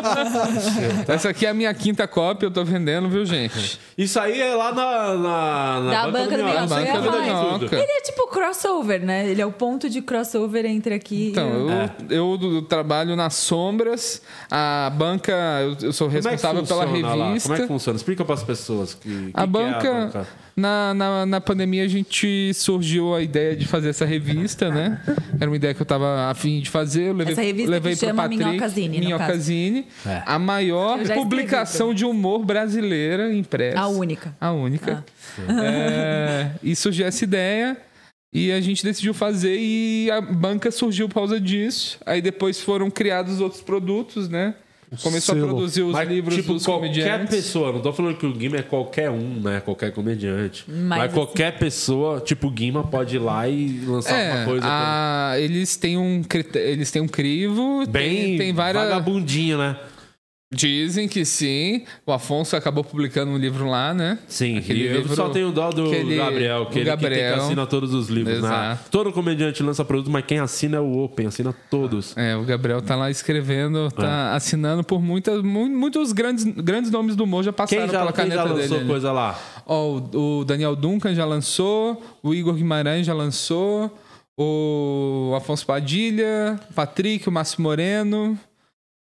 S9: biblioteca.
S12: Essa aqui é a minha quinta cópia, eu tô vendendo, viu, gente?
S11: Isso aí é lá na. na, na
S9: da banca do
S11: Minhoca.
S9: Minhoca.
S11: Você
S9: Eu ia
S11: cuida
S9: falar
S11: de
S9: isso.
S11: tudo.
S9: Ele é tipo crossover, né? Ele é o ponto de crossover entre aqui
S12: Então, eu,
S9: e...
S11: É.
S12: eu do- do trabalho nas sombras, a banca, eu, eu sou
S11: Como é que
S12: responsável pela
S11: funciona lá?
S12: revista.
S11: Como é que funciona? Explica para as pessoas. Que, que
S12: A
S11: que
S12: banca,
S11: é a banca.
S12: Na, na, na pandemia, a gente surgiu a ideia de fazer essa revista, né? Era uma ideia que eu tava afim de fazer. Eu levei,
S9: Essa revista
S12: levei
S9: que
S12: pro
S9: chama
S12: Patrick,
S9: Minhocazine, no
S12: Minhocazine,
S11: É.
S12: a
S9: Eu
S12: maior
S9: já escrevi
S11: né?
S12: publicação de humor brasileira impressa.
S9: A única.
S12: A
S11: Ah.
S12: única. É, e surgiu essa ideia. E a gente decidiu fazer e a banca surgiu por causa disso. Aí depois foram criados outros produtos, né? Começou a
S11: Selo.
S12: produzir os
S11: Mas,
S12: livros
S11: tipo,
S12: dos
S11: qualquer
S12: comediantes.
S11: pessoa. Não tô falando que o Guima é qualquer um, né? Qualquer comediante. Mas,
S12: assim-
S11: qualquer pessoa, tipo o Guima, pode ir lá e lançar
S12: É,
S11: alguma coisa.
S12: a- eles têm um crit- eles têm um crivo,
S11: Bem
S12: tem, tem várias
S11: vagabundinho, né?
S12: Dizem que sim. O Afonso acabou publicando um livro lá, né?
S11: Sim, e eu só tenho dó do Gabriel, que
S12: o
S11: ele Que tem que assina todos os livros. Né?
S12: Exato.
S11: Todo comediante lança produto, mas quem assina é o Open, assina todos.
S12: É, o Gabriel tá lá escrevendo,
S11: É.
S12: tá assinando por muitas, mu- muitos grandes, grandes nomes do humor já passaram
S11: Quem já,
S12: pela
S11: quem
S12: caneta
S11: já lançou
S12: dele. né?
S11: coisa lá?
S12: Ó, o, o Daniel Duncan já lançou, o Igor Guimarães já lançou, o Afonso Padilha, o Patrick, o Márcio Moreno.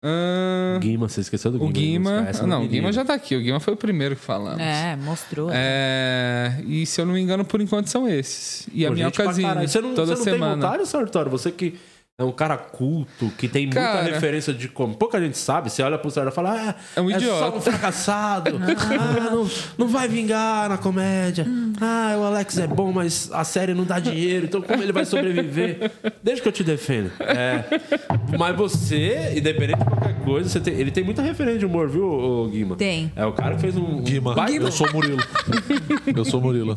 S12: ahn,
S11: Guima, você esqueceu do Guima.
S12: o Guima.
S11: Essa
S12: Não,
S11: me
S12: o Guima
S11: lembro.
S12: já tá aqui. O Guima foi o primeiro que falamos.
S9: É, mostrou.
S12: É, e se eu não me engano, por enquanto são esses. E a
S11: Pô,
S12: minha
S11: gente pra
S12: ocasião.
S11: caralho. Você não,
S12: Toda
S11: você não tem
S12: semana.
S11: vontade, Sartório? Você que é um cara culto, que tem
S12: Cara.
S11: muita referência de como. Pouca gente sabe. Você olha pro Sartório e fala, ah,
S12: É um
S11: só
S12: idiota."
S11: um
S12: (laughs)
S11: fracassado. ah, não, não vai vingar na comédia. Ah, o Alex é bom, mas a série não dá dinheiro. Então como ele vai sobreviver? Deixa que eu te defendo. É, mas você, independente de qualquer coisa. você tem- ele tem muita referência de humor, viu, ô, Guima?
S9: Tem.
S11: É o cara que fez um. Guima.
S10: Eu sou Murilo. Eu sou Murilo.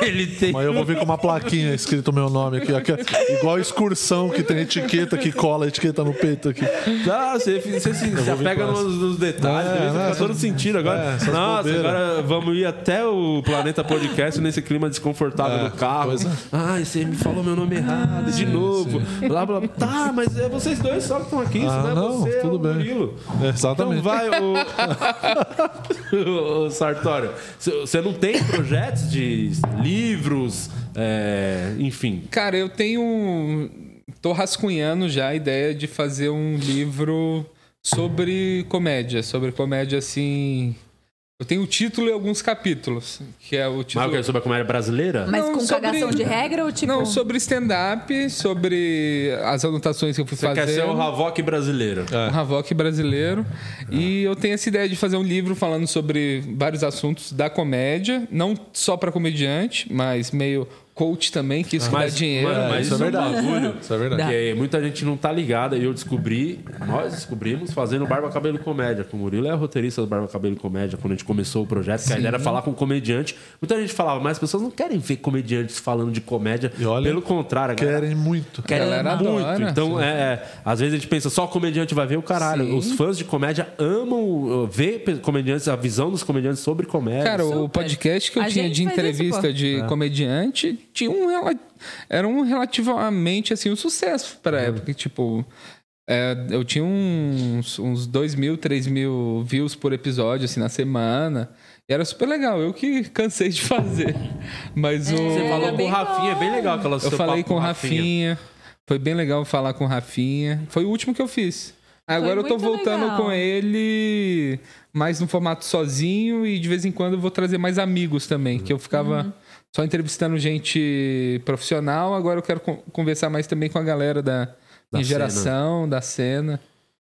S11: Ele tem.
S10: Mas eu vou vir com uma plaquinha escrito o meu nome aqui. aqui igual a excursão que tem etiqueta que cola a etiqueta no peito aqui.
S11: Tá, você, você se, se apega
S10: com essa.
S11: nos, nos detalhes,
S10: É,
S11: é,
S10: né,
S11: faz todo
S10: essas-
S11: sentido agora.
S10: é, essas
S11: Nossa,
S10: bobeiras.
S11: agora vamos ir até o Planeta Podcast nesse clima
S10: É,
S11: desconfortável do carro. Ai, você me falou meu nome errado de novo. Blá, blá, blá. Tá, mas é vocês dois só que estão aqui, isso
S10: Ah,
S11: não é
S10: não,
S11: você,
S10: tudo
S11: é o
S10: bem.
S11: Murilo.
S10: exatamente.
S11: Então vai,
S10: (laughs)
S11: o, Sartório. Você você não tem projetos de livros, é, enfim.
S12: Cara, eu tenho. um, Tô rascunhando já a ideia de fazer um livro sobre comédia. Sobre comédia, assim. Eu tenho o título e alguns capítulos, que é o título.
S11: Mas o que é sobre a comédia brasileira?
S9: Mas com cagação de regra ou tipo-
S12: Não, sobre stand-up, sobre as anotações que eu fui
S11: Você
S12: fazer.
S11: quer ser o Ah. Havok brasileiro.
S10: É.
S12: um Havok brasileiro. E eu tenho essa ideia de fazer um livro falando sobre vários assuntos da comédia, não só para comediante, mas meio coach também, que isso dá dinheiro.
S11: mano, mas isso é verdade. Um bagulho,
S10: isso é verdade.
S11: Que muita gente não tá ligada e eu descobri, nós descobrimos fazendo Barba Cabelo Comédia. Que o Murilo é roteirista do Barba Cabelo Comédia quando a gente começou o projeto, que a
S5: Sim.
S11: ideia era falar com comediante. Muita gente falava, mas as pessoas não querem ver comediantes falando de comédia. Pelo contrário, a galera-
S10: Querem muito.
S11: Querem
S10: Galera
S11: muito.
S10: adora.
S11: então, é, é, às vezes a gente pensa, só comediante vai ver o caralho. Os fãs de comédia amam uh, ver pe- comediantes, a visão dos comediantes sobre comédia.
S12: Cara, o podcast que eu
S11: A
S12: tinha
S11: gente
S12: de
S11: faz isso,
S12: entrevista
S11: pô.
S12: de
S11: É.
S12: comediante tinha um rela- era um relativamente assim um sucesso para época, tipo é, eu tinha uns, uns 2 mil, 3 mil views por episódio assim na semana. E era super legal, eu que cansei de (laughs) fazer. Mas o
S11: Você falou com o Rafinha, é bem legal aquela
S12: Eu
S11: seu
S12: falei
S11: papo
S12: com o
S11: o
S12: Rafinha. Foi bem legal falar com o Rafinha. Foi o último que eu fiz. Agora eu tô
S11: muito
S12: voltando
S11: legal.
S12: com ele mais no formato sozinho e de vez em quando eu vou trazer mais amigos também, que eu ficava
S9: Uhum.
S12: só entrevistando gente profissional, agora eu quero con- conversar mais também com a galera da, minha geração, da cena.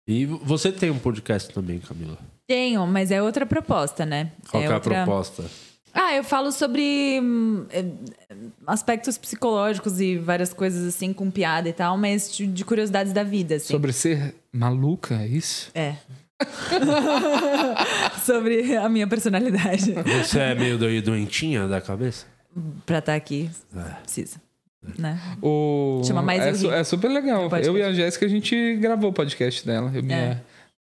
S11: E vo- você tem um podcast também, Camila.
S9: Tenho, mas é outra proposta, né?
S11: Qual que é a
S9: outra-
S11: proposta?
S9: Ah, eu falo sobre hum, eh, aspectos psicológicos e várias coisas assim, com piada e tal, mas de de curiosidades da vida, assim.
S12: Sobre ser maluca, é isso?
S9: É. (laughs) sobre a minha
S12: (laughs)
S9: personalidade.
S11: Você é meio do- doentinha da cabeça?
S9: Pra estar aqui,
S12: É.
S9: precisa. Né?
S12: O...
S9: Chama Mais
S12: é,
S9: Eu
S12: su-
S9: Ri.
S12: é super legal.
S9: podcast.
S12: Eu e a Jéssica, a gente gravou o podcast dela. Eu, minha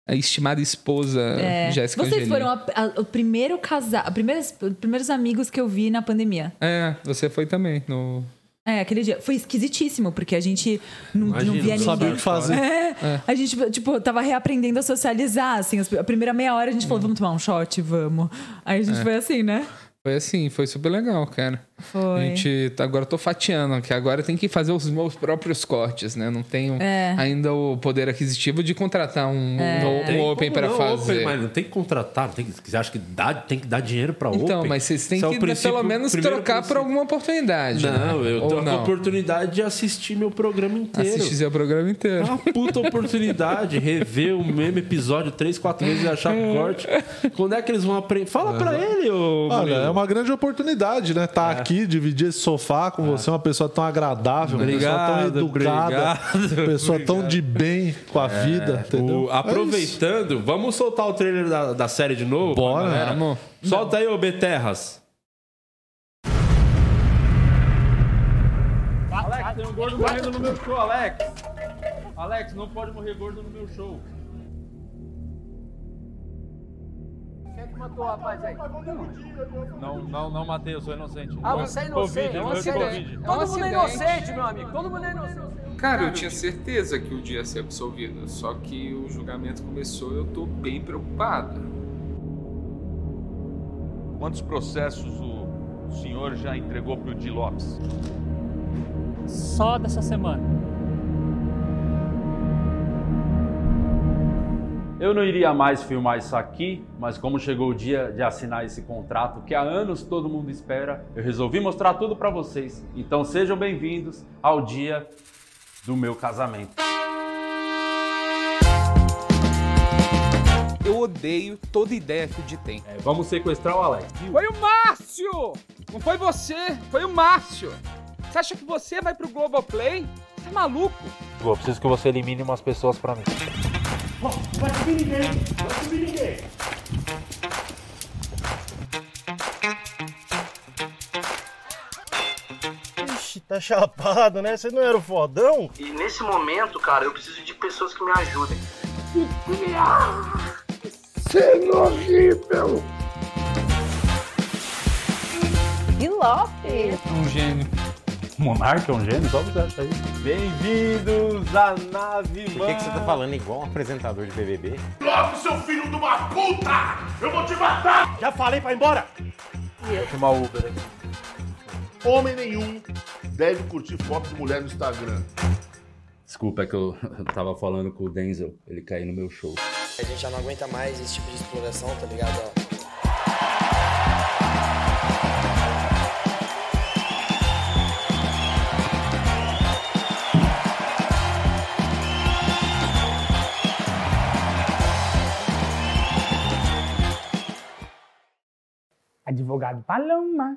S12: a estimada esposa,
S9: É.
S12: Jéssica
S9: Vocês
S12: Angelini.
S9: foram a- a- o primeiro casal, os primeiros, os primeiros amigos que eu vi na pandemia.
S12: É, você foi também no.
S9: É, aquele dia. Foi esquisitíssimo, porque a gente não, não
S12: Imagina,
S9: via
S12: não
S9: ninguém.
S12: sabia o que fazer.
S9: É.
S12: É.
S9: A gente, tipo, tava reaprendendo a socializar, assim. as- A primeira meia hora a gente falou, vamos tomar um shot, vamos. Aí a gente
S12: É.
S9: foi assim, né?
S12: Foi assim, foi super legal, cara.
S9: Foi.
S12: A gente, tá- agora eu tô fatiando, que agora tem que fazer os meus próprios cortes, né? Não tenho
S9: É.
S12: ainda o poder aquisitivo de contratar um,
S9: É.
S12: um
S11: Tem
S12: Open
S11: como
S12: pra
S11: não,
S12: fazer.
S11: Open, mas não tem que contratar, tem que, você acha que dá, tem que dar dinheiro pra Open?
S12: Então, mas vocês têm
S11: Isso é o
S12: que né,
S11: princípio-
S12: pelo menos
S11: primeiro
S12: trocar um por alguma oportunidade.
S11: Não,
S12: né?
S11: eu
S12: Ou
S11: tenho a
S12: não.
S11: oportunidade de assistir meu programa inteiro.
S12: Assistir seu programa inteiro.
S11: É uma puta oportunidade rever o mesmo episódio três, quatro vezes e achar corte. Quando é que eles vão aprender? Fala pra ele, ô
S10: Olha,
S11: Murilo.
S10: é uma grande oportunidade, né? Tá
S11: É.
S10: aqui, dividir esse sofá com você, uma pessoa tão agradável, uma
S11: Obrigado,
S10: pessoa tão educada,
S11: obrigado,
S10: uma pessoa tão de bem com a
S11: É,
S10: vida, entendeu?
S11: o- aproveitando, vamos soltar o trailer da, da série de novo?
S10: Bora.
S11: pra galera?
S10: Vamos.
S11: Solta aí, ô Beterras.
S5: Alex, tem um gordo morrendo no meu show, Alex. Alex, não pode morrer gordo no meu show.
S2: Quem é que matou o rapaz aí?
S5: Não, não, não matei, eu sou inocente.
S2: Ah, você é inocente.
S5: Covid,
S2: é um
S5: eu
S2: acidente.
S5: Covid.
S4: É um
S2: Todo mundo é
S4: acidente.
S2: inocente, meu amigo. Todo mundo é inocente.
S4: Cara, eu tinha certeza que o dia ia ser absolvido, só que o julgamento começou e eu tô bem preocupado.
S5: Quantos processos o senhor já entregou pro Di Lopes?
S14: Só dessa semana.
S1: Eu não iria mais filmar isso aqui, mas como chegou o dia de assinar esse contrato que há anos todo mundo espera, eu resolvi mostrar tudo pra vocês. Então sejam bem-vindos ao dia do meu casamento.
S3: Eu odeio toda ideia que o Di tem.
S11: É, Vamos sequestrar o Alex.
S3: Foi o Márcio! Não foi você, foi o Márcio! Você acha que você vai pro Globoplay? Você é maluco?
S6: Eu preciso que você elimine umas pessoas pra mim.
S7: Não, não vai subir ninguém. Não vai subir ninguém.
S8: Ixi, tá chapado, né? Você não era o fodão?
S15: E nesse momento, cara, eu preciso de pessoas que me ajudem.
S7: Sendo horrível.
S16: E Lopes.
S1: Um gênio. Monarca é um gênio? Só você acha aí. Bem-vindos à nave,
S17: Por que, que você tá falando igual um apresentador de BBB?
S7: Logo, seu filho de uma puta! Eu vou te matar! Já falei pra ir embora!
S1: Chamar o Uber aqui.
S8: Homem nenhum deve curtir foto de mulher no Instagram.
S1: Desculpa, é que eu eu tava falando com o Denzel, ele caiu no meu show.
S18: A gente já não aguenta mais esse tipo de exploração, tá ligado?
S6: Advogado Paloma.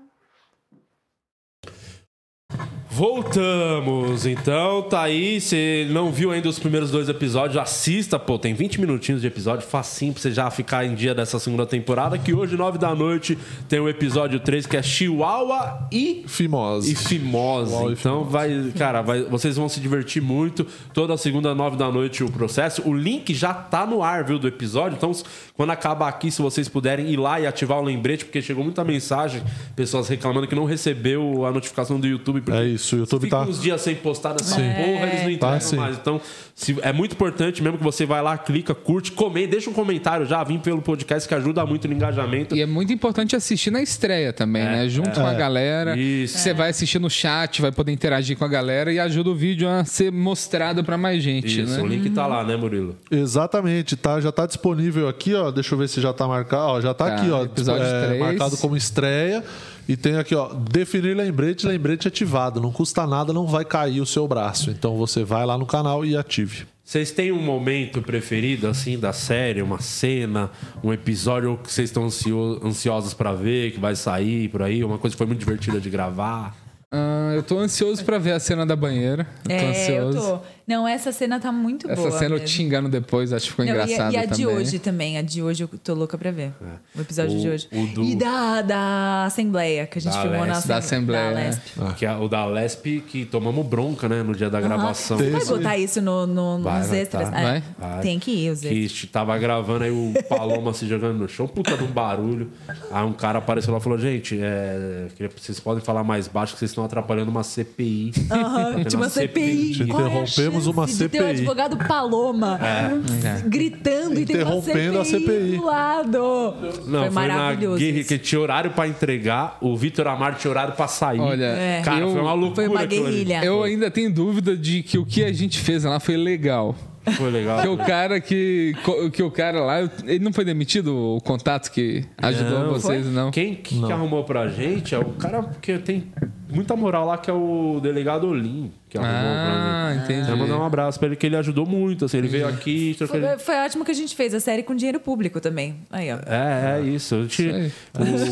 S11: Voltamos, então tá aí. Se não viu ainda os primeiros dois episódios, assista, pô, tem 20 minutinhos de episódio, facinho pra você já ficar em dia dessa segunda temporada. Que hoje, 9 da noite, tem o episódio 3 que é Chihuahua e
S10: Fimose.
S11: E Fimose.
S10: Chihuahua e
S11: então vai, cara, vai- vocês vão se divertir muito. Toda segunda, 9 da noite, o processo. O link já tá no ar, viu, do episódio. Então, s- quando acabar aqui, se vocês puderem ir lá e ativar o lembrete, porque chegou muita mensagem, pessoas reclamando que não recebeu a notificação do YouTube. porque
S10: É isso, o YouTube
S11: Fica
S10: tá.
S11: uns dias sem postar nessa
S10: Sim.
S11: porra, eles não
S10: É.
S11: entregam
S10: Tá, sim.
S11: mais. Então, se- é muito importante mesmo que você vai lá, clica, curte, comenta, deixa um comentário já, vim pelo podcast que ajuda muito no engajamento.
S12: E é muito importante assistir na estreia também, né? Junto
S11: é.
S12: com a galera.
S11: Isso.
S12: Você vai assistir no chat, vai poder interagir com a galera e ajuda o vídeo a ser mostrado pra mais gente,
S11: Isso,
S12: né?
S11: o link tá lá, né, Murilo?
S10: Exatamente, tá? Já tá disponível aqui, ó. Deixa eu ver se já tá marcado. Ó, já tá,
S12: Tá,
S10: aqui, ó.
S12: episódio
S10: é,
S12: três.
S10: marcado como estreia. E tem aqui, ó, definir lembrete, lembrete ativado. Não custa nada, não vai cair o seu braço. Então você vai lá no canal e ative.
S11: Vocês têm um momento preferido, assim, da série, uma cena, um episódio que vocês estão ansio- ansiosos pra ver, que vai sair por aí, uma coisa que foi muito divertida de gravar?
S12: Ah, eu tô ansioso pra ver a cena da banheira. Eu tô
S9: É, eu
S12: ansioso.
S9: tô. Não, essa cena tá muito
S12: Essa
S9: boa.
S12: cena eu
S9: mesmo.
S12: te engano depois, acho que ficou
S9: Não, e a-
S12: engraçada
S9: E a,
S12: também.
S9: de hoje também. A de hoje eu tô louca pra ver. O episódio
S11: O-
S9: de hoje.
S11: o do-
S9: E da, da Assembleia, que a gente
S11: Da
S9: filmou na
S11: Lesp.
S9: Assembleia. Da Lesp.
S11: Que é o da Lesp, que tomamos bronca, né, no dia da gravação.
S9: Você vai botar isso no- no-
S11: Vai,
S9: nos
S11: vai,
S9: extras?
S11: tá.
S9: É.
S11: Vai. Vai.
S9: Tem que ir, os extras.
S11: que tava gravando aí o Paloma se jogando no chão, puta de um barulho. Aí um cara apareceu lá e falou: Gente, é, queria- vocês podem falar mais baixo que vocês estão atrapalhando uma CPI.
S9: Aham,
S11: Tá tendo
S9: de uma CPI. Qual é a
S10: Interrompemos
S9: chance
S10: uma
S9: de ter o
S10: CPI.
S9: advogado Paloma
S11: É.
S9: gritando e tem uma
S10: Interrompendo a CPI.
S9: do lado.
S11: Não, foi,
S9: foi
S11: na
S9: maravilhoso.
S11: guerra que tinha horário pra entregar, o Vitor Amar tinha horário pra sair.
S12: Olha,
S9: É.
S11: cara,
S12: eu-
S11: foi uma loucura. aquilo ali.
S12: Eu ainda tenho dúvida de que o que a gente fez lá foi legal.
S11: Foi legal.
S12: Que o cara que. co- Que o cara lá. Ele não foi demitido o contato que ajudou
S11: Não.
S12: vocês,
S11: Foi?
S12: não?
S11: Quem que, que arrumou pra gente é o cara que tem muita moral lá, que é o delegado Olim, que arrumou
S12: Ah,
S11: pra mim.
S12: entendi.
S11: Eu mandar um abraço pra ele, que ele ajudou muito. Assim, ele veio aqui, trocou.
S9: Foi, foi ótimo que a gente fez a série com dinheiro público também. Aí, ó.
S11: É, é isso. Eu te-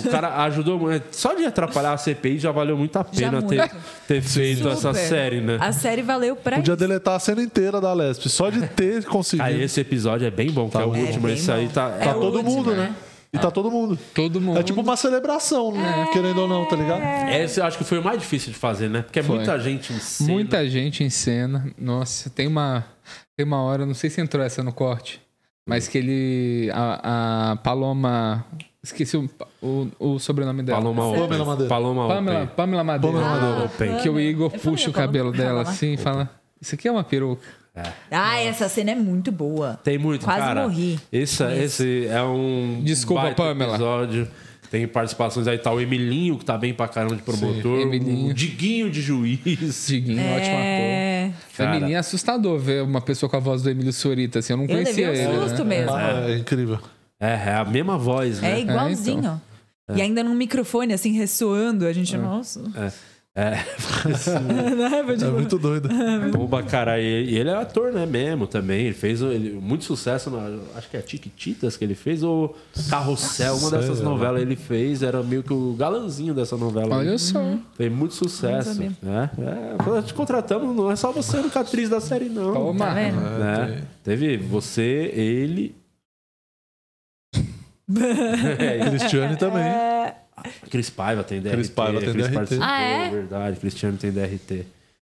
S11: o cara ajudou muito. Só de atrapalhar a CPI já valeu muito a
S9: Já
S11: pena
S9: muito.
S11: ter, ter feito
S9: Super.
S11: essa série, né?
S9: A série valeu pra
S10: Podia deletar a cena inteira da Lesp, só de ter conseguido.
S11: Aí esse episódio é bem bom, que é o
S10: bom.
S11: último.
S10: É bem
S11: esse aí
S10: bom.
S11: tá.
S10: Tá
S11: é o
S10: todo
S11: último,
S10: mundo, né? E tá todo mundo.
S12: Todo mundo.
S10: É tipo uma celebração, né? Querendo ou não, tá ligado?
S11: Esse eu acho que foi o mais difícil de fazer, né? Porque é
S12: Foi.
S11: muita gente em cena.
S12: Muita gente em cena. Nossa, tem uma, tem uma hora, não sei se entrou essa no corte, mas que ele. A, a Paloma. Esqueci o, o, o sobrenome dela.
S11: Paloma Open. Pamela Madeira. Paloma Open.
S12: Pamela, Pamela Madeira.
S11: Pamela Madeira. Ah, Open.
S12: Que o Igor
S9: Eu falei
S12: puxa o
S9: Paloma,
S12: cabelo dela
S9: Paloma.
S12: assim e fala: Isso aqui é uma peruca.
S9: Ah, essa cena é muito boa.
S11: Tem muito,
S9: Quase
S11: cara.
S9: morri.
S11: Esse, esse é um
S12: Desculpa,
S11: baita
S12: Pamela.
S11: episódio. Tem participações aí, tá o Emilinho, que tá bem pra caramba de promotor. O Diguinho de juiz.
S12: Diguinho, ótimo ator.
S9: É.
S12: Pra
S11: Cara.
S12: mim é assustador ver uma pessoa com a voz do Emílio Sorita, assim. Eu não
S9: Eu
S12: conhecia
S9: levei um
S12: ele.
S9: susto
S12: né?
S9: mesmo.
S10: É incrível.
S11: É, é a mesma voz, né?
S9: É igualzinho.
S11: É, então.
S9: E ainda num microfone, assim, ressoando. A gente, (laughs)
S11: É.
S9: nossa.
S11: É. É. (laughs)
S9: é
S11: muito doido. Bom pra caralho. E ele é ator, né? Mesmo também. Ele fez ele- muito sucesso na. Acho que é Tiquititas que ele fez, ou Carrossel, uma
S12: Sei
S11: dessas
S12: lá.
S11: novelas ele fez. Era meio que o galanzinho dessa novela. Hum.
S12: Olha só. Uhum.
S11: Fez muito
S12: Não
S11: sucesso.
S12: sabia.
S11: Né? É, quando te contratamos, não é só você a única atriz da série, não.
S12: Toma. Tá vendo?
S11: Né? Teve você,
S9: (laughs)
S11: ele. É,
S10: Cristiane também.
S11: Cris Paiva tem DRT.
S10: Cris Paiva tem DRT.
S11: participou,
S10: Ah, é?
S11: verdade. Cristiano tem DRT.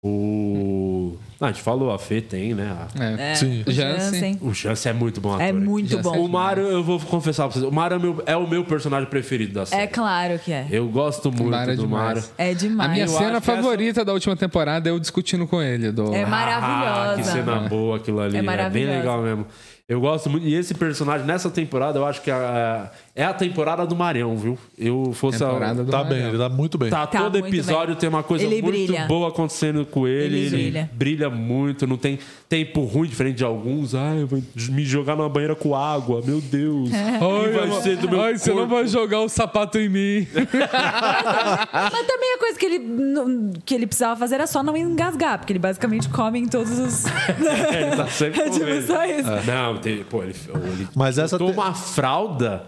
S11: O. Ah, a gente falou, a Fê tem, né? A-
S12: É. É, Sim. o Jansen. Jansen.
S11: O Jansen é muito bom ator.
S9: É muito Jansen bom. é
S11: O Mário, eu vou confessar pra vocês, o Mário é, meu- é o meu personagem preferido da série.
S9: É claro que é.
S11: Eu gosto muito
S12: Mário é
S11: do
S12: demais.
S11: Mário.
S9: É demais.
S12: A minha
S11: Eu
S12: cena
S11: acho que
S12: favorita da última temporada é eu discutindo com ele. Do...
S9: É
S11: Ah, que
S9: maravilhosa.
S11: cena boa aquilo ali.
S9: É
S11: É bem
S9: maravilhosa.
S11: legal mesmo. Eu gosto muito. E esse personagem, nessa temporada, eu acho que a- é a temporada do Marião, viu? Eu fosse
S10: Temporada
S11: a...
S10: do Tá Marião. bem, ele dá muito bem.
S11: Tá,
S10: Tá
S11: todo
S10: muito
S11: episódio
S10: bem.
S11: tem uma coisa
S10: Ele
S11: muito
S10: brilha.
S11: boa acontecendo com ele.
S10: Ele
S11: Ele,
S10: brilha.
S11: brilha. muito. Não tem tempo ruim, diferente de alguns. Ai, eu vou me jogar numa banheira com água. Meu Deus.
S12: Ai,
S11: O que vai
S12: eu-
S11: ser do meu
S12: ai, você não
S11: corpo?
S12: vai jogar o sapato em mim.
S9: Mas também a coisa que ele, não- que ele precisava fazer era só não engasgar, porque ele basicamente come em todos
S11: (laughs)
S9: os.
S11: É, ele tá sempre
S9: É tipo
S11: comendo.
S9: só isso.
S11: É. Não, tem- pô, ele, ele
S10: Mas essa
S11: botou uma fralda.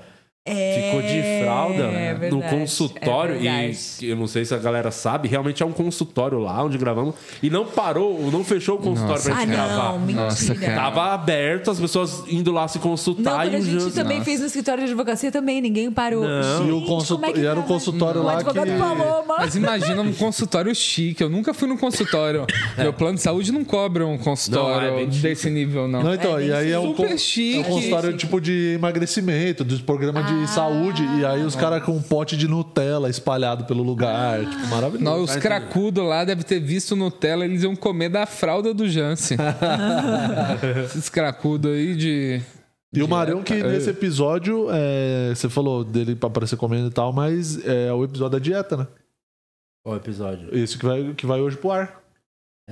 S9: É,
S11: Ficou de fralda né?
S9: é
S11: no
S9: verdade,
S11: consultório.
S9: é verdade.
S11: e eu não sei se a galera sabe, realmente é um consultório lá onde gravamos. E não parou, não fechou o consultório
S9: Nossa,
S11: pra gente
S9: ah, não,
S11: gravar.
S9: mentira. Nossa, cara.
S11: Tava aberto, as pessoas indo lá se
S9: Não,
S11: consultar
S9: quando
S11: e
S9: a
S11: o
S9: gente
S11: Jansen-
S9: também fez no escritório de advocacia também, ninguém parou.
S11: Não.
S10: E, o
S9: Gente,
S10: consulto-
S9: como é que
S10: e era o consultório
S9: O
S10: lá que.
S9: advogado falou, mano.
S12: (laughs) Mas imagina um consultório chique. Eu nunca fui num consultório.
S11: É.
S12: Meu plano de saúde não cobra um consultório
S10: Não, é bem
S12: desse nível, não.
S10: Não, então, e aí é um,
S12: Super
S10: con-
S12: chique. Ah,
S10: é um consultório tipo de emagrecimento, dos programas de saúde, e aí os caras com um pote de Nutella espalhado pelo lugar. Tipo, maravilhoso.
S12: Ah, Não,
S11: é.
S12: os cracudos lá devem ter visto Nutella, eles iam comer da fralda
S11: (laughs)
S12: do Jansen. Esses cracudos aí de.
S10: E o Marião, que
S12: dieta.
S10: nesse episódio, é, você falou dele pra aparecer comendo e tal, mas é o episódio da dieta, né?
S11: Qual episódio?
S10: Esse que vai, que vai hoje pro ar.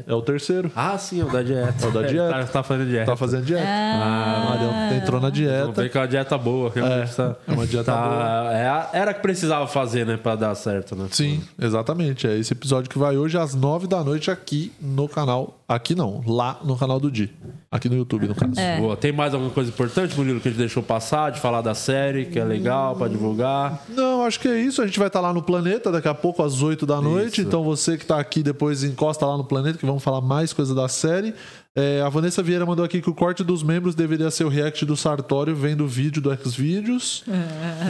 S10: É o terceiro.
S11: Ah, sim, é o da dieta.
S10: É o da
S11: É,
S10: dieta.
S11: tá- tá fazendo dieta.
S10: Tá fazendo dieta.
S11: Ah.
S10: o Marião entrou na
S11: Vamos ver
S10: dieta.
S11: que é uma dieta boa. realmente tá-
S10: é uma dieta
S11: tá-
S10: boa.
S11: é a- era a que precisava fazer, né? Pra dar certo, né?
S10: Sim, exatamente. É esse episódio que vai hoje às nove da noite aqui no canal. Aqui não, lá no canal do Di. Aqui no YouTube, no
S12: É.
S10: caso.
S11: Boa. Tem mais alguma coisa importante, Murilo, que a gente deixou passar, de falar da série, que é legal, pra divulgar?
S10: Não, acho que é isso. A gente vai estar lá no Planeta daqui a pouco, às 8 da noite. Então você que tá aqui depois encosta lá no Planeta, que vamos falar mais coisa da série. É, a Vanessa Vieira mandou aqui que o corte dos membros deveria ser o react do Sartório vendo o vídeo do Xvideos.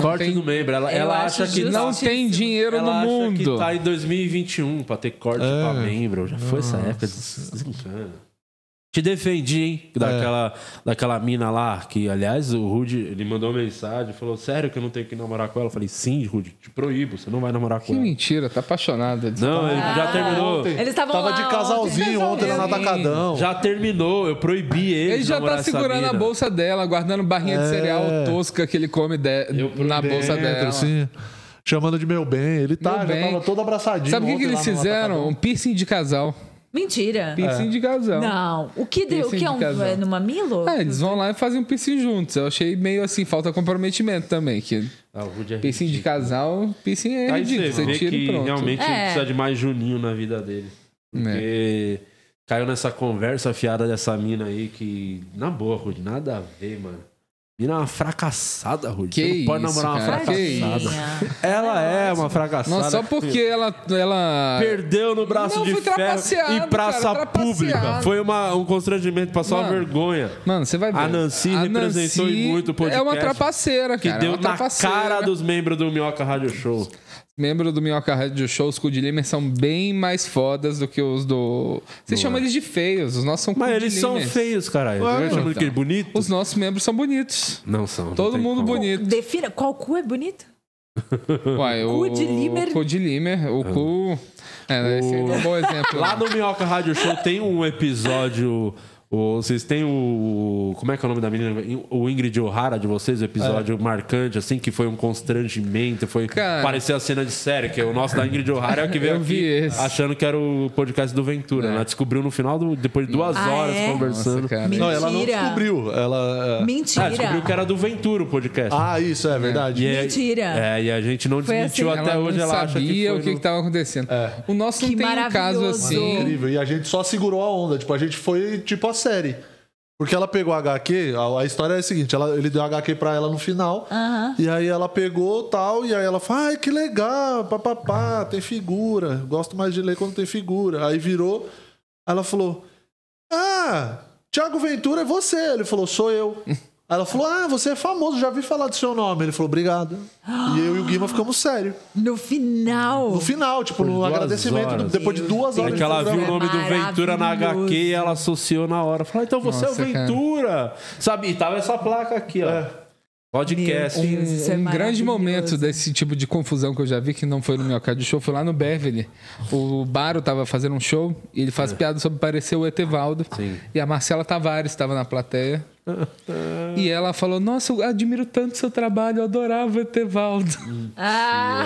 S11: Corte do membro. Ela,
S10: Eu
S11: ela
S10: acho
S11: acha que tá
S10: justíssimo. Não tem
S12: dinheiro
S11: ela
S10: no
S11: acha
S10: mundo.
S11: que tá em 2021 pra ter corte
S10: É.
S11: pra membro. Já foi essa
S10: Nossa.
S11: época. des- Desencana. Te defendi, hein? Daquela, daquela mina lá, que aliás o Rude, ele mandou uma mensagem, falou: Sério que eu não tenho que namorar com ela? Eu falei: Sim, Rude, te proibo, você não vai namorar com
S12: Que
S11: ela.
S12: mentira, tá apaixonada.
S11: Não, ele já terminou.
S9: Eles estavam
S10: Tava
S9: lá
S10: de casalzinho ontem lá na Atacadão.
S11: Já terminou, eu proibi ele.
S12: Ele
S11: de
S12: já
S11: namorar
S12: tá
S11: essa
S12: segurando a
S11: mina.
S12: bolsa dela, guardando barrinha de
S10: É.
S12: cereal tosca que ele come de- na bolsa
S10: Dentro,
S12: dela.
S10: assim, chamando de meu bem. Ele tá,
S12: Meu
S10: já
S12: bem.
S10: tava todo abraçadinho.
S12: Sabe o que,
S10: ontem
S12: que eles
S10: lá no
S12: fizeram? Um piercing de casal.
S9: Mentira.
S12: Piercing de casal.
S9: Não. O que, deu, o
S12: Piercing
S9: que é
S12: de
S9: um.
S12: casal.
S9: É no mamilo?
S12: Então, É, eles vão lá e fazem um piercing juntos. Eu achei meio assim, falta comprometimento também. Que
S11: Ah, o Rude é
S12: piercing de casal, piercing é
S11: Aí
S12: ridículo.
S11: você
S12: Você
S11: vê
S12: tira e
S11: que
S12: pronto.
S11: realmente
S12: É.
S11: precisa de mais Juninho na vida dele. Porque caiu nessa conversa fiada dessa mina aí que, na boa, Rude, nada a ver, mano. Mina é uma fracassada, Rude.
S12: Que
S11: você não pode
S12: isso,
S11: namorar uma
S12: cara, que
S11: fracassada. Ela é uma fracassada.
S12: Nossa, só porque ela. ela...
S11: Perdeu no braço
S12: Não,
S11: de
S12: foi
S11: ferro
S12: trapaceado,
S11: e praça
S12: cara,
S11: pública.
S12: trapaceado.
S11: Foi uma- um constrangimento, passou uma
S12: Mano,
S11: vergonha.
S12: Mano, você vai ver.
S11: A Nancy representou
S12: Nancy
S11: muito o podcast.
S12: É uma trapaceira,
S11: Que
S12: cara. né? é
S11: deu
S12: uma
S11: na
S12: trapaceira.
S11: cara dos membros do Minhoca Rádio Show.
S12: Membro do Minhoca Rádio Show, os Kudilimer são bem mais fodas do que os do. Vocês chamam eles de feios, os nossos são
S11: é. Mas eles são
S12: Kudilymers.
S11: feios, caralho.
S12: Ué,
S11: Eu chamo de
S12: então.
S11: que bonito.
S12: Os nossos membros são bonitos.
S11: Não são. não
S12: Todo
S11: tem
S12: mundo
S11: como.
S12: bonito.
S9: Defina. Qual cu é bonito?
S12: Uai, o.
S9: Kudilymers?
S12: O Kudilimer, o
S11: Ah.
S12: cu. É, esse é um bom exemplo.
S11: Lá no Minhoca Rádio Show tem um episódio O- vocês têm o. Como é que é o nome da menina? O Ingrid O'Hara de vocês, o episódio
S9: É.
S11: marcante, assim, que foi um constrangimento. Foi. Parecia a cena de série, que o nosso da Ingrid O'Hara é o que veio
S12: Eu
S11: aqui
S12: vi esse.
S11: achando que era o podcast do Ventura. Ela descobriu no final, do- depois de duas
S9: É. Ah,
S11: horas
S9: é?
S11: conversando.
S9: Nossa, cara. Não,
S10: ela não Mentira. descobriu. Ela.
S11: é-
S9: Mentira.
S11: Ah, descobriu que era do Ventura o podcast.
S10: Ah, isso é verdade.
S11: E é-
S9: Mentira.
S11: É, e a gente não
S9: Foi
S11: desmentiu
S9: assim.
S11: até
S9: Ela não
S11: hoje, ela acha que
S12: sabia
S11: foi
S12: o que
S11: no- É.
S12: que tava acontecendo. O nosso
S9: Que
S12: não tem um caso
S9: maravilhoso.
S12: assim.
S10: Incrível. E a gente só segurou a onda. Tipo, a gente foi tipo a série. Porque ela pegou a HQ, a, a história é a seguinte, ela- ele deu a HQ pra ela no final, e aí ela pegou tal, e aí ela fala, ai, que legal, papapá, tem figura, gosto mais de ler quando tem figura. Aí virou, ela falou, ah, Thiago Ventura é você. Ele falou, sou eu.
S11: (laughs)
S10: Aí ela falou, ah, você é famoso, já vi falar do seu nome. Ele falou, obrigado. E eu e o Guima ficamos sérios.
S9: No final?
S10: No final, tipo, no
S11: duas
S10: agradecimento,
S11: horas.
S10: depois de duas horas.
S11: É
S10: de
S11: que ela
S12: então,
S11: viu
S10: programa.
S11: o nome do Ventura na HQ e ela associou na hora. Falou, então você
S12: Nossa,
S11: é o
S12: cara. É.
S11: Ventura. Sabe? E tava essa placa aqui, ó. Podcast.
S12: Um,
S11: é
S12: um grande momento desse tipo de confusão que eu já vi, que não foi no meu caso de show, foi lá no Beverly. O Baro tava fazendo um show e ele
S11: É.
S12: faz piada sobre parecer o Etevaldo. E a Marcela Tavares estava
S11: (laughs)
S12: na plateia. E ela falou: Nossa, eu admiro tanto seu trabalho, eu adorava o Etevaldo.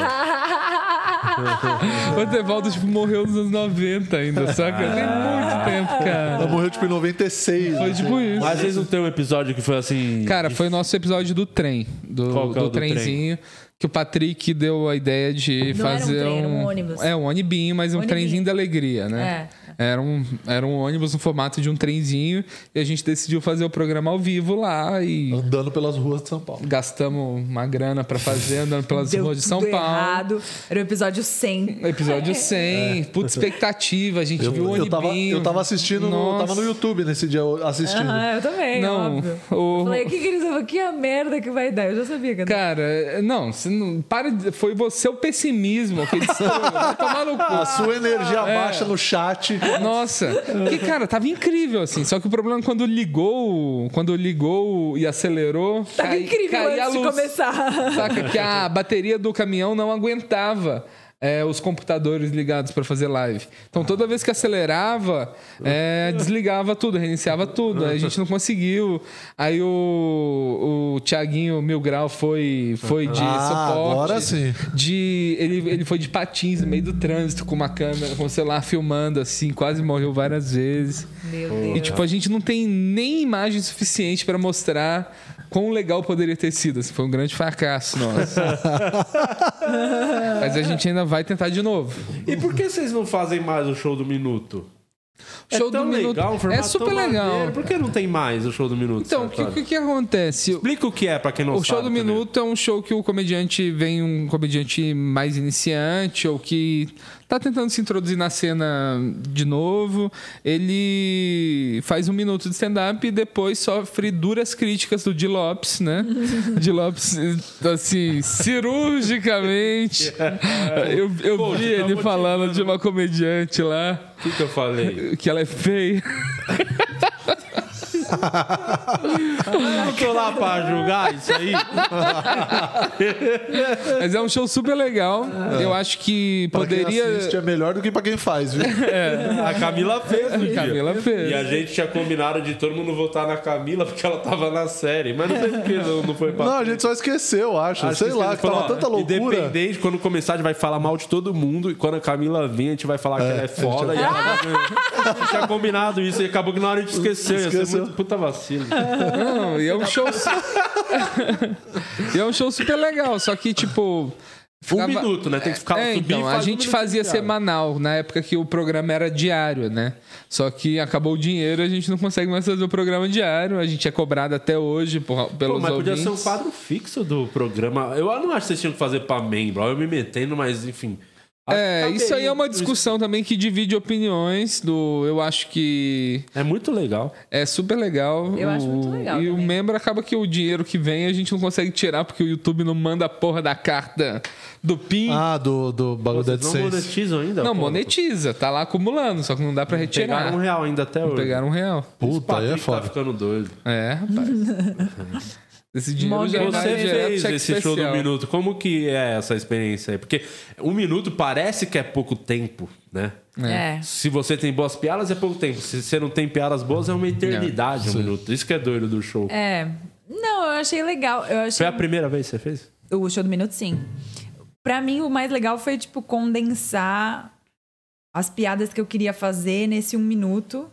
S9: Ah.
S12: o Etevaldo tipo, morreu nos anos 90 ainda, saca? Tem
S11: Ah.
S12: muito tempo, cara.
S10: Ela morreu tipo em 96.
S12: Foi tipo isso.
S11: Mas vocês não tem um episódio que foi assim.
S12: Cara, foi o nosso episódio do trem. Do,
S11: Qual que é o
S12: do
S11: do
S12: trenzinho. Que o Patrick deu a ideia de
S9: Não era um
S12: fazer
S9: trem, era um ônibus.
S12: É, um ônibinho, mas um
S9: Ônibinho. É.
S12: trenzinho da alegria, né? Era, um, era um ônibus no formato de um trenzinho. E a gente decidiu fazer o programa ao vivo lá. e
S10: Andando pelas ruas de São Paulo.
S12: Gastamos uma grana pra fazer, andando pelas
S9: Deu
S12: ruas de São
S9: tudo
S12: Paulo.
S9: errado. É. Era o episódio 100.
S12: Episódio 100. Puta expectativa, a gente
S10: É. Eu,
S12: viu o
S10: eu,
S12: ônibus.
S10: tava, eu tava assistindo, no, tava no YouTube nesse dia assistindo.
S9: (laughs) Aham, eu também,
S12: Não,
S9: óbvio.
S12: o-
S9: Eu falei, o que, que eles vão... Que a merda que vai dar? Eu já sabia que ia dar.
S12: Cara, não, você não para de, foi você o pessimismo que destruiu. Vai tomar no cu.
S10: A sua energia baixa no chat.
S12: Nossa, que cara, tava incrível assim. Só que o problema é quando ligou, quando ligou e acelerou,
S9: Tava incrível
S12: caía
S9: antes de começar.
S12: Saca que a bateria do caminhão não aguentava. é, os computadores ligados pra fazer live. Então toda vez que acelerava, é, desligava tudo, reiniciava tudo. Aí a gente não conseguiu. Aí o, o Thiaguinho Mil Grau foi, foi de
S10: Ah,
S12: suporte.
S10: agora sim.
S12: De, ele, ele foi de patins no meio do trânsito com uma câmera, com o celular filmando, assim, quase morreu várias vezes.
S9: Meu
S12: E tipo, a gente não tem nem imagem suficiente pra mostrar quão legal poderia ter sido. Assim, foi um grande fracasso nosso. Mas a gente ainda vai tentar de novo.
S11: E por que vocês não fazem mais o show do minuto?
S12: Show
S11: é tão
S12: do Minuto-
S11: legal, um formato
S12: é super
S11: tão
S12: legal.
S11: maneiro. Por que não tem mais o show do minuto?
S12: Então, o que-
S11: Sartori?
S12: que, que acontece?
S11: Explica o que é pra quem não
S12: o show do
S11: sabe.
S12: minuto é um show que o comediante vem um comediante mais iniciante ou que tá tentando se introduzir na cena de novo. Ele faz um minuto de stand-up e depois sofre duras críticas do Di Lopes, né? Di Lopes, assim, cirurgicamente. Eu, eu
S11: Pô,
S12: vi
S11: você tá
S12: ele falando de uma comediante lá
S11: O que, que eu
S12: (laughs)
S11: falei?
S12: que ela é feia.
S11: Eu não tô lá pra julgar isso aí.
S12: Mas é um show super legal. Eu acho que
S10: Pra quem
S12: poderia.
S10: assiste é melhor do que pra quem faz, viu?
S11: A Camila fez no dia.
S12: Camila fez.
S11: é E a gente tinha combinado de todo mundo votar na Camila porque ela tava na série. Mas não sei por que não, não foi pra
S10: Não, a gente só esqueceu, acho.
S11: Acho
S10: Sei
S11: que
S10: lá,
S11: ele
S10: que
S11: falou, "Ah,
S10: tava
S11: ó,
S10: tanta loucura.
S11: Independente, quando começar, a gente vai falar mal de todo mundo. E quando a Camila vir, a gente vai falar que ela é foda. E ela vai ganhar. a gente tinha combinado isso. E acabou que na hora a gente esqueceu. Ia ser
S10: Esqueceu.
S11: muito puta vacilo.
S12: Não, e é um show. (laughs) e é um show super legal, só que, tipo.
S11: Um minuto, né? Tem que ficar
S12: é,
S11: subir e
S12: então,
S11: faz
S12: a
S11: um
S12: gente
S11: minuto
S12: fazia
S11: de piada.
S12: semanal, na época que o programa era diário, né? Só que acabou o dinheiro, a gente não consegue mais fazer o programa diário. A gente é cobrado até hoje por, pelos
S11: Pô, mas podia
S12: ouvintes.
S11: ser um quadro fixo do programa. Eu não acho que vocês tinham que fazer pra membro. Eu me metendo, mas enfim.
S12: É,
S11: Caberia
S12: isso aí é uma discussão também que divide opiniões do, eu acho que
S11: É muito legal.
S12: é super legal.
S9: Eu acho muito
S12: O-
S9: legal
S12: E o membro acaba que o dinheiro que vem a gente não consegue tirar porque o YouTube não manda a porra da carta do PIN.
S10: Ah, do, do bagulho da
S11: Vocês não
S10: AdSense.
S11: monetizam ainda?
S12: Não,
S11: pô?
S12: monetiza, tá lá acumulando, só que não dá pra retirar.
S11: Pegaram um real ainda até hoje.
S12: Pegaram um real.
S11: Puta, aí é foda. Tá ficando doido. (laughs)
S12: É, rapaz. Esse dinheiro já vai
S11: Você
S12: direto
S11: fez
S12: cheque
S11: esse show do
S12: especial.
S11: minuto. Como que é essa experiência aí? Porque um minuto parece que é pouco tempo, né?
S9: É. É.
S11: Se você tem boas piadas, é pouco tempo. Se você não tem piadas boas, é uma eternidade um minuto. Isso que é doido do show.
S9: É. Não, eu achei legal. Eu achei...
S11: Foi a primeira vez que você fez?
S9: O show do Minuto, sim. Pra mim, o mais legal foi, tipo, condensar as piadas que eu queria fazer nesse um minuto,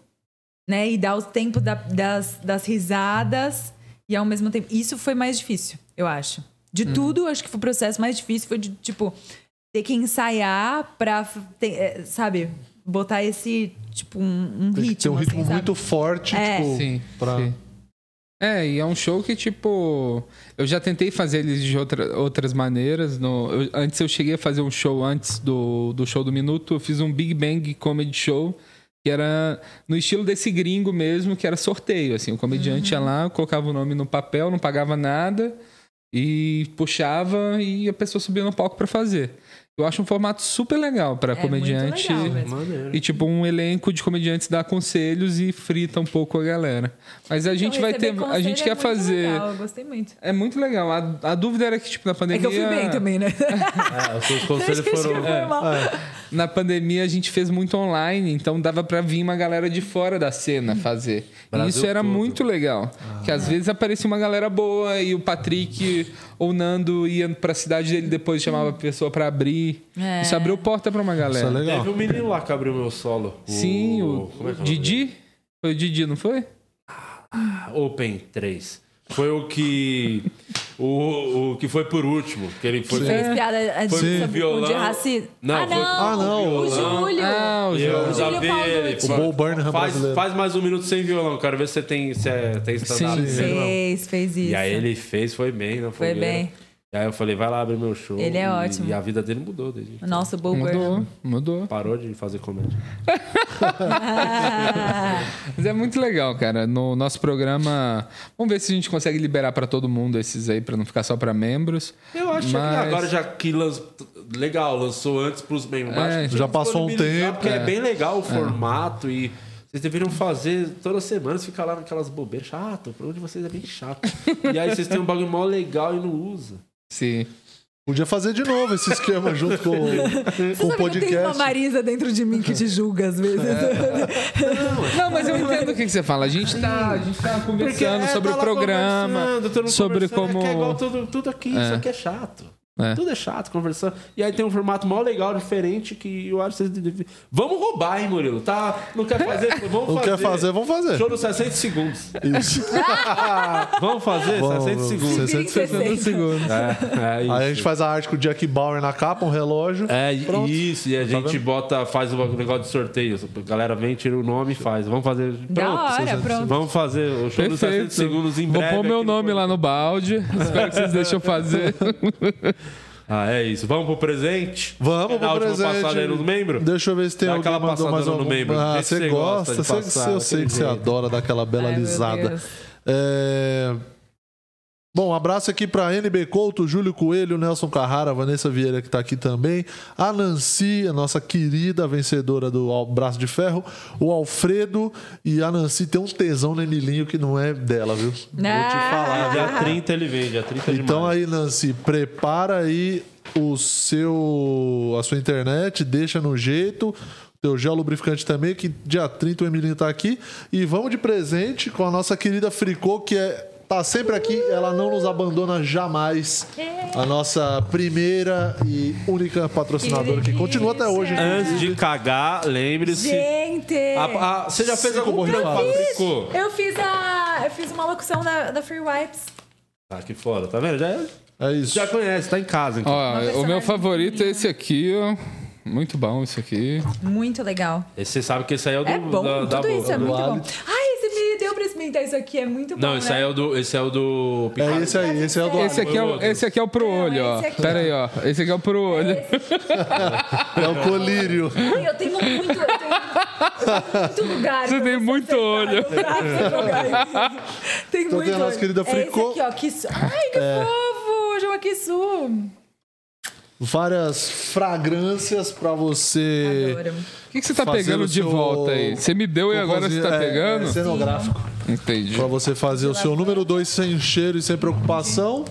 S9: né? E dar os tempos da- das, das risadas e ao mesmo tempo. Isso foi mais difícil, eu acho. De
S12: Uhum.
S19: Hum.
S9: tudo, eu acho que foi o processo mais difícil foi de, tipo, ter que ensaiar pra, f- ter, eh, sabe, botar esse, tipo, um, um
S10: Tem que ter um
S9: ritmo.
S10: ritmo
S9: assim, sabe?
S10: muito forte,
S9: É.
S10: tipo,
S12: Sim,
S10: pra...
S12: sim. É, e é um show que, tipo, eu já tentei fazer eles de outra- outras maneiras. no- eu- antes eu cheguei a fazer um show antes do, do show do Minuto, eu fiz um Big Bang Comedy Show, que era no estilo desse gringo mesmo, que era sorteio. Assim, o comediante
S11: Uhum.
S12: ia lá, colocava o nome no papel, não pagava nada, e puxava e a pessoa subia no palco pra fazer. Eu acho um formato super legal pra
S11: É, muito
S12: comediante.
S11: legal mesmo. Maneiro.
S12: E tipo, um elenco de comediantes dá conselhos e frita um pouco a galera. Mas a gente
S9: Então,
S12: vai
S9: receber
S12: ter. A
S9: conselho
S12: gente
S9: é
S12: quer
S9: muito
S12: fazer.
S9: legal, eu gostei muito.
S12: É muito legal. A, a dúvida era que, tipo, na pandemia.
S9: É que eu fui bem também,
S12: (laughs)
S9: né?
S11: É, os seus
S9: conselhos Acho que foram- foi mal.
S12: É. Na pandemia a gente fez muito online, então dava pra vir uma galera de fora da cena fazer. E
S11: Brasil
S12: isso era muito legal. Que às vezes aparecia uma galera boa e o Patrick ou o Nando ia pra cidade dele depois chamava a pessoa pra abrir.
S11: É.
S12: Isso abriu porta pra uma galera.
S11: Teve um menino lá que abriu meu solo.
S12: Sim, o,
S11: como é que é o nome
S12: Didi? Foi o Didi, não foi?
S11: Open 3. Foi o que. o, o que foi por último. Que ele foi
S9: Que fez piada é,
S11: Foi
S9: de,
S11: com
S9: sobre-
S11: violão.
S9: de racismo.
S11: Não,
S9: ah,
S11: foi-
S9: não.
S11: Ah, não,
S9: O
S11: o violão.
S9: Júlio.
S12: Ah, o
S11: E eu
S12: Júlio.
S11: já
S12: Júlio
S11: vi ele.
S12: Paulucci.
S11: Fala,
S12: O Bo
S11: faz,
S12: Burnham brasileiro.
S11: faz mais um minuto sem violão. Quero ver se você tem, se é, tem stand-up.
S9: Sim,
S11: Não sei, não.
S9: fez, fez isso.
S11: E aí ele fez, foi bem, não
S9: Foi bem.
S11: E aí eu falei, vai lá abrir meu show.
S9: Ele é
S11: E-
S9: ótimo.
S11: E a vida dele mudou desde.
S9: O nosso Bo Mudou, Burnham.
S12: mudou.
S11: Parou de fazer comédia.
S12: Mas é muito legal, cara. No nosso programa, vamos ver se a gente consegue liberar pra todo mundo esses aí, pra não ficar só pra membros.
S11: Eu acho
S12: Mas-
S11: que agora já que lançou. Legal, lançou antes pros membros.
S12: É,
S11: Acho que tem
S12: já
S11: que
S12: passou um
S11: disponibilizar,
S12: tempo.
S11: Porque é.
S12: É.
S11: bem legal o
S12: É.
S11: formato e. Vocês deveriam fazer toda semana, você fica lá naquelas bobeiras. Chato, o programa de vocês é bem chato. e aí vocês têm um bagulho mó legal e não usa.
S12: Sim.
S10: Podia fazer de novo esse esquema junto com,
S9: Você
S10: com
S9: sabe
S10: o
S9: que tem uma
S10: podcast.
S9: Marisa dentro de mim que te julga às vezes.
S11: É.
S9: (laughs)
S12: Não, mas eu entendo o que, que você fala. A gente tá, a gente tá conversando
S11: Porque, é,
S12: sobre
S11: tá
S12: o
S11: lá
S12: programa,
S11: conversando, todo mundo
S12: sobre
S11: conversando,
S12: como.
S11: É, que é igual tudo, tudo aqui,
S12: É.
S11: isso aqui é chato.
S12: É.
S11: Tudo é chato, conversando. E aí tem um formato mó legal, diferente, que eu acho que vocês devem... Vamos roubar, hein, Murilo? Tá? Não
S12: (laughs)
S11: quer fazer? Vamos
S10: Não
S11: fazer.
S10: quer fazer, vamos fazer.
S11: Show nos 60 segundos.
S10: Isso.
S11: vamos fazer?
S10: Vamos,
S11: 60 segundos.
S10: 60
S11: 60
S10: segundos.
S11: É, é isso.
S10: Aí a gente faz a arte com o Jack Bauer na capa, um relógio.
S11: É, e
S10: Pronto.
S11: isso, e a
S10: Tá
S11: gente
S10: vendo?
S11: bota, faz o negócio de sorteio. A galera vem, tira o nome e faz. Vamos fazer. Pronto.
S9: hora, 60 pronto.
S11: Vamos fazer o show nos 60
S12: Perfeito.
S11: segundos em
S12: Vou
S11: breve.
S12: pôr meu
S11: aqui no
S12: nome lá
S11: (laughs)
S12: no balde. Espero que vocês deixem eu fazer.
S11: Ah, é isso. Vamos pro presente?
S10: Vamos
S11: Dá a
S10: pro
S11: É última
S10: presente.
S11: passada aí nos membros?
S10: Deixa eu ver se tem
S11: Dá
S10: alguém
S11: aquela
S10: que mandou
S11: passadona
S10: mais
S11: no
S10: algum.
S11: membro.
S10: Ah,
S11: Vê se
S10: você gosta,
S11: de
S10: você-
S11: passar,
S10: eu sei
S11: daquele
S10: que você
S11: jeito.
S10: adora daquela bela
S11: Ai, meu
S10: lisada.
S11: Deus.
S10: É... Bom, um abraço aqui pra NB Couto, Júlio Coelho, Nelson Carrara, Vanessa Vieira que tá aqui também, a Nancy, a nossa querida vencedora do Al- Braço de Ferro, o Alfredo e a Nancy tem um tesão no Emilinho que não é dela, viu?
S11: Vou te falar, Ah,
S9: (laughs)
S11: dia 30 ele vem, dia é 30 de
S10: Então aí, Nancy, prepara aí o seu a sua internet, deixa no jeito, teu gel lubrificante também, que dia 30 o Emilinho tá aqui e vamos de presente com a nossa querida Fricô, que é tá sempre aqui, ela não nos abandona jamais. A nossa primeira e única patrocinadora que continua até hoje.
S11: Antes de cagar, lembre-se.
S9: Gente!
S11: A- a- você já fez
S10: Cinco
S11: algum trampo?
S10: borrifadas.
S11: Ficou.
S9: Eu fiz a. Eu fiz uma locução da, da Free Wipes.
S11: Tá aqui fora, tá vendo? Já é,
S10: é isso.
S11: Já conhece, tá em casa. Então.
S12: Ó, o meu favorito é esse aqui, ó. Muito bom esse aqui.
S9: Muito legal.
S11: Esse Você sabe que esse aí é o do,
S9: É bom,
S11: da, da
S9: tudo isso é
S11: boca.
S9: muito bom. Ai, você me deu pra experimentar isso aqui, é muito bom.
S11: Não, esse
S9: né?
S11: aí é o do. Esse é o do. Picado.
S10: esse aí, esse é o do
S12: Esse aqui é o, esse aqui é o pro olho, ó.
S9: aqui,
S12: Pera aí, ó. Esse aqui é o pro olho.
S10: É o colírio.
S9: Ai, eu tenho muito, eu tenho muito lugar.
S12: Você tem muito olho.
S9: Tem
S10: É. Tô
S9: muito
S10: vendo a nossa
S9: olho.
S10: querida
S9: é
S10: Fricô.
S9: Esse aqui, ó, Kisu. Ai, que
S10: É.
S9: fofo! Joaquim Su.
S10: Várias fragrâncias pra você.
S9: Adoro.
S11: é,
S12: O que, que você tá pegando de volta aí? Você me deu e agora você tá pegando?
S10: é, cenográfico.
S12: Entendi.
S10: Pra você fazer o seu número 2 sem cheiro e sem preocupação.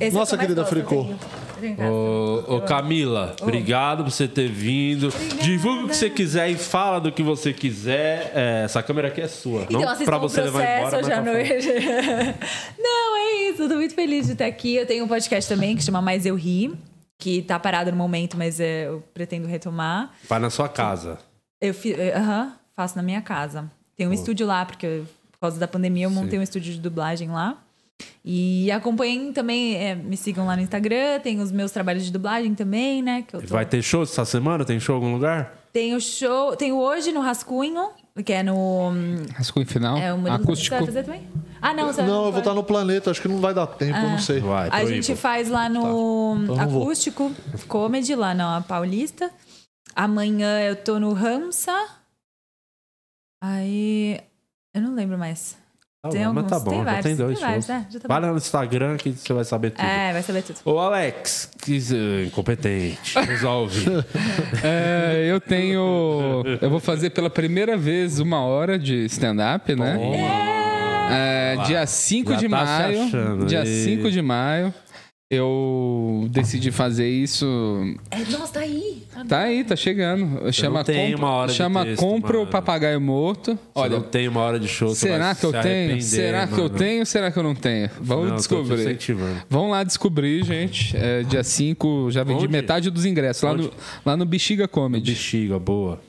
S11: Esse
S10: Nossa
S9: é
S11: eu tô mais
S10: querida
S11: próxima,
S10: Fricô.
S11: Ô, ô, Camila, obrigado por você ter vindo. Divulga o que você quiser e fala do que você quiser. É, essa câmera aqui é sua.
S9: Então,
S11: não
S9: assistam
S11: pra
S9: o
S11: você
S9: processo
S11: levar embora. mas tá
S9: hoje à
S11: pra fora.
S9: noite. (laughs) Não, é isso. Eu tô muito feliz de estar aqui. Eu tenho um podcast também que chama Mais Eu Ri, que tá parado no momento, mas é, eu pretendo retomar.
S11: Vai na sua casa.
S9: Eu fi, eh, aham, faço na minha casa. Tem um
S11: Boa.
S9: estúdio lá, porque eu- por causa da pandemia eu montei
S11: Sim.
S9: um estúdio de dublagem lá. E acompanhem também, eh, me sigam lá no Instagram, tem os meus trabalhos de dublagem também, né? Que eu tô...
S11: Vai ter show essa semana? Tem show em algum lugar?
S9: Tem o show, tem o hoje no Rascunho, que é no. hum,
S12: Rascunho
S11: Ah,
S12: final.
S9: É, o Murilo
S12: Acústico.
S9: Você vai fazer também? Ah, não, você vai-
S10: eu vou estar no planeta, acho que não vai dar tempo, eu
S9: Ah.
S10: não sei. Vai,
S9: a gente faz lá no
S10: Então eu vou.
S9: Acústico Comedy, lá na Paulista. Amanhã eu tô no Ramsa. Aí. Eu não lembro mais.
S11: Tá bom, mas tá bom, já tem dois
S9: vários,
S11: shows.
S9: né? Já tá
S11: Vai
S9: bom.
S11: lá no Instagram que você vai saber tudo.
S9: É, vai saber tudo.
S11: Ô, Alex, que eh, incompetente,
S9: (laughs)
S11: resolve.
S12: É, eu tenho. Eu vou fazer pela primeira vez uma hora de stand-up, né? É,
S11: Olha lá.
S12: dia 5
S11: Já
S12: de
S11: tá se
S12: maio.
S11: achando,
S12: Dia
S11: e-
S12: 5 de maio. Eu decidi fazer isso.
S9: É, nossa, tá aí.
S12: Tá aí, tá chegando. Chama,
S11: não tenho
S12: compra,
S11: uma hora de
S12: chama
S11: texto,
S12: Compra o
S11: mano.
S12: Papagaio Morto.
S11: Você
S12: Olha,
S11: não tem uma hora de show. você vai
S12: Será que
S11: se
S12: eu tenho?
S11: arrepender,
S12: Será que eu
S11: mano.
S12: tenho? Será que eu não tenho? Vamos
S11: Não, eu tô te
S12: descobrir.
S11: incentivando.
S12: Vamos lá descobrir, gente. É, dia 5, já vendi
S11: Onde?
S12: metade dos ingressos. Lá no,
S11: Onde?
S12: lá no Bexiga Comedy.
S11: Bexiga, boa.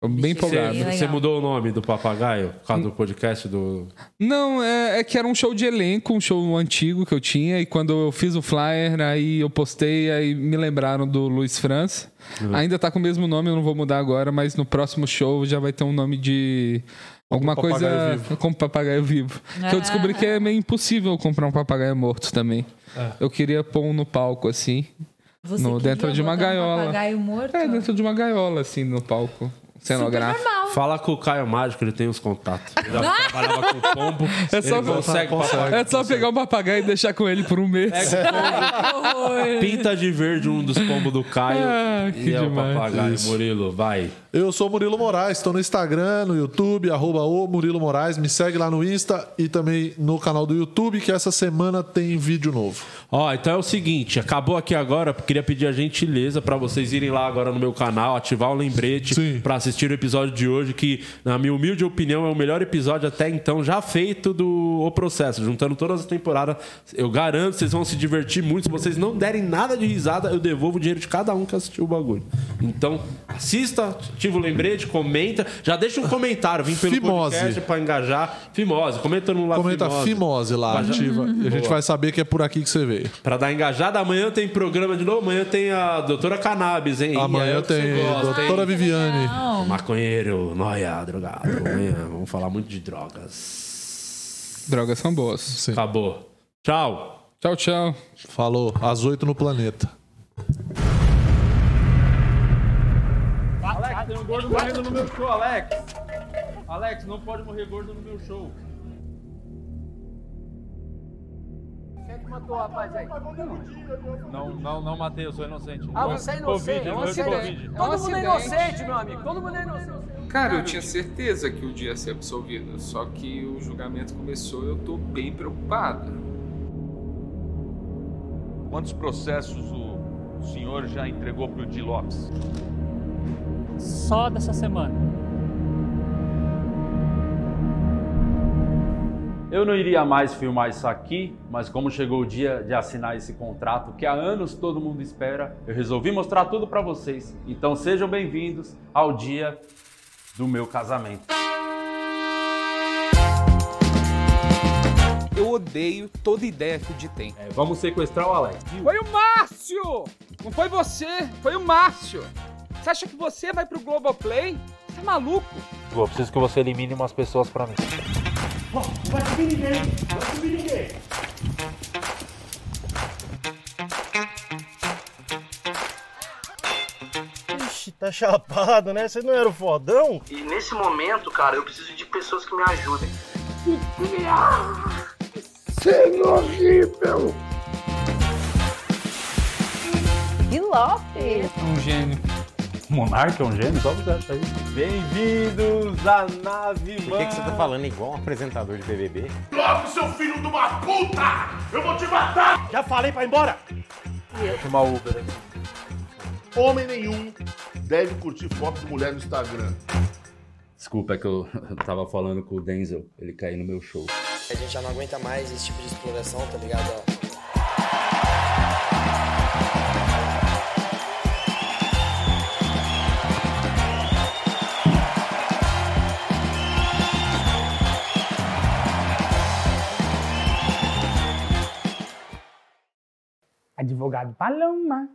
S12: Bem empolgado.
S11: Você, você mudou o nome do papagaio por causa do podcast do.
S12: Não, é, é que era um show de elenco, um show antigo que eu tinha. E quando eu fiz o flyer, aí eu postei, aí me lembraram do Luiz França.
S10: Uhum.
S12: Ainda tá com o mesmo nome, eu não vou mudar agora, mas no próximo show já vai ter um nome de. Alguma
S10: Como
S12: coisa
S10: papagaio vivo.
S12: como papagaio vivo. Que eu descobri que é meio impossível comprar um papagaio morto também.
S10: É.
S12: Eu queria pôr um no palco, assim.
S9: Você
S12: no,
S9: queria
S12: dentro de uma
S9: botar um
S12: gaiola.
S9: papagaio morto?
S12: É, dentro de uma gaiola, assim, no palco. Cenográfico.
S9: normal.
S11: Fala com o Caio Mágico, ele tem os contatos. Ele já trabalhava com o pombo.
S12: É só,
S11: ele consegue passar.
S12: é só pegar um papagaio e deixar com ele por um mês.
S11: Pinta de verde um dos pombos do Caio.
S10: Ah,
S11: e
S10: que
S11: é o
S10: demais.
S11: papagaio,
S10: Isso.
S11: Murilo, vai.
S10: Eu sou Murilo Moraes, estou no Instagram, no YouTube, arroba o Murilo Moraes. Me segue lá no Insta e também no canal do YouTube, que essa semana tem vídeo novo.
S11: Ó, então é o seguinte, acabou aqui agora, queria pedir a gentileza pra vocês irem lá agora no meu canal, ativar o lembrete pra assistir o episódio de hoje, que na minha humilde opinião é o melhor episódio até então já feito do O Processo, juntando todas as temporadas. Eu garanto, vocês vão se divertir muito, se vocês não derem nada de risada, eu devolvo o dinheiro de cada um que assistiu o bagulho. Então, assista, ativa o lembrete, comenta, já deixa um comentário, vim pelo
S10: Fimose.
S11: podcast pra engajar. Fimose, comenta no lá
S10: Comenta Fimose lá,
S11: Vai já-
S10: ativa. E a gente
S11: Boa.
S10: vai saber que é por aqui que você veio.
S11: Pra dar engajada, amanhã tem programa de novo. Amanhã tem a doutora Cannabis, hein?
S10: Amanhã
S11: E aí,
S10: tem
S11: é você gosta,
S10: doutora
S11: hein?
S10: Viviane.
S11: Maconheiro, noia, drogado. Amanhã vamos falar muito de drogas.
S12: (laughs) Drogas são boas.
S11: Acabou. Tchau.
S12: Tchau, tchau.
S10: Falou, às oito no planeta.
S5: Alex, tem um gordo morrendo no meu show, Alex. Alex, não pode morrer gordo no meu show.
S2: Quem é que matou o rapaz aí?
S1: Não, não, não matei, eu sou inocente.
S2: Ah, você é inocente.
S1: Covid,
S2: é um
S1: morreu de
S2: acidente.
S1: Covid.
S2: Todo mundo
S3: acidente.
S2: é inocente, meu amigo. Todo mundo é inocente.
S4: Cara, eu tinha certeza que o Um dia ia ser absolvido, só que o julgamento começou e eu tô bem preocupado.
S19: Quantos processos o senhor já entregou para o Di Lopes?
S14: Só dessa semana.
S1: Eu não iria mais filmar isso aqui, mas como chegou o dia de assinar esse contrato que há anos todo mundo espera, eu resolvi mostrar tudo pra vocês. Então sejam bem-vindos ao dia do meu casamento.
S3: Eu odeio toda ideia que o Di tem.
S1: É, Vamos sequestrar o Alex.
S3: Foi o Márcio! Não foi você, foi o Márcio. Você acha que você vai pro Globoplay? Você é maluco?
S1: Eu preciso que você elimine umas pessoas pra mim.
S7: Vai subir ninguém! Vai subir ninguém!
S20: Ixi, tá chapado, né? Você não era o fodão?
S15: E nesse momento, cara, eu preciso de pessoas que me ajudem.
S16: Senhor horrível! Que Lopes!
S12: Um gênio.
S1: Monarca é um gênio? Só você acha aí.
S17: Bem-vindos à nave, mano. Por que, que você tá falando igual um apresentador de BBB?
S7: Logo, seu filho de uma puta! Eu vou te matar! Já falei pra ir embora!
S1: Chamar o Uber aqui.
S8: Homem nenhum deve curtir foto de mulher no Instagram.
S1: Desculpa, é que eu eu tava falando com o Denzel. Ele caiu no meu show.
S18: A gente já não aguenta mais esse tipo de exploração, tá ligado? ó?
S6: Advogado Paloma.